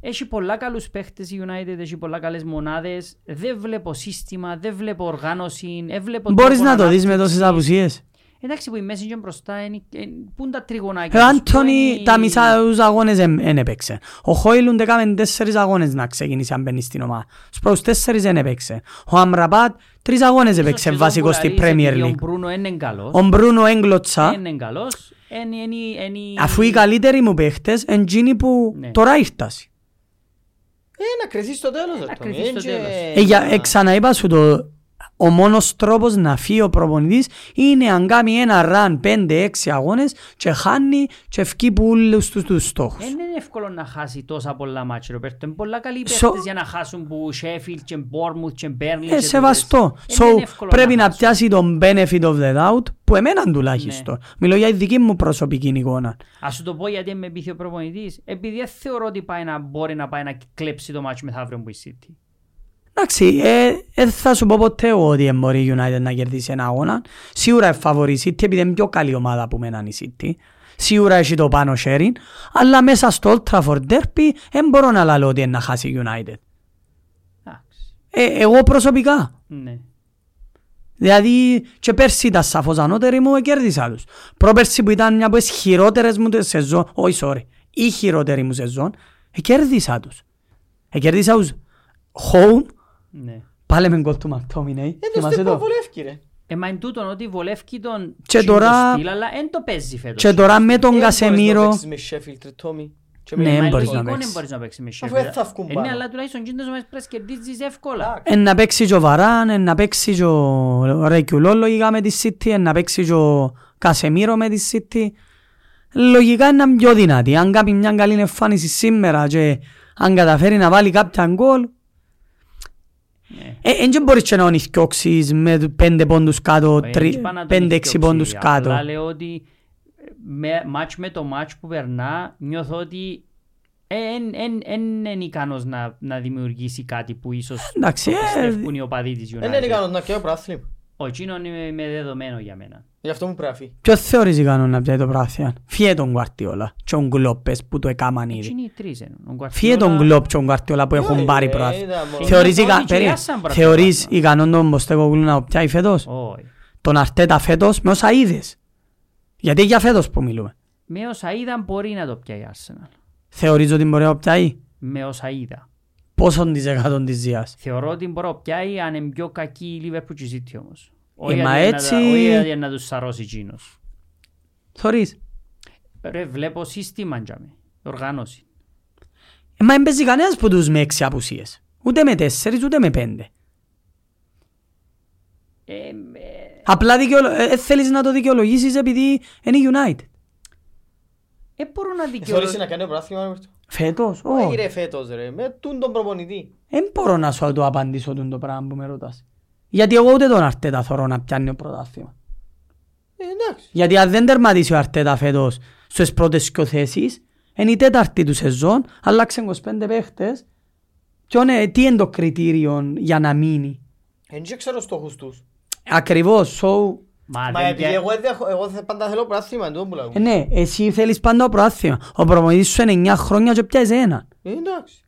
έχει πολλά καλούς παίχτες η United, έχει πολλά καλές μονάδες. Δεν βλέπω σύστημα, δεν βλέπω οργάνωση, δεν βλέπω... Μπορείς τρόπο να το δεις με ανάπτυξης. τόσες απουσίες. Εντάξει που η Messenger μπροστά, είναι- ε, πού είναι τα Ο τριγωνάκια. Ε, Άντωνη τα μισά τους αγώνες δεν έπαιξε. Ο Χόιλουντ έκαμε τέσσερις αγώνες να ξεκινήσει αν μπαίνει στην ομάδα. Στους πρώτους τέσσερις δεν έπαιξε. Ο Αμραπάτ τρεις αγώνες έπαιξε βασικό στη Premier Ο League. Μπρούνο είναι καλός. Ο Μπρούνο έγκλωτσα. Είναι καλός. Είναι- είναι- είναι- Αφού οι καλύτεροι μου παίχτες είναι εκείνοι που Ναι. τώρα ήρθασαι. Ε, να κρυθείς στο τέλος. ρε, Τόμι. κρυθείς στο Εν και- τέλος. Ε, για- ε, ξαναείπα σου το, ο μόνος τρόπος να φύγει ο προπονητής είναι αν κάνει ένα ραν 5-6 αγώνες και χάνει και ευκεί που όλους τους, τους στόχους. Δεν Ε, είναι εύκολο να χάσει τόσα πολλά μάτια, Ροπέρτο. Είναι πολλά καλοί So- παίχτες για να χάσουν που Sheffield και Bournemouth και Burnley. και Ε, τούτες. σεβαστό. Ε, So, δεν είναι εύκολο πρέπει να χάσουν. πιάσει τον benefit of the doubt που εμένα τουλάχιστον. Ναι. Μιλώ για τη δική μου προσωπική εικόνα. Ας σου το πω γιατί με πείθει ο προπονητής. Επειδή δεν θεωρώ ότι πάει να μπορεί να πάει να κλέψει το μάτσο μεθαύριο που η City. Εντάξει, ε, ε, θα σου πω ποτέ ότι δεν μπορεί η United να κερδίσει ένα αγώνα. Σίγουρα εφαβορεί η City επειδή είναι πιο καλή ομάδα που μέναν η City. Σίγουρα έχει το πάνω sharing, αλλά μέσα στο Old Trafford Derby δεν μπορώ να λαλώ ότι είναι να χάσει η United. Εντάξει. Ε, εγώ προσωπικά. Ναι. Δηλαδή και πέρσι ήταν σαφώς ανώτεροι μου, κέρδισα τους. Πρόπερσι που ήταν μια από τις χειρότερες μου τε- σεζόν, όχι sorry, η χειρότερη μου σεζόν, ε, κέρδισα τους. Ε, κέρδισα τους home, Ναι. πάλι με γκολ του Μακτόμινεϊ, Ε, το θυμάσαι στεπ το. απολεύκει, ρε. Ε, μα εν τούτον ότι βολεύει τον Και τσιν το τώρα- στυλ, αλλά εν το παίζει φέτος. Και τώρα με Ε, τον μπορείς να Κασεμίρο, παίξεις με Sheffield, ρε, Τόμι. Και Ναι, με Ε, Μα εν είναι μπορείς να λογικό, παίξεις. εν μπορείς να παίξεις με Αφού Sheffield. δεν θα βγουν Ε, πάνω. Ναι, αλλά τουλάχιστον κίνδυνος μας πρέπει να κερδίζεις εύκολα. ε, να παίξει και ο Βαράν, ε, να παίξει και ο Ρεκιουλό λογικά με τη City, ε, να παίξει και ο Κασεμίρο με τη City. Λογικά είναι έναν πιο δυνατή. Αν κάνει μια καλή εμφάνιση σήμερα και αν καταφέρει να βάλει κάποια γκολ, Ναι. Ε, εν και μπορείς και να ονεισκιώξεις με πέντε πόντους κάτω, Ε, τρι- έτσι πάνω να τον πέντε-έξι ηθιόξει. πόντους κάτω. Απλά λέω ότι με, μάτς με το μάτς που περνά νιώθω ότι ε, εν, εν, εν, εν ικανός να, να δημιουργήσει κάτι που ίσως Εντάξει, το ε, πιστεύουν οι οπαδοί της Δεν είναι United. ικανός ναι, να πιάει πράθλημα. Ο Τσίνον είναι με δεδομένο για μένα. Γι' αυτό μου πράφει. Ποιος θεωρείς ικανό να πιάει το πράθυαν. Φύε τον Γουαρτιόλα και τον Γκλόπες που το έκαναν Έτσι ήδη. είναι οι τρεις. εν. Ο Φύε τον Guardiola- Γκλόπ και τον Γουαρτιόλα που έχουν Ε, πάρει ε, πράθυ. είδα μόνο. Θεωρείς Είναι ικα- πρώτη και περίμενε. άσαν πράθυμα. Θεωρείς ικανόν τον Ποστεκογλου να πιάει φέτος. Όχι. Τον Αρτέτα φέτος με όσα είδες. Γιατί για φέτος που μιλούμε. Με όσα είδα μπορεί να το πιάει η Arsenal. Θεωρείς ότι μπορεί να πιάει. Με όσα είδα. Πόσον της εκατόν της ζίας. Θεωρώ ότι μπορεί να πιάει αν είναι πιο κακή η Liverpool και η City όμως. Όχι Ε, μα γιατί να τα- έτσι- όχι γιατί να τους σαρώσει εκείνος. Θεωρείς. Ρε, βλέπω σύστημα για με, οργάνωση. Ε, Μα δεν παίζει κανένας που τους με έξι απουσίες. Ούτε με τέσσερις, ούτε με πέντε. Ε, ε, Απλά δικαιολο... ε, ε, θέλεις να το δικαιολογήσεις επειδή είναι η United. ε, μπορώ να Ε, Θεωρείς να δικαιολογήσω. κάνει πράθλημα, Ρόμπερτο. Φέτος, Όχι όχι. ρε φέτος ρε, με τούν τον προπονητή. Δεν μπορώ να σου το απαντήσω τούτο πράγμα που με ρωτάς. Γιατί εγώ ούτε τον Αρτέτα θωρώ να πιάνει ο πρωτάθλημα. Ε, εντάξει. Γιατί αν δεν τερματίσει ο Αρτέτα φέτος στις πρώτες δυο θέσεις, είναι η τέταρτη του σεζόν, αλλάξαν 25 παίχτες Ποιον ε, τι είναι το κριτήριο για να μείνει. Ε, Δεν και ξέρω στόχους τους. Ακριβώς, so, Μα Μα δεν επειδή πια... εγώ, δεν έχω- εγώ θε- πάντα θέλω πράθυμα, εντός που λαγώ. ε, ναι, εσύ θέλεις πάντα το προάθλημα. Ο προπονητής σου είναι 9 χρόνια και πιάζει ένα. Ε, Εντάξει.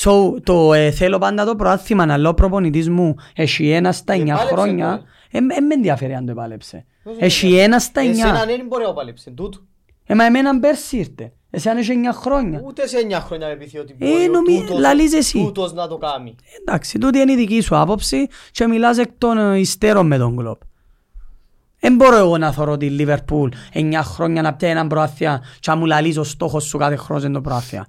So, το ε, θέλω πάντα το προάθλημα να λέω ο προπονητής μου έχει ένας στα 9 Επάλεψε χρόνια. το, Ε, με- ε, με ενδιαφέρει αν το επάλεψε. Πώς είναι Έχει ένας στα 9. Εσένα δεν μπορεί να παλέψει, τούτο. Ε, μα εμένα πέρσι ήρθε. Εσύ αν έχει 9 χρόνια. Ούτε σε 9 χρόνια με πείθει ότι Ε, μπορεί ο νομι- τούτος- λαλείς εσύ. τούτος να το κάνει. Εντάξει, τούτη είναι η δική σου άποψη και μιλάς εκ των ε, υστέρων με τον κλόπ. Δεν μπορώ εγώ να θωρώ τη Λίβερπουλ 9 χρόνια να πιάει έναν προάθεια και να μου λαλείς ο στόχος σου κάθε χρόνος είναι το προάθεια.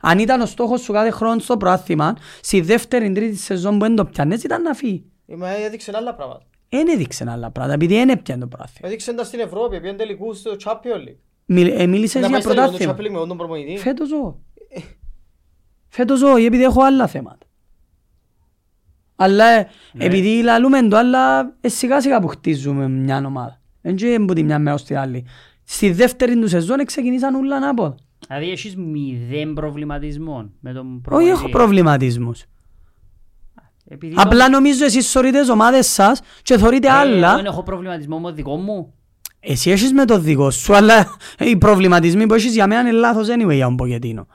Αν ήταν ο στόχος σου κάθε χρόνος στο προάθημα, στη δεύτερη τρίτη σεζόν που δεν το πιάνες ήταν να φύγει. Ε, Μα έδειξε άλλα πράγματα. Δεν έδειξε άλλα πράγματα, επειδή δεν έπιανε το προάθεια. Έδειξε τα στην Ευρώπη, πήγαινε τελικούς στο Champions League. Μιλ, ε, μίλησες Να για πάει στο τελικό του πρωτάθλημα. Champions League με τον προπονητή. Φέτος ζω. Φέτος ζω, επειδή έχω άλλα θέματα. Αλλά ε, Ναι. επειδή λαλούμε το, αλλά ε, σιγά σιγά που χτίζουμε μια ομάδα. Δεν και από τη μια μέρα στη άλλη. Στη δεύτερη του σεζόν ε, ξεκινήσαν όλα ανάποδα. Δηλαδή έχεις μηδέν προβληματισμών με τον Όχι προπονητή. έχω προβληματισμούς. Επειδή Απλά νομίζω εσείς σωρείτε τις ομάδες σας και θωρείτε τον- Ε, άλλα. Εγώ δεν έχω προβληματισμό με το δικό μου. Εσύ έχεις με το δικό σου, αλλά οι προβληματισμοί που έχεις για μένα είναι λάθος anyway για τον Ποκετίνο.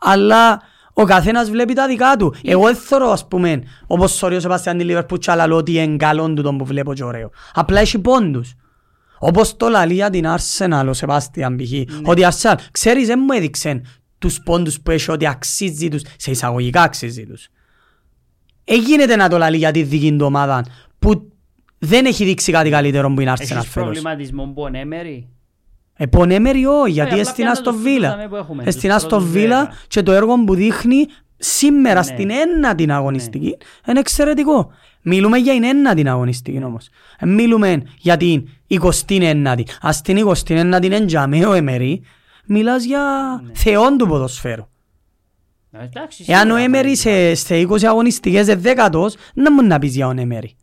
Αλλά ο καθένας βλέπει τα δικά του. Εγώ δεν θεωρώ, ας πούμε, όπως σωρεί ο Σεπαστιάν τη Λίβερπουλ και άλλα λέω ότι είναι καλόν του τον που βλέπω και ωραίο. Απλά έχει πόντους. Όπως το λαλεί για την Arsenal ο Σεπαστιάν π.χ. Ότι η Arsenal, ξέρεις, δεν μου έδειξε τους πόντους που έχει ότι αξίζει τους, σε εισαγωγικά αξίζει τους. Ε, γίνεται να το λαλεί για τη δική του ομάδα που δεν έχει δείξει κάτι καλύτερο που είναι η Arsenal Έχεις φέτος. προβληματισμό που ανέμερη. Ε, πονέμερη όχι, γιατί Ναι, απλά έστειν πιάνω στο τους Βίλα. τούτους που έχουμε, τους Έστειν στο πρώτους Βίλα δέκα. και το έργο που δείχνει σήμερα Ναι. στην ένατη αγωνιστική είναι εξαιρετικό. Μιλούμε για την ένατη αγωνιστική όμως. Ε, Μιλούμε για την 29η. Ας την 29η είναι τζαμέ ο Εμερή, μιλάς για Ναι. θεόν του ποδοσφαίρου. Ε, Εντάξει, Εάν ο σίγουρα, ναι. Εμερή σε, σε 20 αγωνιστικές είναι δέκατος, να μου να πεις για τον Εμερή.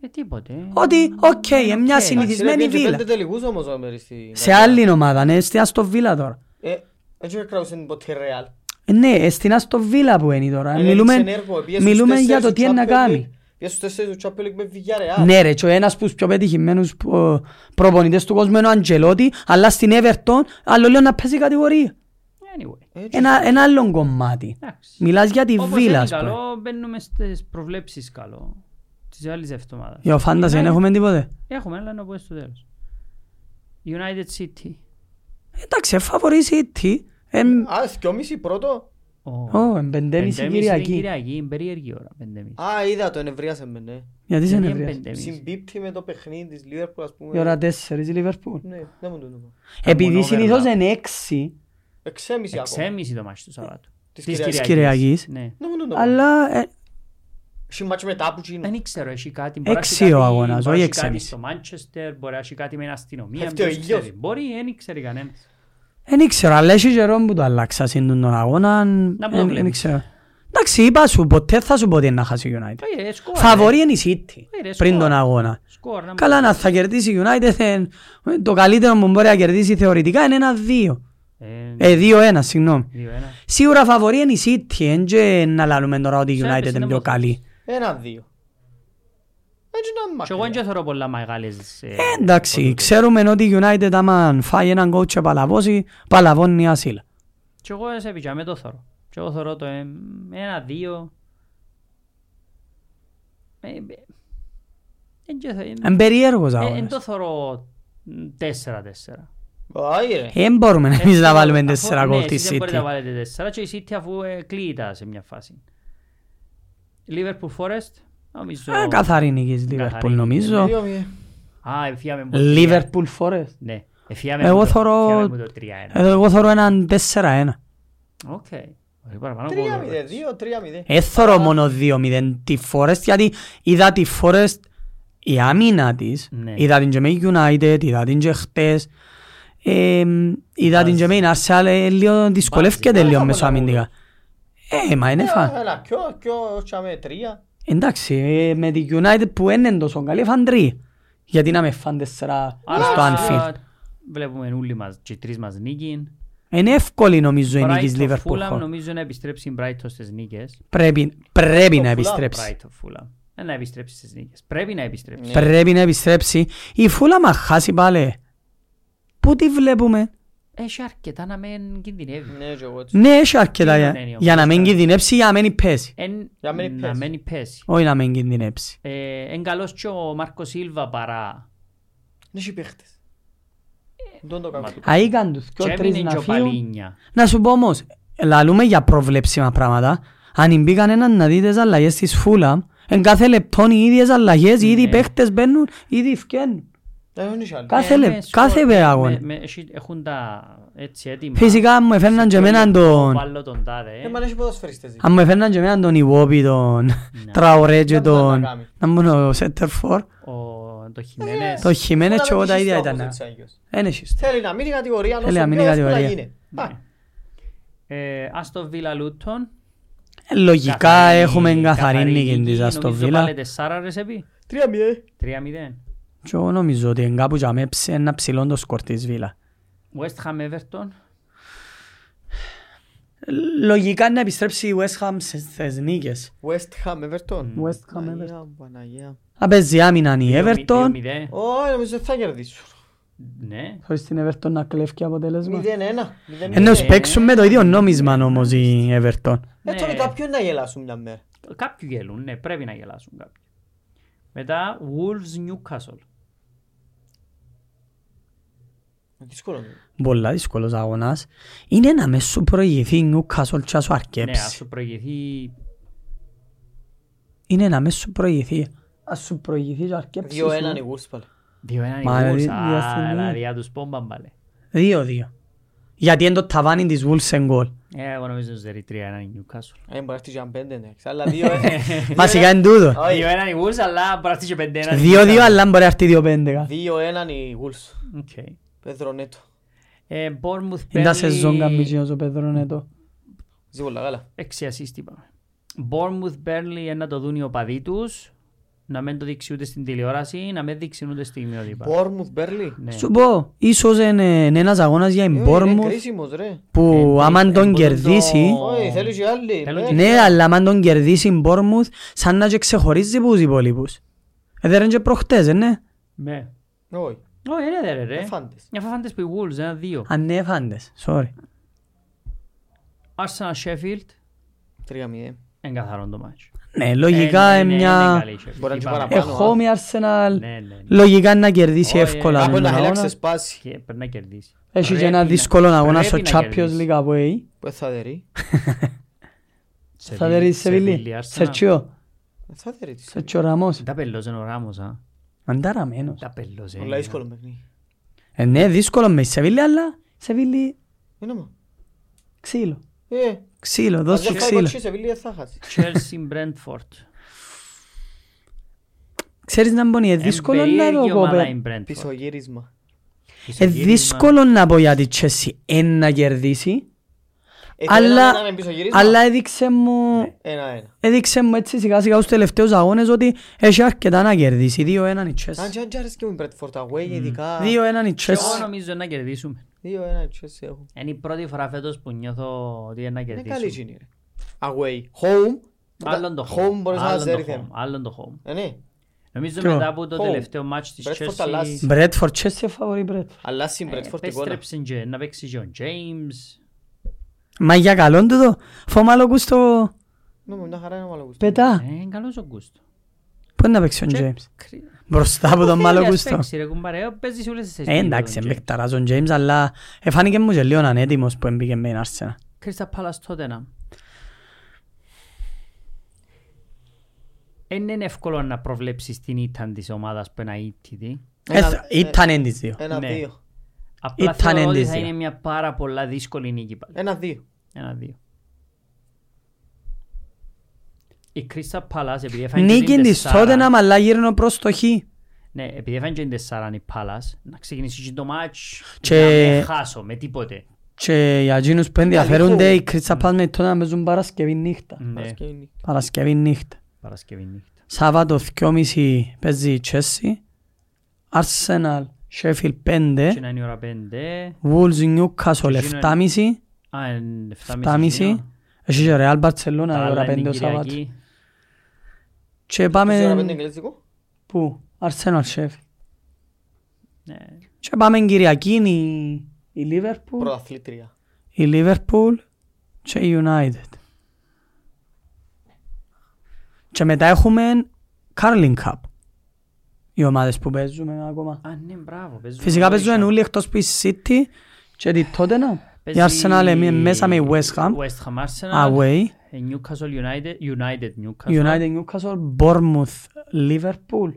Ε, τίποτε. Ότι, οκ, είναι μια Εντάξει, ρε, Εντάξει, συνηθισμένη ρε, πήγαινε και βίλα. πέντε τελικούς όμως ο Άμερης στην- Σε άλλη ομάδα, ναι, έστειν στο Βίλα τώρα. Ε, έτσι κράουσε ποτέ Real. Ναι, εστινά στο Βίλα που είναι τώρα. Ε, Μιλούμε, έδειξε έργο, πήγε στους μιλούμε τέσσερις για το του τι είναι να Champions κάνει. League. Πήγε στους τέσσερις του Champions League με Villarreal. Ναι ρε, και ο ένας που πιο πετυχημένους ε, προπονητές του κόσμου είναι ο Αντζελότη, αλλά στην Everton, άλλο λέω να πέσει κατηγορία. Anyway. Έτσι. Ένα, ένα άλλο κομμάτι. Εντάξει. Μιλάς για τη Όπως Βίλα, είναι ας πούμε. καλό, μπαίνουμε στις προβλέψεις καλό. Της άλλης εβδομάδας. Για ο Φάντας, δεν United- έχουμε τίποτε. Έχουμε, αλλά να πω στο τέλος. United City. Εντάξει, ε, φαβορεί City. Ναι. Α, δυόμιση πρώτο. Ω, Ε, Ω, εν πεντέμιση πεντέμιση την Κυριακή. Κυριακή, είναι περίεργη ώρα. πεντέμιση. Α, είδα το, ενευρίασε με, ναι. Γιατί σε Γιατί είναι νευρίασε. πεντέμιση. Συμπίπτει με το παιχνίδι της Liverpool, ας πούμε. Η ώρα τέσσερις η Λιβερπούλ. Ναι, δεν μου το δούμε. Επειδή overlap. συνήθως είναι έξι Εξέμιση ακόμα. Εξέμιση το μάτι του Σαββάτου. Της Της Κυριακής. της Κυριακής, Ναι. Δεν μου το δούμε. αλλά ε, Έχει μάτς μετά που γίνουν. Δεν ξέρω, έχει κάτι. μπορεί να έχει Έξι κάτι- ο αγώνας, μπορεί να όχι έχει κάτι εξέμιση. στο Μάντσεστερ, μπορεί να έχει κάτι με την αστυνομία. Πέφτει ο ποιος ήλιος. ξέρει. Μπορεί, δεν ξέρει κανένας. Δεν ξέρω, αλλά έχει καιρό που το αλλάξας σύντον τον αγώνα. Να που το εν- εν βλέπεις. ξέρω. Εντάξει, είπα σου, ποτέ θα σου πω ότι είναι να χάσει η United. Ε, ε, σκόρ, Φαβορεί είναι η City Ε, ρε, πριν σκόρ. τον αγώνα. Σκορ, να μην- Καλά να θα κερδίσει η United, εν- το καλύτερο που μπορεί να κερδίσει θεωρητικά είναι ένα-δύο. Ε, Ε, δύο-ένα, συγγνώμη. δύο-ένα. Σίγουρα φαβορεί είναι η City, εν και να λαλούμε τώρα ότι η Ξέρεις, United είναι είναι πιο πως- καλή. Ένα-δύο. Έτσι να είναι Και εγώ μακριά. δεν θεωρώ πολλά μεγάλες... ε, Ε, Εντάξει, ξέρουμε ότι η United άμα φάει έναν coach και παλαβώσει, παλαβώνει η ασύλα. Και εγώ σε πιτζάμε το θωρώ. Και εγώ θωρώ το ε, ένα, δύο. Ε, ε, εν και θα- εν- Είναι περίεργος ε, Εν αγώνας. το θωρώ μ, τέσσερα, τέσσερα. Άι, ρε. Δεν Ε, μπορούμε εμείς να βάλουμε Ε, Αφού- τέσσερα ναι, γκολ εσείς της Δεν μπορείτε City. να βάλετε τέσσερα και η City αφού ε, κλείτα σε μια φάση. Liverpool Forest, νομίζω... Ε, καθαρή νίκη της Λίβερπουλ Καθαρή. νομίζω. Δύο-μηδέν. Α, εφιάμε μου το τρία. Λίβερπουλ φορές. Ναι, εφιάμε Ε, Εγώ μου το- θωρώ- Ε, εφιάμε μου το τρία-ένα. Εγώ θωρώ έναν 4-1. Οκ. Όχι παραπάνω από όλο. Τρία-μηδέν, δύο-τρία-μηδέν. Ε, θωρώ μόνο 2-0 τη Forest γιατί είδα τη Forest η άμυνα της. Ναι. Είδα την και με United, είδα την και χτες. Ε, είδα την και με η Arsenal, ε, λίγο δυσκολεύκεται Βάζει. λίγο Πάρα πολλά μεσοαμυντικά. Ε, μα είναι φαν. Ε, Ένα, κιό, κιό, τσάμε, τρία. Εντάξει, ε, με τη United που δεν είναι τόσο καλή, φαν τρία. Γιατί να με φαν τέσσερα Άρα, στο Anfield. Βλέπουμε όλοι μας και τρεις μας νίκη. Είναι εύκολη νομίζω η Brighton, νίκης Λίβερπουλ. Fulham, νομίζω να επιστρέψει η Brighton στις νίκες. Πρέπει, πρέπει Το να Fulham, επιστρέψει. Brighton, Fulham. Ε, Να επιστρέψει στις νίκες. Πρέπει να Ναι. επιστρέψει. Πρέπει να επιστρέψει. Η Φούλα μα χάσει πάλι. Πού τη βλέπουμε. Έχει αρκετά να μην κινδυνεύει. Ναι, και εγώ έτσι. Ναι, έχει αρκετά για, είναι η ομάδα, για να μην εντάξει. κινδυνεύσει, για να μην πέσει. Εν- Για να μην να πέσει. μην πέσει. Όχι να μην κινδυνεύσει. Ε, Εν καλός και ο Μάρκο Σίλβα παρά. Δεν έχει παίχτες. Δεν το κάνω. Αίγαν τους Και και τρεις έμεινε και να ο φύγουν. Παλίνια. Να σου πω όμως, λαλούμε για προβλέψιμα πράγματα. Αν μπήκαν έναν να δείτε τις αλλαγές της Φούλαμ, εν κάθε λεπτόν οι ίδιες αλλαγές, οι ίδιοι Ναι. παίχτες μπαίνουν, οι ίδιοι φκαίνουν. Δεν έχει άλλη. Κάθε Ε, λε- με σκορ- κάθε με- αγώνα. με- έχει- Έχουν τα έτσι έτοιμα. Φυσικά αν μου έφερναν και εμέναν τον... Βάλω τον τάδε. Ε, ε. μα έχει ποδοσφαιριστές. Αν μου έφερναν και εμέναν τον Ιβόπη, τον Τραωρέ και Δεν μπορεί να τον... κάνει. Να μου ο Σέντερφορ, Ο- Το Χιμένες. Ε, το Χιμένετ και εγώ τα ίδια ήταν. Θέλει Εν έχεις. να μείνει η κατηγορία, Θέλει να όσο μείνει πιο η εύκολα κατηγορία. γίνει. Α, Ε, Άστον Βίλα Λούτον. Ε, Λογικά Καθαρή- έχουμε καθαρή καθαρή νίκη της Αστον Νομίζω Βίλα. πάλι τεσσάρα ρε Σεβί. Τρία μηδέ. 3-0. Και εγώ νομίζω ότι εν κάπου για μέψε ένα ψηλό το σκορ της Βίλα. West Ham Everton. Λογικά να επιστρέψει η West Ham στις νίκες. West Ham, Everton. Mm. West Ham Everton. Παναγία, Παναγία. Θα παίζει άμυναν η Everton. 2-0. Ω, νομίζω θα κερδίσουν. Ναι. Χωρίς την Everton να κλέφει αποτέλεσμα. 0-1. 0-0. Ενώ σου παίξουν με το ίδιο νόμισμα όμως η Everton. Ναι. Ε, τώρα Ναι. κάποιον να γελάσουν μια μέρα. Κάποιοι γελούν, ναι, πρέπει να γελάσουν κάποιοι. Μετά, Wolves Newcastle. Δύσκολο. ναι. είναι. Πολλά δύσκολος αγώνας. Είναι να μες σου προηγηθεί η Newcastle και να σου Ναι, ας αρκέψει. σου προηγηθεί Είναι να μες σου προηγηθεί. Ας σου προηγηθεί και αρκέψει. 2-1 η Wolves πάλι. 2-1 η Μα, Wolves. δι- Α, διαστημεί. δηλαδή, α, τους πόμπα μπαλε. Δύο-δύο. Γιατί είναι το ταβάνι της Wolves εν γκολ. Ε, εγώ νομίζω ότι στερεί 3-1 η Newcastle. Ε, μπορεί να έρθει και αν πέντε, εντάξει. Αλλά δύο, ε. Βασικά είναι τούτο. Όχι. 2-1 η Wolves, αλλά πράσινε και 5-1. η Δύο-δύο Newcastle. αλλά μπορεί να έρθει δύο-πέντε. κάτι. 2-1 η Wolves. Οκ. Πέδρο Νέτο. Ε, Bournemouth, Είναι τα Burnley, σεζόν καμπιζίος ο Πεδρονέτο. Ζει πολλά καλά. Έξι assist είπαμε. Bournemouth, Burnley, ε, να το δουν οι οπαδοί τους. Να μην το δείξει ούτε στην τηλεόραση, να μην δείξει ούτε στην ημιότυπα. Bournemouth, Burnley. Ναι. Σου πω, ίσως είναι είναι ένας αγώνας για Ε, η είναι Bournemouth κρίσιμος, ρε. που Ε, ε, άμα μπορούν τον το- κερδίσει Όχι, θέλουν και άλλοι. Θέλουν Ναι. και- Ναι, αλλά άμα τον κερδίσει η Bournemouth, σαν να και ξεχωρίζει πούς υπόλοιπους. Ε, δεν είναι και προχτές, ε, ναι. Ναι. Όχι. Ω, είναι δε ρε, ρε. Φάντες. Μια φαφάντες που οι Wolves, ένα δύο. Αν ναι, φάντες, sorry. Arsenal, Sheffield, 3-0. εγκαθαρόν το μάτσο. Ναι, λογικά Ε, είναι ναι, ναι, μια... είναι καλή η Sheffield, Μπορεί να είναι και είπαμε. παραπάνω. Έχω μια Arsenal, Ναι, ναι, ναι. λογικά να κερδίσει Όχι, ε, εύκολα Κάπου τον να θέλει να αγώνα. ξεσπάσει. Και πρέπει να κερδίσει. Έχεις Πρέπει και ένα να- δύσκολο αγώνα στο πρέπει να Champions κερδίσει. League away. Πού Ε, θα δερεί. Θα δερει Σεβίλη. Arsenal. Σερτσιο, Ε, Θα δερεί της. Σερτσιο Ραμός. Τα πελώσε ο Ράμος, α. Ανταραμένος. Τα πελώσε. Πολλά δύσκολο παιχνίδι. Ε, ναι, δύσκολο με η Σεβίλη, αλλά η Σεβίλη Είναι μα. ξύλο. Ε, Ξύλο, αν δώσου δεν φάει ξύλο. κοτσί, σε Βίλη δεν θα χάσει. Chelsea, Brentford. Ξέρεις να μπορεί, Ε, είναι δύσκολο να το πω. κόπε. παι- Πίσω. Πισωγύρισμα. Ε, δύσκολο να πω για την Chelsea εν να κερδίσει, Ε, το αλλά, ένα-ένα είναι πισωγύρισμα. αλλά έδειξε Ναι. μου, Ένα-ένα. έδειξε μου έτσι σιγά σιγά στους τελευταίους αγώνες ότι έχει αρκετά να κερδίσει. Δύο-έναν η Αν Chelsea. και αν και αρέσκει μου η Bradford away, ειδικά. Δύο-έναν η Εγώ Chelsea. νομίζω να κερδίσουμε. Δύο-ένα η Chelsea έχουν. Είναι η πρώτη φορά φέτος που νιώθω ότι είναι να Είναι καλή κερδίσουμε. η είναι. Away. Home. Άλλον το Home home. μπορείς να άλλον το ζέρει home, θέμα. Άλλον το home. Ε, ναι. Νομίζω Ποιο? μετά από το Home. τελευταίο μάτς της Brentford Chelsea... αλλάζει. Μπρέτφορ, Chelsea φαβορεί Μπρέτφορ. Αλλά Ε, στην Bradford εικόνα. Επέστρεψε και να παίξει και ο James. Μα για καλόν τούτο, φωμάλω κουστο Ναι, με μια χαρά είναι ο Μαλαγούστος. πετά. Ε, Είναι καλός ο Γκούστο. Πού είναι να παίξει ο James. Μπροστά από τον Μάλο Παίζει Κουστο. σε όλες τις λοιπόν, θέσεις. Ε, Εντάξει, εμπεκταράς ο James, αλλά εφάνηκε μου και λίγο ανέτοιμος που έμπηκε με την Arsenal. Κρίστα Πάλας τότε να. Δεν Ε, είναι εύκολο να προβλέψεις την ήττα της ομάδας που είναι αίτητη. Ένα- Ε, Ήταν εν τις δύο. Ναι. Ένα-δύο. Απλά Ήταν θεωρώ ότι έντες θα δύο. είναι μια πάρα πολλά δύσκολη νίκη πάλι. Ένα-δύο. Ένα-δύο. Η Κρίστα Πάλας επειδή έφαγε Νίκη την της τεσσάρα- Tottenham αλλά γύρνω προς το Χ. Ναι, επειδή έφαγε την τεσσάρα η Πάλας, να ξεκινήσει και το μάτς Και- να με χάσω με τίποτε. Και για εκείνους που ενδιαφέρονται Καλή η Κρίτσα Πας με Tottenham παίζουν Παρασκευή νύχτα. Ναι, Παρασκευή. Παρασκευή νύχτα. Παρασκευή νύχτα. Σάββατο 2.30 παίζει η Chelsea. Arsenal Sheffield 5, Εκείνα είναι η ώρα 5. Wolves Newcastle Εκείνο 7,5, Α, είναι 7,5. 7.30. Έχει και Real Barcelona Τα η άλλα ώρα είναι 5 ο Σάββατο. Κυριακή. Και Ξέρω να πάμε... πέντε εγγλέζικο. Πού? Arsenal Sheffield. Ναι. Και πάμε Κυριακή είναι η... η Liverpool, Πρωταθλήτρια. η Liverpool και η United. Και μετά έχουμε Carling Cup. Οι ομάδες που παίζουμε ακόμα. Α, ναι, μπράβο. παίζουν Φυσικά όλοι παίζουν σαν- όλοι εκτός που η City και τη Tottenham. Η παίζει Arsenal είναι μέσα με η West Ham. West Ham Arsenal. Away. ε, Newcastle United. United Newcastle. United, Newcastle, Bournemouth, Liverpool.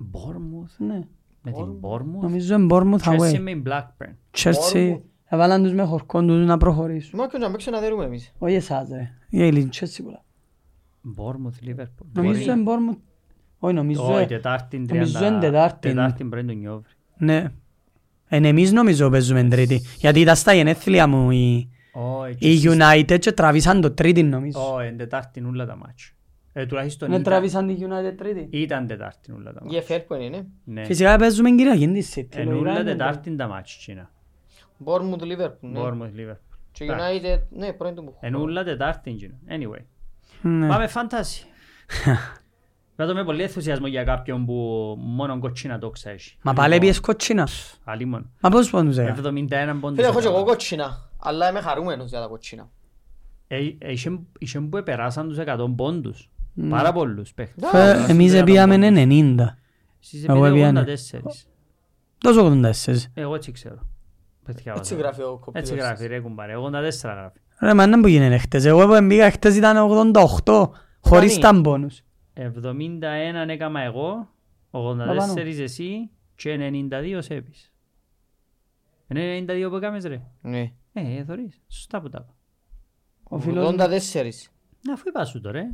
Bournemouth. Ναι. Με την Bournemouth. Νομίζω είναι Bournemouth Chelsea away. με η Blackburn. Chelsea. Bournemouth. Έβαλαν τους με χορκόν τους να προχωρήσουν. Μα και να παίξω να δέρουμε εμείς. Όχι εσάς ρε. Η Έλλην Chelsea πολλά. Bournemouth, Liverpool. Νομίζω είναι Bournemouth. Όχι νομίζω. Όχι, ε. Τετάρτη, νομίζω 30 είναι Τετάρτη. Τετάρτη πρέπει να τον νιώβρει. Ναι. Εν εμείς νομίζω παίζουμε τρίτη. Γιατί ήταν στα γενέθλια μου η, Όχι, και η στις- United και τραβήσαν το τρίτη νομίζω. Όχι, είναι Τετάρτη όλα τα μάτια. Ε, τουλάχιστον Ναι, ήταν- τραβήσαν τη United τρίτη. ήταν Τετάρτη όλα τα Η μάτια. ΕΦΕΡ που είναι, ναι. Ναι. Φυσικά παίζουμε Κυριακή της City. Εν όλα λογικά είναι. Τετάρτη τα μάτια εκείνα. Bournemouth, Liverpool, ναι. Bournemouth, Liverpool. Και Εντάξει. United, ναι, πρώην του Εν Μπουχού. όλα Τετάρτη εκείνα. Anyway. Ναι. Πάμε φαντάση. Βάζω με πολύ ενθουσιασμό για κάποιον που μόνο κοτσίνα το ξέρει. Μα παλεύει η Σκοτσίνα. Άλλη μόνο. Μα πώς πάνε τους έκανα. 71 Ναι. Φίλε, έχω και εγώ πόντους. κότσινα, αλλά είμαι χαρούμενος για τα κότσινα. Είχε Ε, που επεράσαν τους 100 πόντους. Ναι. Πάρα πολλούς παίχτες. Φε- Εμείς Ήταν επίαμε πόντους. 90. Εσείς Εγώ επειδή έπιανε. 84. Τόσο 84. Εγώ έτσι ξέρω. Παιδιά, Έτσι βάζω. γράφει ο Έτσι κοπτήριος. γράφει ρε κουμπάρε. 84 γράφει. Ρε μα δεν που γίνεται χτες. Εγώ που μπήκα χτες ήταν 88. Χωρίς Κάνει. τα μπόνους. 71 έκαμα εγώ. 84 εσύ. Και 92 σέπεις. Είναι 92 που έκαμες ρε. Ναι. Ε, ε, θωρείς. Σωστά που τα είπα. Ο φίλος μου. 84. Να αφού είπα σου το ρε.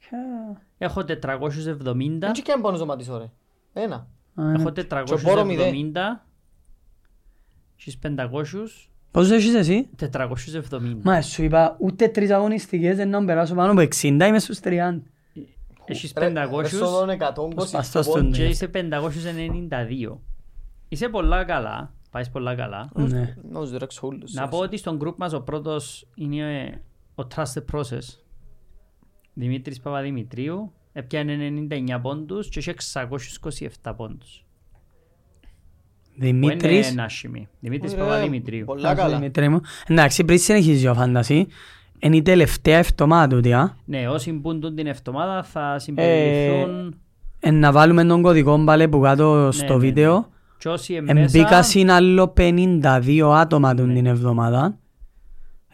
Χα. Έχω 470. Δεν και αν πόνος ο Ματισό, ρε. Ένα. Α, ναι. Έχω Και μπορώ μηδέ. 470. Έχεις 500. Πόσους έχεις εσύ? 470. Μα σου είπα ούτε τρεις αγωνιστικές δεν να περάσω πάνω από 60 είμαι στους 30. Έχεις Ρε, ρε, 500. στον 120 Σπαστός πόντους. τον Και είσαι 592. Είσαι πολλά καλά. Πάεις πολλά καλά. Ναι. Να τους δρέξω όλους. Να πω ότι στον group μας ο πρώτος είναι ε, ο Trusted Process. Δημήτρης Παπαδημητρίου. Έπιανε 99 πόντους και έχει 627 πόντους. Που είναι Δημήτρης. ένα άσχημη. Δημήτρης Ρε, Παπαδημητρίου. Πολλά καλά. Δημήτρη μου. Εντάξει πριν συνεχίζει ο φαντασί. Είναι η τελευταία εβδομάδα τούτη, α. Ναι, όσοι μπουν την εβδομάδα θα συμπεριληφθούν. Ε, να βάλουμε τον κωδικό πάλι που κάτω στο ναι, ναι. βίντεο. Και όσοι Εμπήκα μέσα, Ναι. συν άλλο 52 άτομα τον την εβδομάδα.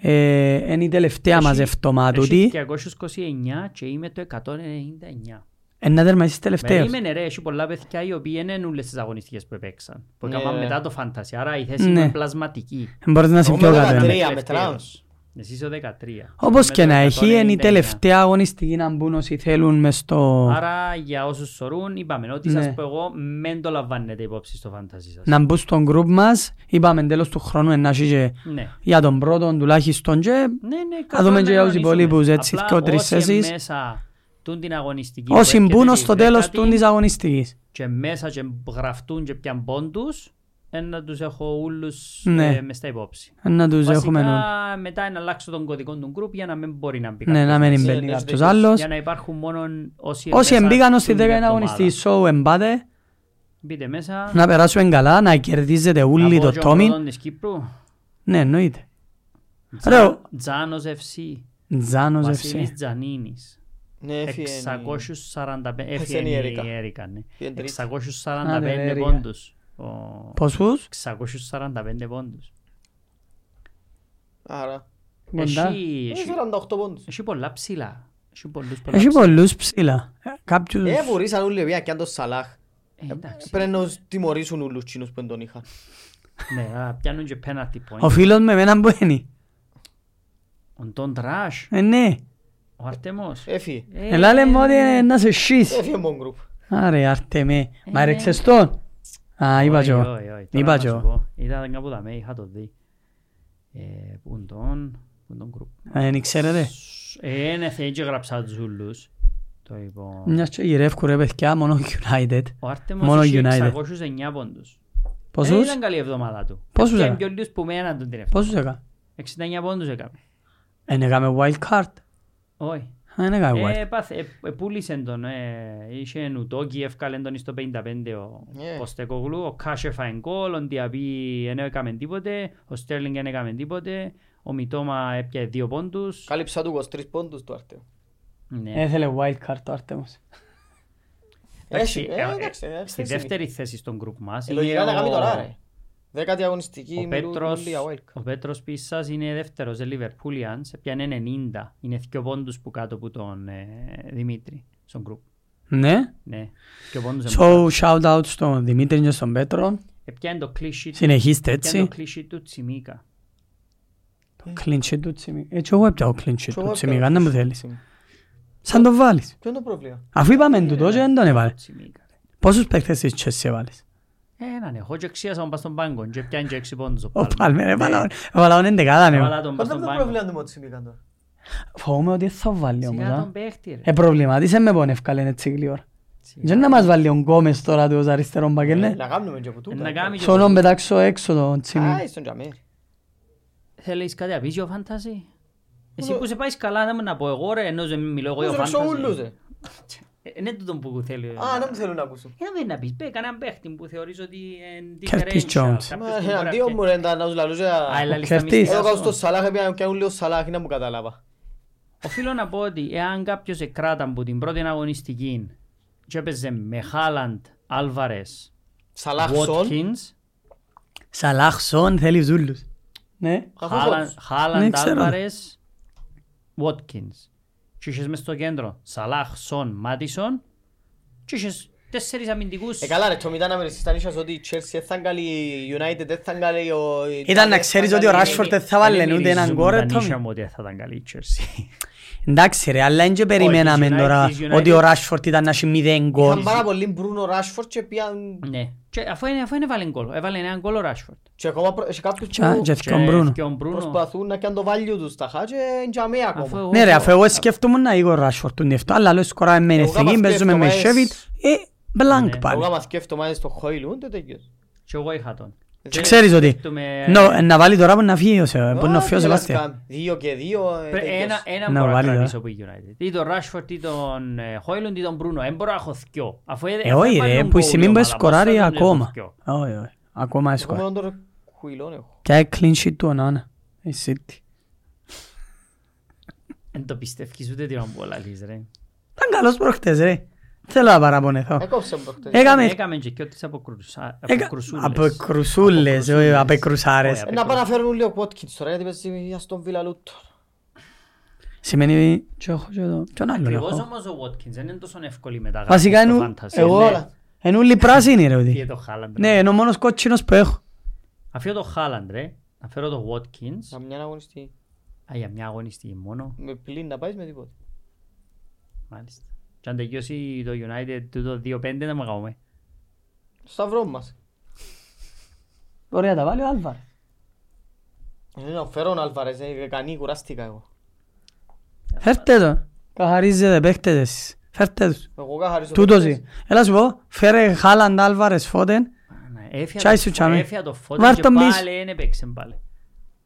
Ε, είναι η τελευταία Έχει- μας εβδομάδα έχει τούτη. 229 και είμαι το 199. Ε, να τερματίσεις τελευταίος. Περίμενε ρε, έχει πολλά παιδιά οι οποίοι είναι όλες τις αγωνιστικές που έπαιξαν. Που Ναι. έκαναν μετά το φαντασί. Άρα η θέση Ναι. είναι πλασματική. Ε, Μπορείτε να Εγώ συμπιώ με κάτω. ε. δεκατρία. Είμαι με τελευταίος. Εσύ είσαι ο 13. Όπως Είμαι και το να έχει, είναι η 199. τελευταία αγωνιστική να μπουν όσοι θέλουν μες στο... Άρα για όσους σωρούν, είπαμε ότι σας Ναι. πω εγώ, μεν το λαμβάνετε υπόψη στο φαντασί σας. να μπουν στον group μας. Είπαμε τέλος του χρόνου να έχει και Ναι. για τον πρώτο τουλάχιστον και Ναι, ναι, Θα δούμε και για τους κανονίζουμε. υπολείπους, έτσι, Απλά δυο, τρεις όσοι θέσεις. μέσα τούν την αγωνιστική όσοι που έρχεται μπουν τη στο τέλος δέκατη του της αγωνιστικής. Και μέσα και γραφτούν και πιαν πόντους, ε, να τους έχω όλους Ναι. ε, μες στα υπόψη. Να τους έχουμε νου. Βασικά μετά να αλλάξω τον κωδικό του γκρουπ για να μην μπορεί να μπει Ναι, να κάποιος μην μέσα. μπαίνει ναι, κάποιος ναι, άλλος. Για να υπάρχουν μόνο όσοι, Όσοι μέσα εμπήκαν ως τη τούν την δέκα εβδομάδα. αγωνιστή, show εμπάτε, Μπείτε μέσα. να περάσουμε καλά, να κερδίζετε όλοι από το τον Τόμιν. πρώτον της Κύπρου. Ναι, εννοείται. Τζα- Ρε, ο Τζάνος FC. Τζάνος Βασίλης FC. Τζανίνης. Ναι, έφυγε. 645 Έφυγε η έφυγε Έρικα. η Έρικα, ναι. Πήγε ναι, τρίτη. 645 Άντε, ρε, Έρικα. πόντους. Ο- Πόσους? 645 πόντους. Άρα. Κοντά. Έχει- Ε, έχει- 48 πόντους. Έχει πολλά ψηλά. Έχει πολλούς πολλά Έχει ψηλά. πολλούς ψηλά. Ε, Κάποιους... Ε, βουρήσαν όλοι παιδιά και αν το Σαλάχ. Ε, εντάξει. Πρέπει να τους τιμωρήσουν όλους τσινούς που δεν τον είχαν. Ναι, α, πιάνουν και penalty point. Ο φίλος με εμένα που είναι. Ο Ντόν Τράσ, Ε, ναι. ο Αρτεμός. Έφυγε. Ε, Ελά λέμε ότι ε, να σε σχείς. Έφυγε μόνο γκρουπ. Άρε, άρτε με. Μα Ε. έρεξες τον. Α, είπα όχι, και εγώ. όχι, όχι. ε, Τώρα Είπα να και σου εγώ. πω. Ήταν κάπου δαμέ, είχα το δει. Ε, που είναι τον- που είναι τον group. Ε, Δεν ξέρετε. Ε, ναι, θέλει και γράψα τους ούλους. Το λοιπόν. Μιας και γυρεύκου ρε παιδιά, μόνο United. Ο Άρτεμος Μόνο είχε United. 609 πόντους. Δεν Πόσους, ήταν καλή η εβδομάδα του. Πόσους Έφτιανε έκανε? πιο λίγους που με έναν τον τελευταίο. πόσους έκαμε. 69 πόντους έκαμε. Εν έκαμε wild card. Όχι. Α, Δεν έκαμε wild Ε, πάθε- ε, ε, πούλησε τον, ε, είχε νουτόκι, εύκαλε τον στο 55 ο Ναι. Ποστεκογλού, ο Κάσ έφαγε γκολ, ο Ντιαβί δεν έκαμε τίποτε, ο Στέρλινγκ δεν έκαμε τίποτε, ο Μιτόμα έπιασε δύο πόντους. Κάλυψα του 23 πόντους του Αρτέμ. Ναι. Έθελε wild card ο Άρτεμος. Εντάξει, Έχει, ε, ε, ε, εντάξει, ε, στη ε, δεύτερη θέση στον γκρουπ μας Ε, λογικά είναι να κάνει ο- τώρα, ρε. Δέκατη αγωνιστική ο μιλούν Πέτρος, για wildcard. ο Πέτρος Πίσας είναι δεύτερος, δεν Λιβερπούλιανς, έπιανε 90, είναι δύο πόντους που κάτω από τον ε, Δημήτρη στον γκρουπ. Ναι. Ναι, δύο πόντους. So, shout out στον Δημήτρη και στον Πέτρο. Έπιανε το κλίσι Συνεχίστε Και το έτσι. κλείσι του Τσιμίκα. Clean sheet του Τσιμί. Έτσι εγώ έπιαω clean sheet Εγώ του έπιαω Τσιμί. Κάνε μου clean sheet θέλεις. του Τσιμίκα. Σαν το βάλεις. Ποιο είναι το πρόβλημα. Αφού Ε, είπαμε του τόσο δεν τον έβαλε. Τσιμίκα. Ε, ρε. Πόσους παίχτες της Chelsea έβαλες. Έναν έχω και ξίασα τον πας στον πάγκο και πιάνει και έξι πόντους ο Ο Πάλμα. Πάλμερ έβαλα έβαλα τον εντεκάδα ναι. Βάλα τον πας στον Ποιο είναι πάγκο. το πρόβλημα του Μοτσιμίκα τώρα. Φοβούμαι ότι δεν θα βάλει όμως. Σιγά α. τον παίχτη ρε. Ε, προβληματίσε με πόν ευκάλεν έτσι γλυόρα. Δεν να μας βάλει ο Γκόμες τώρα τους ως αριστερόν μπακ, ναι. Να κάνουμε και από τούτα. Ε, να κάνει και- Θέλω να τον πετάξω έξω τον Τσιμί. Α, στον Τζαμέρι. Θέλεις κάτι να πεις για ο Φάνταση. Εσύ που σε πάει καλά να μου να πω εγώ ρε ενώ δεν μιλώ εγώ Τους για ο ρωτήσω Φάνταση. ούλους, ρε. Ε, Είναι τούτο που θέλει. ε. Α, ναι. δεν μου θέλουν να ακούσουν. Ε, να μην να πεις, πες κανέναν παίχτη που θεωρείς ότι είναι Curtis differential, Jones. κάποιος που Μα, μπορεί να εναντίον Ε, μου, φτιάξει. ρε, ήταν να τους λαλούσα. Α, έλα, Ο λίστα μη Curtis. στιάσω. Εγώ κάνω στο Σαλάχ, έπιανα και ούλιο Σαλάχ, να μου κατάλαβα. Οφείλω να πω ότι εάν κάποιος εκράταν από την πρώτη αγωνιστική και έπαιζε με Χάλαντ, Άλβαρες, Σαλάχ Σον. Βότκιν, Σαλάχσον θέλεις ζούλους. Ναι. Αφού φόβος. Χάλαντ, ξέρω. Άλβαρες, Βότκιν. Και είσαι μέσα στο κέντρο Σαλάχ, Σον, Μάτισον. Και είσαι τέσσερις αμυντικούς. Ε, καλά ρε, το ήταν να μεριστείς τα νύχια σου ότι η Chelsea δεν θα είναι καλή, η United δεν θα είναι καλή, ο- η Ήταν Tottenham να ξέρεις θα ότι είναι ο καλή. Rashford δεν θα βάλει ούτε έναν κόρε. Δεν ότι θα ήταν καλή η Chelsea. Εντάξει ρε, αλλά δεν και περιμέναμε της United- τώρα της United- ότι ο Rashford ήταν να έχει μηδέν Είχαν γκολ. πάρα πολύ Μπρούνο Ράσφορτ και πιαν... Ναι. Και αφού είναι- αφού είναι έβαλε γκολ, έβαλε έναν γκολ ο Ράσφορντ. Και ακόμα προ- και κάποιους Τσα- που και έφυγε ο Μπρούνο. Και ο Μπρούνο. προσπαθούν να κάνουν το βάλιο τους τα χάτια και αμέ Αφού ακόμα. εγώ- Ναι ρε, αφού εγώ σκέφτομαι να εγώ ο Rashford του νευτό, αλλά λέω σκοράμε με Εγώ εθνική, άμα παίζουμε με σκέφτομαι, Σέβιτ, ε, μπλανκ Ναι. Εγώ πάλι. άμα σκέφτομαι αν στο ε, Χόιλουν, τότε τέλειως. Και εγώ είχα τον. Και ξέρεις ότι, Σκέφτομαι- νο- να βάλει τώρα που να φύγει ο Σεβα- που Α, να φύγει ο τι να Σεβάστια. σκάμε. Δύο και δύο, ε, Πρέ- τέλειως. Ένα, ένα Να μπορώ να βάλει, κρατήσω ε. από η United. Ή τον Rashford, ή τον ε, Χόιλουντ, ή τον Μπρούνο. Δεν μπορώ να έχω θκυο. Αφού δεν- Ε, δεν όχι βάλουν ρε, που γκολ η σημεία που ομάδα, πώς σκοράρει θα τον έχω ακόμα. θκυο. Όχι, όχι, ακόμα Εγώ έσκορα. μόνο τον Χουιλόν έχω. Και clean sheet του ο Νάνα, η City. Δεν το πιστεύεις ούτε τι να μου πω, λαλείς, ρε. Ήταν καλός προχτές ρε. Θέλω να παραπονεθώ. Έκοψε μου προχτές. Έκαμε Έκαμε και κι ό,τι τις αποκρουσά- Έκα- αποκρουσούλες. Από κρουσούλες, όχι, από κρουσάρες. Ωραία. Ε, Να πάνε να φέρουν λίγο Watkins τώρα, γιατί παίζει η Aston Villa Luton. Σημαίνει και έχω και εδώ, ποιον άλλον Ακριβώς έχω. όμως ο Watkins δεν είναι τόσο εύκολη η μεταγραφή Βασικά στο είναι Ε, fantasy, ναι. εγώ, είναι όλοι πράσινοι ρε Φύγε ότι. το Haaland, ρε. Ναι, είναι ο μόνος κότσινος που έχω. Αφήνω το Haaland, ρε. Να φέρω το Watkins. Να μια αγωνιστή. Α, για μια αγωνιστική μόνο. Με πλήν να πάεις με τίποτα. Μάλιστα. Και αν τελειώσει το United τούτο 2-5 να μου κάνουμε. Σταυρό μας. Ωραία τα βάλει ο Άλβαρ. Είναι ο Φέρον Αλβαρές, ε, κανεί, κουράστηκα εγώ. Φέρτε τον. Καθαρίζετε, παίχτετε εσείς. Φέρτε τους. Εγώ καθαρίζω Τούτος παίκτες. είναι. Έλα σου πω, φέρε Χάλαντ Άλβαρες Φώτεν, Ναι, έφυγε Τσάι το σου, φω- τσάμε. έφυγε το φώτο Βάρ' και τον πίσω. πάλι είναι παίξε πάλι.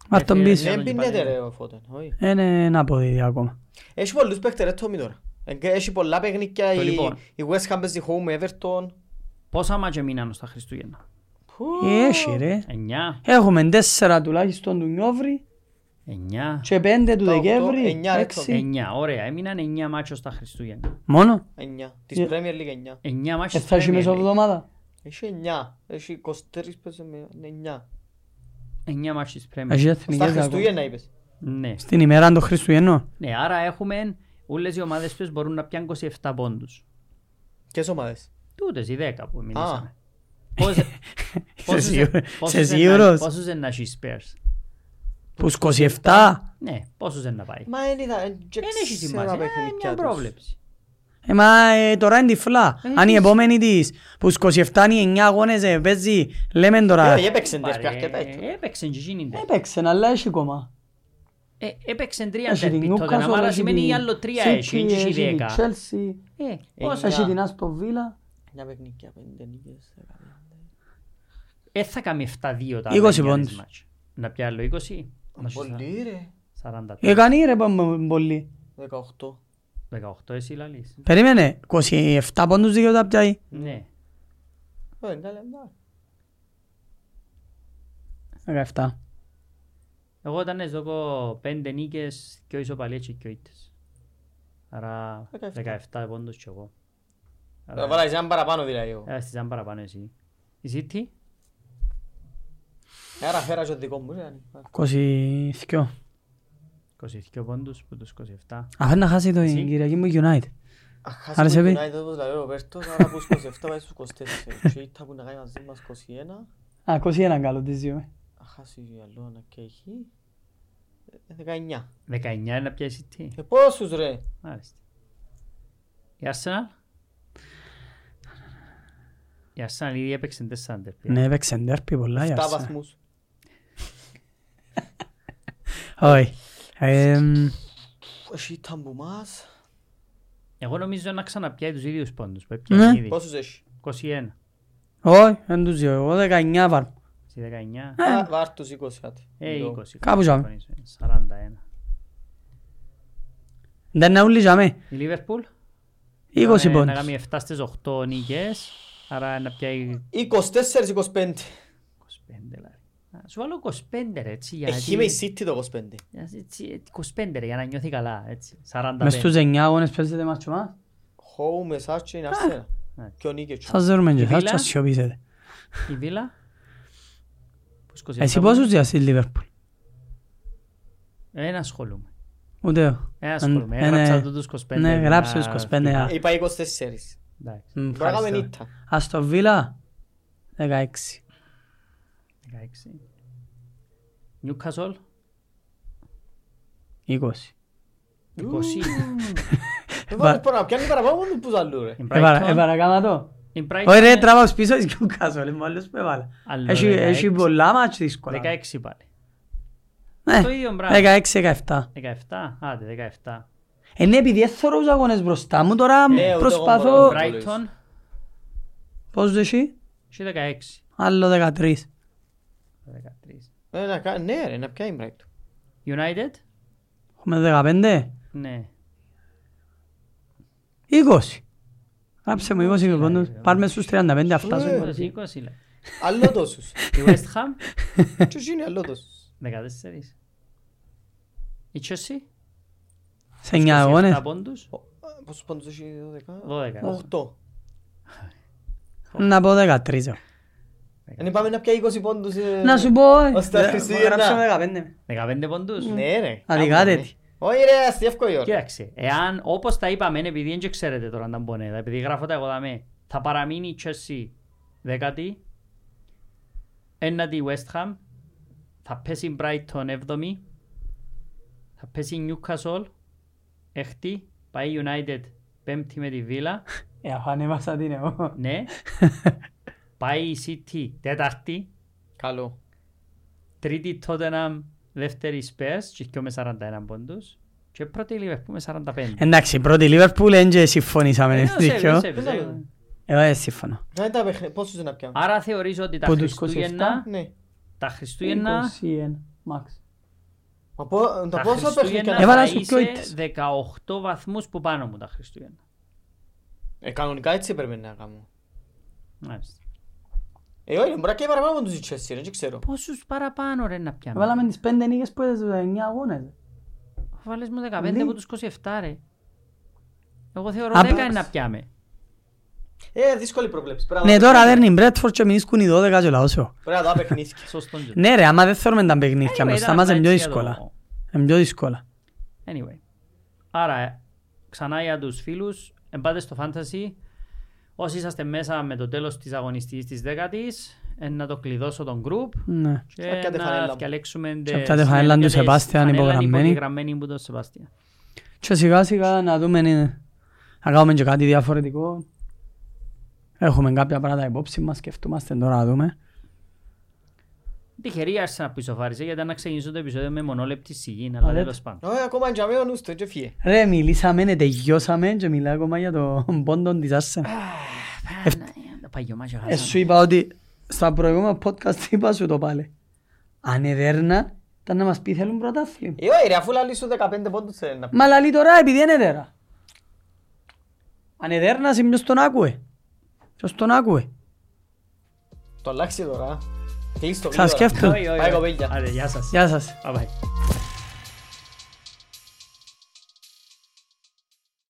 βάρ' τον Ε, ναι, Έφυγε, πίσω. ναι. Δεν πίνεται ρε ο Ε, Φώτεν. όχι. Είναι ένα αποδίδει ακόμα. Έχει πολλούς παίκτες ρε Τόμι τώρα. Ε, Έχει πολλά παιχνίκια. Το η- λοιπόν. Η West Ham παίζει home Everton. Πόσα μάτια μείναν στα Χριστούγεννα. Πού. Ε, Έχει ρε. Εννιά, Έχουμε τέσσερα τουλάχιστον του Νιόβρη εννιά, και πέντε του Τα οκτώ, Δεκέμβρη. εννιά, ρε, έξι. εννιά. Ωραία, έμειναν εννιά μάτσο στα Χριστούγεννα. Μόνο. Εννιά. Της Ε. Premier League εννιά. Εννιά μάτσο Ε, Θα έχει μέσα εβδομάδα. Έχει εννιά. Έχει 23 παίζει με Ναι, εννιά. Εννιά μάτσο της Premier. Έχει Στα εθνικές ακόμα. Χριστούγεννα είπες. Ναι. Στην ημέρα των Χριστουγεννών. ναι, άρα έχουμε όλες οι ομάδες τους μπορούν να πιάνουν 27 πόντους. Ποιες ομάδες. Τούτες οι 10 που μιλήσαμε. Πόσες- Είσαι πόσους- σίγουρο- πόσους είσαι εν- σίγουρος. Πόσους είναι να έχει Spurs. Τους 27. Ναι, πόσους είναι να πάει. Μα δεν είδα. Δεν Δεν έχει ξέρω σημασία. τα Ε, Μια παιχνίκια τους. πρόβλεψη. Ε, μα ε, τώρα είναι τυφλά. Ε, Αν η τις- επόμενη της που στους 27 είναι 9 αγώνες ε, παίζει, λέμε τώρα. Ε, Έπαιξε Πάρε, τέρπι αρκετά. έτσι. Ε, Έπαιξε και γίνεται. Έπαιξε, αλλά έχει κόμμα. Ε, έπαιξε τρία Έχει τέρπι την τότε, Newcastle, να μάρα έχει σημαίνει την οι άλλο τρία City, έχει, έτσι έχει την δέκα. Chelsea, Ε, Εννιά. πόσα έχει την Aston Villa. Μια παιχνίδια, πέντε νίκες, δεκαπέντε. Ε, θα κάνει 7-2 τα 20 Βελγιανές πόντους. μάτς. Να πιει άλλο 20. μας Πολύ ρε, στα 43. Έκανε Ε, ρε πο- πολύ. 18. 18 εσύ λαλείς. Περίμενε, 27 πόντους δικαιώτα πιάει. Ναι. Ε, εντάξει, εντάξει. 17. Εγώ όταν έζωκω 5 νίκες, και ισοπαλίες και δυο ήττες. Άρα 17. 17 πόντους και εγώ. Ε, Θα βάλεις έναν παραπάνω δηλαδή εγώ. Άρα στις αν παραπάνω εσύ. Η City, Ε, Άρα φέρας ο δικό μου ρε. αν υπάρχει. 22. 22 πόντους που τους 27. Αφού να χάσει το Εσύ. Κυριακή μου United. Αχ, Άρα σε χάσαμε πει. το United όπως λέει ο Ροπέρτος, άρα από τους 27 πάει στους 24. Και η ήττα που να κάνει μαζί μας 21. Α, 21 καλό τις δύο. ε. Αχ, χάσει η Αλώνα και έχει. Ε, 19. 19 είναι να πιάει η City. Ε, πόσους ρε. Μάλιστα. Η Arsenal. Η Arsenal ήδη έπαιξε 4 τέρπια. Ναι, έπαιξε ντέρπι πολλά για 7 εσά. βαθμούς. Όχι. ε, Εμ, Που Έχει η ήττα που μας. Εγώ νομίζω να ξαναπιάει τους ίδιους πόντους που Ναι. έπιανε ήδη. Πόσους έχει. 21. Όχι, δεν τους δύο. Εγώ 19 βάρ. Στη 19. Ε. Βά- Βάρ' τους 20 κάτι. Ε, Εδώ. 20. Κάπου συμφωνήσω. 41. Δεν είναι όλοι για μέ. Η Λίβερπουλ. 20 Ε, Να κάνει πόντους. 7 στις 8 νίκες. Άρα να πιάει 24-25. 25. δηλαδή. Να Σου βάλω 25 ρε, έτσι. Έχει Γιατί... με η City το 25. έτσι, 25 ρε, για να νιώθει καλά. Έτσι. 45. Μες στους 9 αγώνες παίζετε μάτσο μας. Home, Sartre, είναι Arsenal. ναι. Και ο Νίκετς. Ε. Σας δέρουμε και Η σας Villa. και ας σιωπήσετε. Η Βίλα. Που 27 Εσύ πόντους. πόσους διάσεις Λίβερπουλ. Ε, να ασχολούμαι. Ούτε εγώ. Ε, ασχολούμαι. Ε, ναι. Έγραψα το τους Ε, 25. Ναι, για γράψε να τους 25. φύγω. α. Είπα 24. Εντάξει, Μ, Μπορεί να κάνουμε ευχαριστώ. ήττα. Ας το Βίλα. 16. 16. Newcastle, 20. 20. Δεν βάλεις παραπάνω. Πιάνει παραπάνω μόνο που ζαλού, ρε. In Έβαρα, Brighton, έβαρα κάμα ε, το. in Όχι ρε, Brighton, τραβάω πίσω και ο Κάσολ, είμαι άλλος που έβαλα. Άλλο Έχει, 16. έχει πολλά μάτς δύσκολα. 16 πάλι. Ναι, Το ίδιο μπράβο. 16-17. 17, άντε 17. Είναι Ε, ναι, επειδή έθωρα τους αγώνες μπροστά μου, Ε, τώρα Ναι, ούτε εγώ προσπαθώ... μπορώ. Brighton, Πώς το έχει, έχει 16. άλλο 13. 13. Ε, να κα- Ναι, ρε, να πιάνει η Brighton. United, Έχουμε 15, ναι. 20. Γράψε μου 20 πόντους, πάρουμε στους 35, αυτά σου. Πόσες, 20 λέει. Άλλο τόσους. Η West Ham, Τι γίνει άλλο τόσους. 14. Η Chelsea, Σε 9 αγώνες. 27 πόντους, Ο- ε, Πόσους πόντους έχει 12. 12. 8. Να πω 13. εγώ. Δεν είπαμε να πιάνει 20 πόντους. ε. Να σου πω, ε, Ως τα ε, Χριστούγεννα. γράψε 15. 15 πόντους. Ναι, ρε. Αδικάτετη. Άμυνα, ναι. Όχι, ρε, ας τη εύκολη ώρα. Κοίταξε, εάν όπως τα είπαμε, επειδή δεν και ξέρετε τώρα αν τα μπονέτα, επειδή γράφω τα εγώ δαμέ, θα παραμείνει η Chelsea δέκατη, ένατη η West Ham, θα πέσει η Brighton έβδομη, θα πέσει η Newcastle έκτη, πάει η United πέμπτη με τη Villa, Ε, αφού ανέβασα την εγώ. ναι, πάει η City τέταρτη, Καλό. τρίτη η Tottenham, δεύτερη η Spurs και δυο με 41 πόντους και πρώτη η Liverpool με 45. Εντάξει, η πρώτη Λίβερπουλ δεν και Ε, συμφωνήσαμε. είναι ο Σεβ, Ε, ναι, δίκιο. ο Σεβ, Δεν δεν- θα λέμε. Εγώ δεν συμφωνώ. Να είναι τα παιχνίδια. Πόσους να πιάνουν. Άρα θεωρείς ότι τα Που τους Χριστούγεννα, Ναι. τα Χριστούγεννα, 21, μάξ. Μα πο- τα τα πόσα Χριστούγεννα παιχνίδια. Έβαλα θα σου είσαι πιο ήττες. 18 βαθμούς που πάνω μου τα Χριστούγεννα. Ε, Κανονικά έτσι έπρεπε να κάνουμε. Μάλιστα. Ε, όχι, μπορεί να και παραπάνω τους η Chelsea, ρε, δεν ξέρω. Πόσους παραπάνω ρε να πιάμε. Βάλαμε τις πέντε νίκες που έδωσε στους 9 αγώνες. Βάλες μου 15 Ναι. από τους 27 ρε. Εγώ θεωρώ Απ- 10 είναι να πιάμε. Ε, δύσκολη πρόβλεψη. Πρέπει να Ναι, δω- τώρα δέρνει η Μπρέτφορτ και μηνίσκουν οι 12 και ο λαός εγώ. Πρέπει να τα παιχνίδια. Σωστόν και. Ναι ρε, άμα δεν θέλουμε τα παιχνίδια Anyway, μπροστά ήταν μας απλά είναι πιο έτσι για το- δύσκολα. Είναι πιο δύσκολα. Anyway. Άρα, ε, ξανά για τους φίλους, εμπάτες στο Fantasy. Όσοι είσαστε μέσα με το τέλος της αγωνιστής της δέκατης, ε, να το κλειδώσω τον group. Ναι. Και Σαπιάτε φανέλα να μου. διαλέξουμε Σαπιάτε φανέλα του Σεβάστιαν υπογραμμένη. υπογραμμένη που το Σεβάστιαν. Και σιγά σιγά να δούμε ναι, να κάνουμε και κάτι διαφορετικό. Έχουμε κάποια πράγματα υπόψη μας, σκεφτούμαστε τώρα να δούμε. Τυχερή η Arsenal που ισοφάρισε γιατί να ξεκινήσω το επεισόδιο με μονόλεπτη σιγή, αλλά δεν- τέλος πάντων. Ε, Ακόμα και αμέσως νους του, έτσι φύγε. Ρε, μιλήσαμε, ναι, τελειώσαμε και μιλάω ακόμα για το πόντο της Arsenal. Τα παγιωμάτια Ε, χάσαμε. σου είπα ότι στα προηγούμενα podcast είπα σου το πάλι. Αν εδέρνα, ήταν να μας πει θέλουν πρωτάθλημα. Ε, όχι ρε, αφού λαλείς σου 15 πόντους θέλει να πει. Μα λαλεί τώρα επειδή είναι εδέρα. Αν εδέρνας, ποιος τον άκουε. Ποιος τον άκουε. Το αλλάξει τώρα. Κλείστο, Ξανασκέφτομαι. Όχι, όχι, Πάει όχι. κοπέλια. Άντε, Γεια σας. Γεια σας. Bye bye.